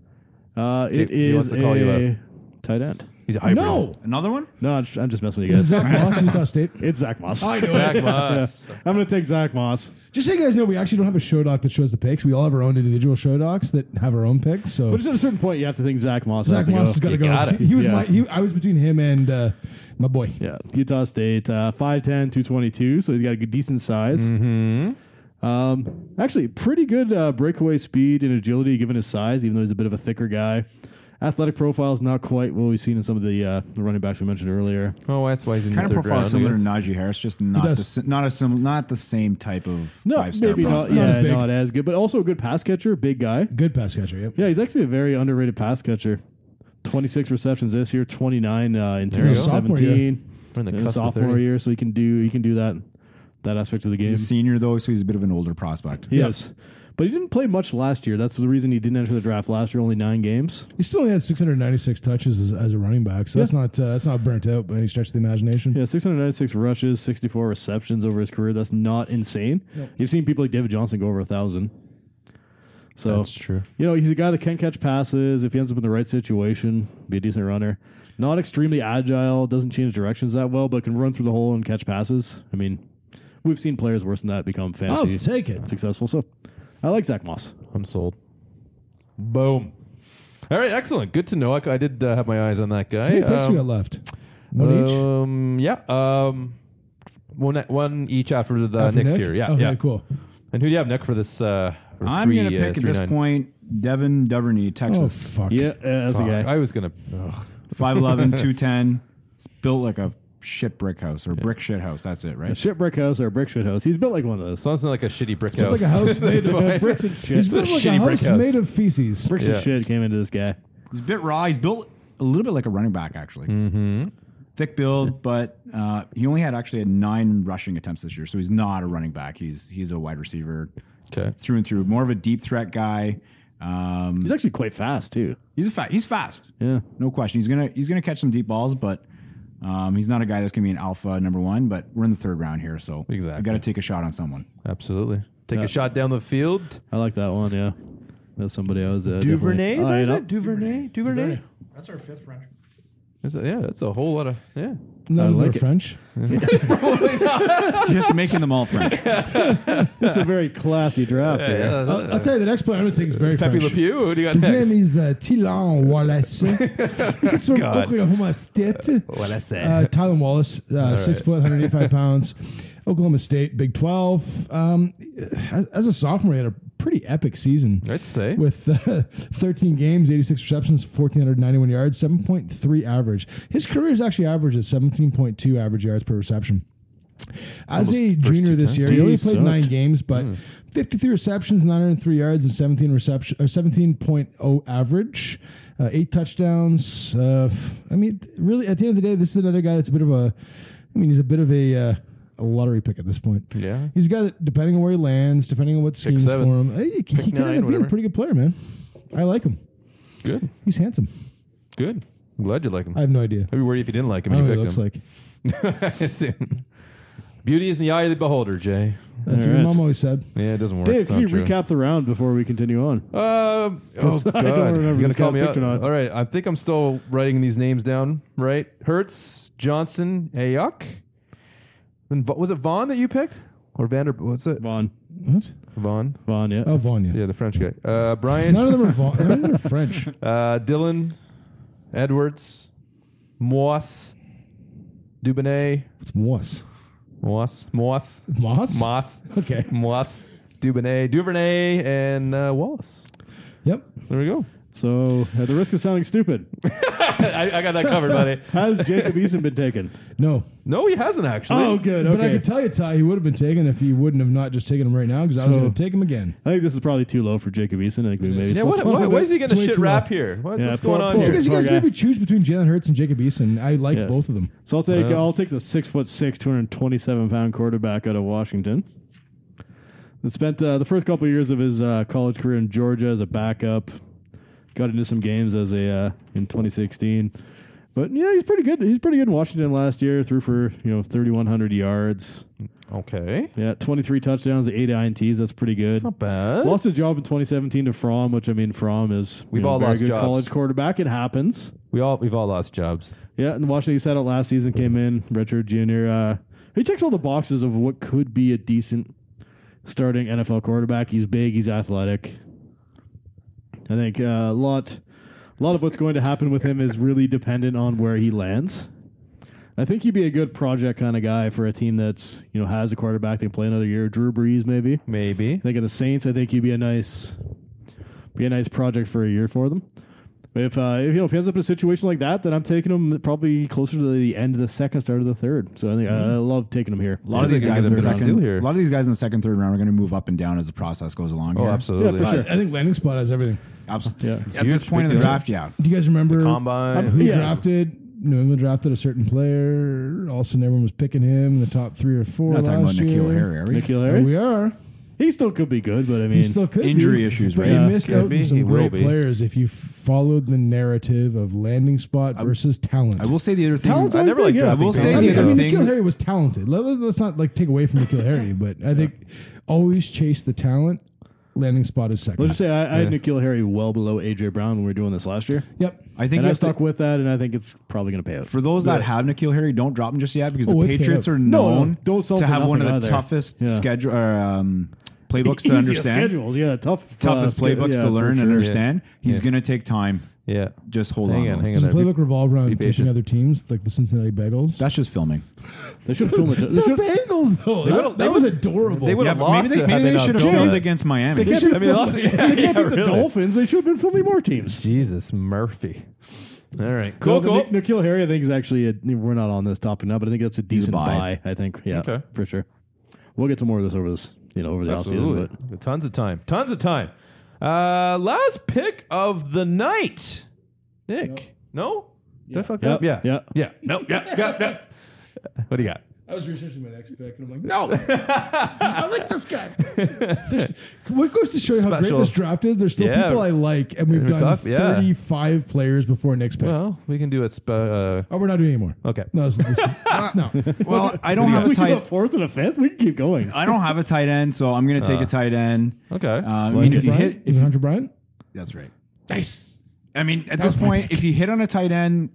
Uh, it He- he wants is to call you a out. tight end. He's a hybrid. No, Another one? No, I'm just, I'm just messing with you it's guys. Zach Moss, Utah State. It's Zach Moss. I know Zach Moss. I'm going to take Zach Moss. Just so you guys know, we actually don't have a show doc that shows the picks. We all have our own individual show docs that have our own picks. So But it's at a certain point, you have to think Zach Moss. Zach Moss has got to You go. got it. He was Yeah. my. He, I was between him and uh, my boy. Yeah, Utah State, uh, 5'10", 222, so he's got a good, decent size. Mm-hmm. Um, actually, pretty good uh, breakaway speed and agility given his size, even though he's a bit of a thicker guy. Athletic profile is not quite what we've seen in some of the, uh, the running backs we mentioned earlier. Oh, that's why he's in Kind of the third profile round, I similar to guess. Najee Harris, just not the, does. si- not a sim, not the same type of No, five star. maybe not, Not as yeah, big. not as good, but also a good pass catcher, big guy. Good pass catcher. Yep. Yeah, he's actually a very underrated pass catcher. 26 receptions this year, 29 uh, in you terms go. of Sophomore year. 17. We're in the And cusp of sophomore 30. year, so he can do he can do that that aspect of the game. He's a senior though, so he's a bit of an older prospect. Yes. But he didn't play much last year. That's the reason he didn't enter the draft last year, only nine games. He still only had 696 touches as, as a running back, so that's not uh, that's not burnt out by any stretch of the imagination. Yeah, 696 rushes, 64 receptions over his career. That's not insane. You've seen people like David Johnson go over a 1,000. So That's true. You know, he's a guy that can catch passes. If he ends up in the right situation, be a decent runner. Not extremely agile, doesn't change directions that well, but can run through the hole and catch passes. I mean, we've seen players worse than that Oh, become fantasy I'll take it. successful. So I like Zach Moss. I'm sold. Boom. All right, excellent. Good to know. I, I did uh, have my eyes on that guy. Hey, picks we Um, got left? One each. Um, yeah. Um, one, one each after the After next Nick? year. Yeah. Okay, yeah. cool. And who do you have, Nick, for this? Uh, for I'm three, going to uh, pick at three this nine? point Devin Duvernay, Oh Texas. fuck. Yeah, uh, that's the Fuck, guy. I was going to. ugh. 5'11, 210. It's built like a shit brick house or brick shit house. That's it, A right? shit brick house or a brick shit house. He's built like one of those. Sounds like a shitty brick It's house. like a house made of Fine. Bricks and shit. It's built like a Shitty brick house house. made of feces. Bricks Yeah. and shit came into this guy. He's a bit raw. He's built a little bit like a running back, actually. Mm-hmm. Thick build, but uh, he only had actually had nine rushing attempts this year, so he's not a running back. He's he's a wide receiver, Okay. through and through. More of a deep threat guy. Um, He's actually quite fast too. He's a fa- he's fast. Yeah. No question. He's gonna he's gonna catch some deep balls, but um, he's not a guy that's gonna be an alpha number one. But we're in the third round here, so Exactly. I got to take a shot on someone. Absolutely. Take a shot down the field. I like that one. Yeah, that's somebody I was. Uh, Duvernay, definitely is that eyeing is up. it? Duvernay? Duvernay? That's our fifth French. Is that, yeah, that's a whole lot of. Yeah. None of them like are it. French. Just making them all French. It's a very classy draft. here. I'll, I'll tell you, the next player I'm gonna take is very Pepe French. Le Pew, who do you got His next? name is uh, Tilan Wallace. He's from God. Oklahoma State. Wallace. Uh, Tylan Wallace, uh, six right. foot, 185 pounds. Oklahoma State, Big 12. Um, as, as a sophomore, he had a pretty epic season. I'd say. With uh, 13 games, 86 receptions, 1,491 yards, 7.3 average. His career is actually average at 17.2 average yards per reception. As a junior this year, he only played sucked. nine games, Hmm. but 53 receptions, 903 yards, and 17 reception or 17.0 average, uh, eight touchdowns. Uh, I mean, really, at the end of the day, this is another guy that's a bit of a. I mean, he's a bit of a. Uh, a lottery pick at this point. Yeah. he's a guy that depending on where he lands, depending on what schemes for seven. him, eh, he, he could nine, end up being a whatever. pretty good player, man. I like him. Good. He's handsome. Good. I'm glad you like him. I have no idea. I'd be worried if you didn't like him. I and Oh, don't you know what he picked looks him. like. Beauty is in the eye of the beholder, Jay. That's All what right. my mom always said. Yeah, it doesn't work. Dave, It's can you not true. recap the round before we continue on? Um, oh God. I don't remember you gotta this call guy's me out. picked or not. All right, I think I'm still writing these names down. Right, Hertz, Johnson, Ayuk, and Va- was it Vaughn that you picked or Vander? What's it? Vaughn. What? Vaughn. Vaughn, yeah. Oh, Vanya. Yeah, the French guy. Uh, Brian, None of them are Vaughn. None of them are French. uh, Dylan, Edwards, Moss, Dubonnet, It's Moss. Moss, Moss, Moss? Moss. Okay. Moss, Dubonnet, Duvernay, and uh, Wallace. Yep. There we go. So, at the risk of sounding stupid, I, I got that covered, buddy. has Jacob Eason been taken? No. No, he hasn't actually. Oh, good. But I Okay. can tell you, Ty, he would have been taken if he wouldn't have not just taken him right now because I was So- going to take him again. I think this is probably too low for Jacob Eason. I think we maybe Yeah, slept what, on why, him a why bit. is he getting It's a way shit too rap low. here? What- Yeah, what's poor- going on poor- here? Because you poor guys guy. maybe choose between Jalen Hurts and Jacob Eason. I like Yeah. both of them. So I'll take Uh-huh. I'll take the six foot six, two hundred twenty seven pound quarterback out of Washington. That spent uh, the first couple of years of his uh, college career in Georgia as a backup. Got into some games as a uh, in twenty sixteen, but yeah, he's pretty good. He's pretty good in Washington last year. Threw for you know thirty one hundred yards. Okay, Yeah, twenty three touchdowns, eight ints. That's pretty good. not bad. Lost his job in 2017 to Fromm, which I mean, Fromm is you We've know, all very lost good jobs. college quarterback. It happens. We all we've all lost jobs. Yeah, and Washington set out last season came in. Richard Jr. Uh, he checks all the boxes of what could be a decent starting NFL quarterback. He's big. He's athletic. I think uh, a lot, a lot of what's going to happen with him is really dependent on where he lands. I think he'd be a good project kind of guy for a team that's you know has a quarterback that can play another year. Drew Brees maybe. Maybe. I think of the Saints. I think he'd be a nice, be a nice project for a year for them. If uh, if you know if he ends up in a situation like that, then I'm taking him probably closer to the end of the second, start of the third. So I think uh, I love taking him here. Mm-hmm. A lot of these I think guys I in the can do second, here. a lot of these guys in the second, third round are going to move up and down as the process goes along. Oh, here. absolutely. Yeah, for sure. I think landing spot has everything. Absolutely. Yeah. At this point in the big draft, yeah. Do you guys remember Combine. who Yeah. drafted? New England drafted a certain player. All of a sudden, everyone was picking him in the top three or four We're not talking about last year. Nikhil Harry, are we? Nikhil Here Harry. we are. He still could be good, but I mean, He still could be, injury issues, but right? You Yeah, missed could out be. on some He will great be. players if you f- followed the narrative of landing spot versus talent. I will say the other thing. Talent's I never always liked been good. I will say I the mean, I other mean, thing- Nikhil Harry was talented. Let, us let's not like take away from Nikhil Harry, but I think always chase the talent. Landing spot is Let's second. just say I, I had Nikhil Harry well below AJ Brown when we were doing this last year. yep. I think and I you have to- stuck with that, and I think it's probably going to pay out. For those that have Nikhil Harry, don't drop him just yet because Oh, the it's paid Patriots up. are No, no, known don't sell to for have one of nothing the either. toughest Yeah. schedule or, um, playbooks to Easier understand. schedules, yeah, tough, Toughest uh, playbooks yeah, to for learn and sure. understand. He's Yeah. going to take time. Yeah. Just hold hang on. on, hang on. Does the there. playbook revolve around be taking patient. other teams like the Cincinnati Bengals? That's just filming. They should film it. the They should, Bengals though. They that would've- they that was would've- adorable. they would Yeah, have but maybe lost. they, it maybe had they not should have done filmed that. against Miami. they should- can't I be mean, they lost- filming- they yeah, can't yeah, beat the really. Dolphins. They should have been filming more teams. Jesus Murphy. All right. Cool. No, the Cool. Nik- Nikhil Harry, I think, is actually a, we're not on this topic now, but I think that's a decent buy. buy. I think, yeah, Okay. for sure. We'll get to more of this over this, you know, over the offseason. Absolutely. But Tons of time. Tons of time. Uh, last pick of the night. Nick. No? Did I fuck Yep. up? Yeah. Yeah. Yeah. No. Yeah. Yeah. No. What do you got? I was researching my next pick, and I'm like, No. I like this guy. There's- what goes to show you how great Special. this draft is? There's still Yeah. people I like, and we've It's done up, yeah. 35 players before next pick. Well, we can do it. Spe- uh, oh, we're not doing anymore. okay. No, it's, it's, no. Well, I don't have we a can go tight. fourth and a fifth. We can keep going. I don't have a tight end, so I'm going to take a tight end. Okay. Uh, I mean, if you Bryant? hit, is it Hunter Bryant? that's right. Nice. I mean, at this point, if you hit on a tight end,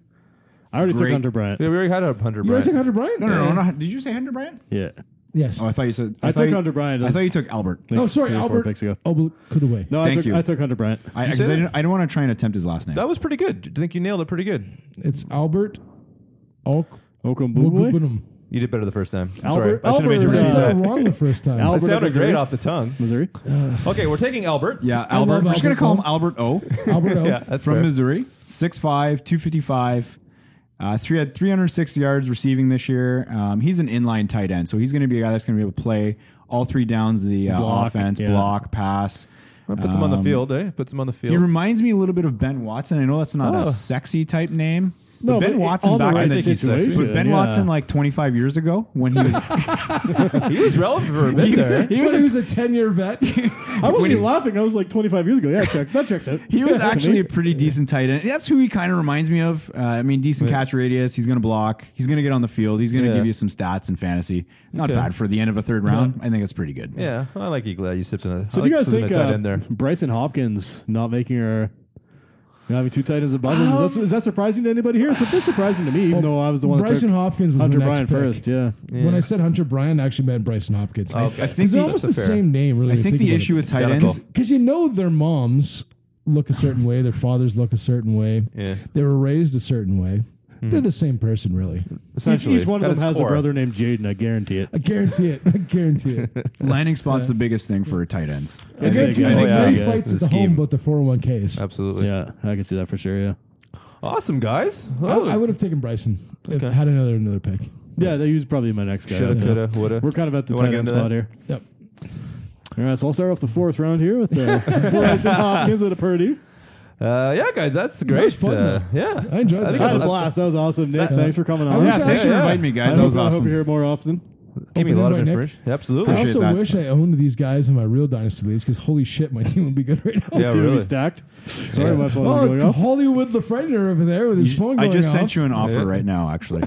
I already Great. took Hunter Bryant. yeah, we already had a hundred. You want to take Brent. Hunter Bryant? no, no, no, no. Did you say Hunter Bryant? Yeah. Yes. eh. Oh, I thought you said. I thought took you- Hunter Bryant I as- thought you took Albert. oh, sorry, Three or four Albert. picks ago. Albert Kudaway. No, I Thank took, you. I took Hunter Bryant. I, You 'cause said I, it? didn't, I don't want to try and attempt his last name. That was pretty good. I think you nailed it pretty good. It's Albert Alk. Okunbugwe? Ogunbunum. You did better the first time. I'm Albert- Sorry. I should have made you Albert, I repeat uh, said it that. wrong the first time. It Albert of sounded Missouri? great off the tongue. Missouri. Okay, we're taking Albert. yeah, Albert. We're just going to call him Albert O. Albert Alk. Yeah, that's from fair. Missouri, 6'5", 255. Uh, three had 306 yards receiving this year. Um, he's an inline tight end, so he's going to be a guy that's going to be able to play all three downs of the uh, Block, offense, yeah. block, pass. Puts him on the Um, field, eh? Puts him on the He field. reminds me a little bit of Ben Watson. I know that's not Oh. a sexy type name. No, but but Ben it- Watson all the back right in the situation, but Ben yeah. Watson like 25 years ago when he was he was relevant for a bit there. he But was he was a 10 year vet. I wasn't even laughing. I was like 25 years ago. Yeah, check, that checks out. He was Yeah, to actually me. a pretty decent tight end. That's who he kind of reminds me of. Uh, I mean, decent catch radius. He's going to block. He's going to get on the field. He's going to Yeah. give you some stats and fantasy. Not Okay. bad for the end of a third round. I think it's pretty good. Yeah, I like you glad you sipped on it. So I do you like guys sipping think a tight uh, end there. Bryson Hopkins not making her not having two tight ends above him Um, is, that, is that surprising to anybody here? It's a bit surprising to me, even though I was the one Bryson that took Hopkins was Hunter my next Bryant pick. first. Yeah, When I said Hunter Bryan, I actually meant Bryson Hopkins. I think It's the, almost the that's a fair- same name, really. I think the issue with tight Identical. ends. because you know their moms look a certain way, their fathers look a certain way, Yeah. they were raised a certain way. They're the same person, really. each, Essentially, each one of at them its has core. a brother named Jaden. I guarantee it. I guarantee it. I guarantee it. Landing spot's the biggest thing for tight ends. I guarantee yeah, it. I think There's so, many yeah. fights The at the scheme. home about the 401ks. Absolutely. Yeah, I can see that for sure. Yeah, Awesome, guys. I, Oh, I would have taken Bryson. If I had another another pick. yeah, that he was probably my next guy. Shoulda, Yeah. coulda, woulda. We're kind of at the You wanna tight get end into spot that? here. Yep. All right, so I'll start off the fourth round here with uh, Bryson Hopkins and a Purdy. Uh, yeah, guys, that's great. was fun, uh, though. yeah, I enjoyed that. think That was it's- a blast. That was awesome, Nick. thanks for coming on. wish Yeah, Yeah, thanks yeah. for inviting me, I guys. hope, That was I hope you're awesome. here more often. Gave me a Open lot of invite, Nick. information. Absolutely. I also that. wish I owned these guys in my real dynasty leagues because holy shit, my team would be good right now. Yeah, See what we Oh, really. stacked. Sorry, my phone was Oh, going off. Hollywood Lafreniere over there with his phone I going just off. sent you an offer right now, actually.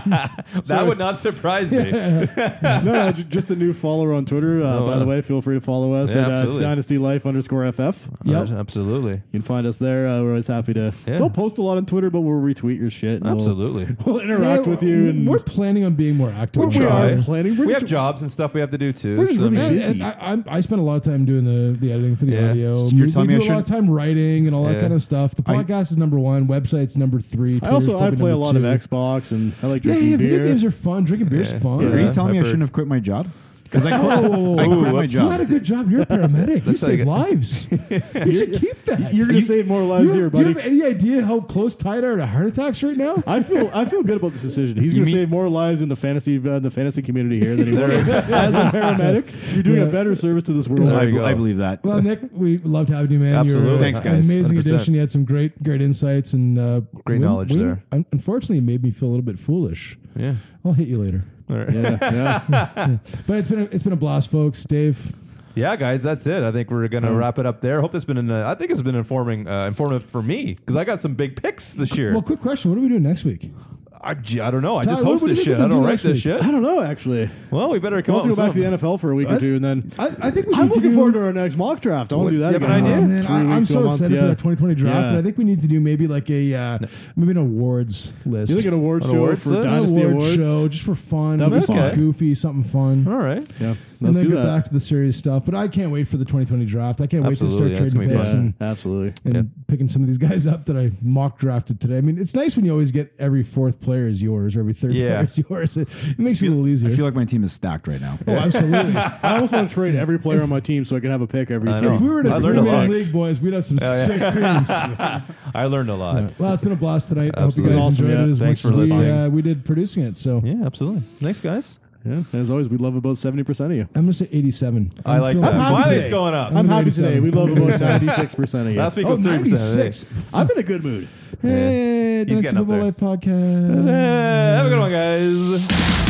That would not surprise me. no, no, ju- just a new follower on Twitter. Uh, Oh, by wow. the way, feel free to follow us Yeah, at uh, absolutely. Dynasty Life underscore FF. Yep. Absolutely. You can find us there. Uh, we're always happy to. Yeah. Don't post a lot on Twitter, but we'll retweet your shit. and we'll- Absolutely. We'll, interact Yeah, with you. And we're planning on being more active. We're- on we Twitter. are Try. planning. We're We just- have jobs and stuff we have to do too. We're just so, I mean, And- really busy. and I, I'm- I spend a lot of time doing the, the editing for the Yeah. audio. So you're we telling we me do I a lot of time writing and all that Yeah. kind of stuff. The I- podcast is number one. Website's number three. I Twitter's also I probably play a number lot two. of Xbox and I like Yeah, drinking yeah, video beer. games are fun. Drinking beer's Yeah. fun. Yeah. Are you I've telling me I heard. shouldn't have quit my job? Because I quit, Oh, I quit my whoops. You had a job. good job. You're a paramedic. you Looks like save it. lives. you should keep that. You're gonna You- save more lives you- here, Do you buddy. have any idea how close tied are to heart attacks right now? I feel I feel good about this decision. He's going to mean- save more lives in the fantasy uh, the fantasy community here than he was as a paramedic. You're doing a better service to this world. I, you go. I believe that. Well, Nick, we loved having you, man. You're Absolutely. uh, Thanks, an guys. amazing 100%. addition. You had some great, great insights and uh, Great we- knowledge we- there. un- Unfortunately, it made me feel a little bit foolish. yeah. I'll hit you later. All right. Yeah, yeah. But it's been a, it's been a blast, folks. Dave, Yeah, guys, that's it. I think we're gonna wrap it up there. Hope it's been. An, uh, I think it's been informing, uh, informative for me because I got some big picks this year. Well, quick question: What are we doing next week? I, j- I don't know. I Ty, just what- host what do this you shit. think I we don't do write next this week? shit. I don't know, actually. Well, we better come We'll up have to go with back to the something. NFL for a week or two, and then I, I think we I'm need to looking do- forward to our next mock draft. I want to do that. you have an again. idea? Oh, Yeah. man, Three I, am weeks to a so month, excited for yeah. that 2020 draft, Yeah. but I think we need to do maybe like a uh, maybe an awards list. You look at awards An show awards for list? An Dynasty award Awards. show just for fun, That'd be maybe something fun. goofy, something fun. All right. Yeah, and let's then do get back that. to the serious stuff. But I can't wait for the 2020 draft. I can't Absolutely, wait yeah, to it's start gonna trading be picks fun. and, Yeah, absolutely. and picking some of these guys up that I mock drafted today. I mean, it's nice when you always get every fourth player is yours or every third Yeah. player is yours. It, it makes it a little easier. I feel like my team is stacked right now. oh, absolutely. I almost want to trade every player on my team so I can have a pick every I time. know. if we were in I a learned a lot. Oh, three-man league, boys, we'd have some sick teams. I learned a lot. Well, it's been a blast tonight. I hope you Absolutely. guys Awesome, enjoyed yeah. it as Thanks much for as we, listening. uh, we did producing it. So Yeah, absolutely. Thanks, guys. Yeah, as always, we love about seventy percent of you. I'm going to say 87. I like feeling that. happy Miley's today. going up. I'm I'm gonna happy do today. seven. We love about ninety-six percent of you. Last week Oh, was thirty percent. 96. I'm in a good mood. Hey, He's Dynasty getting up Football there. Life Podcast. Have a good one, guys.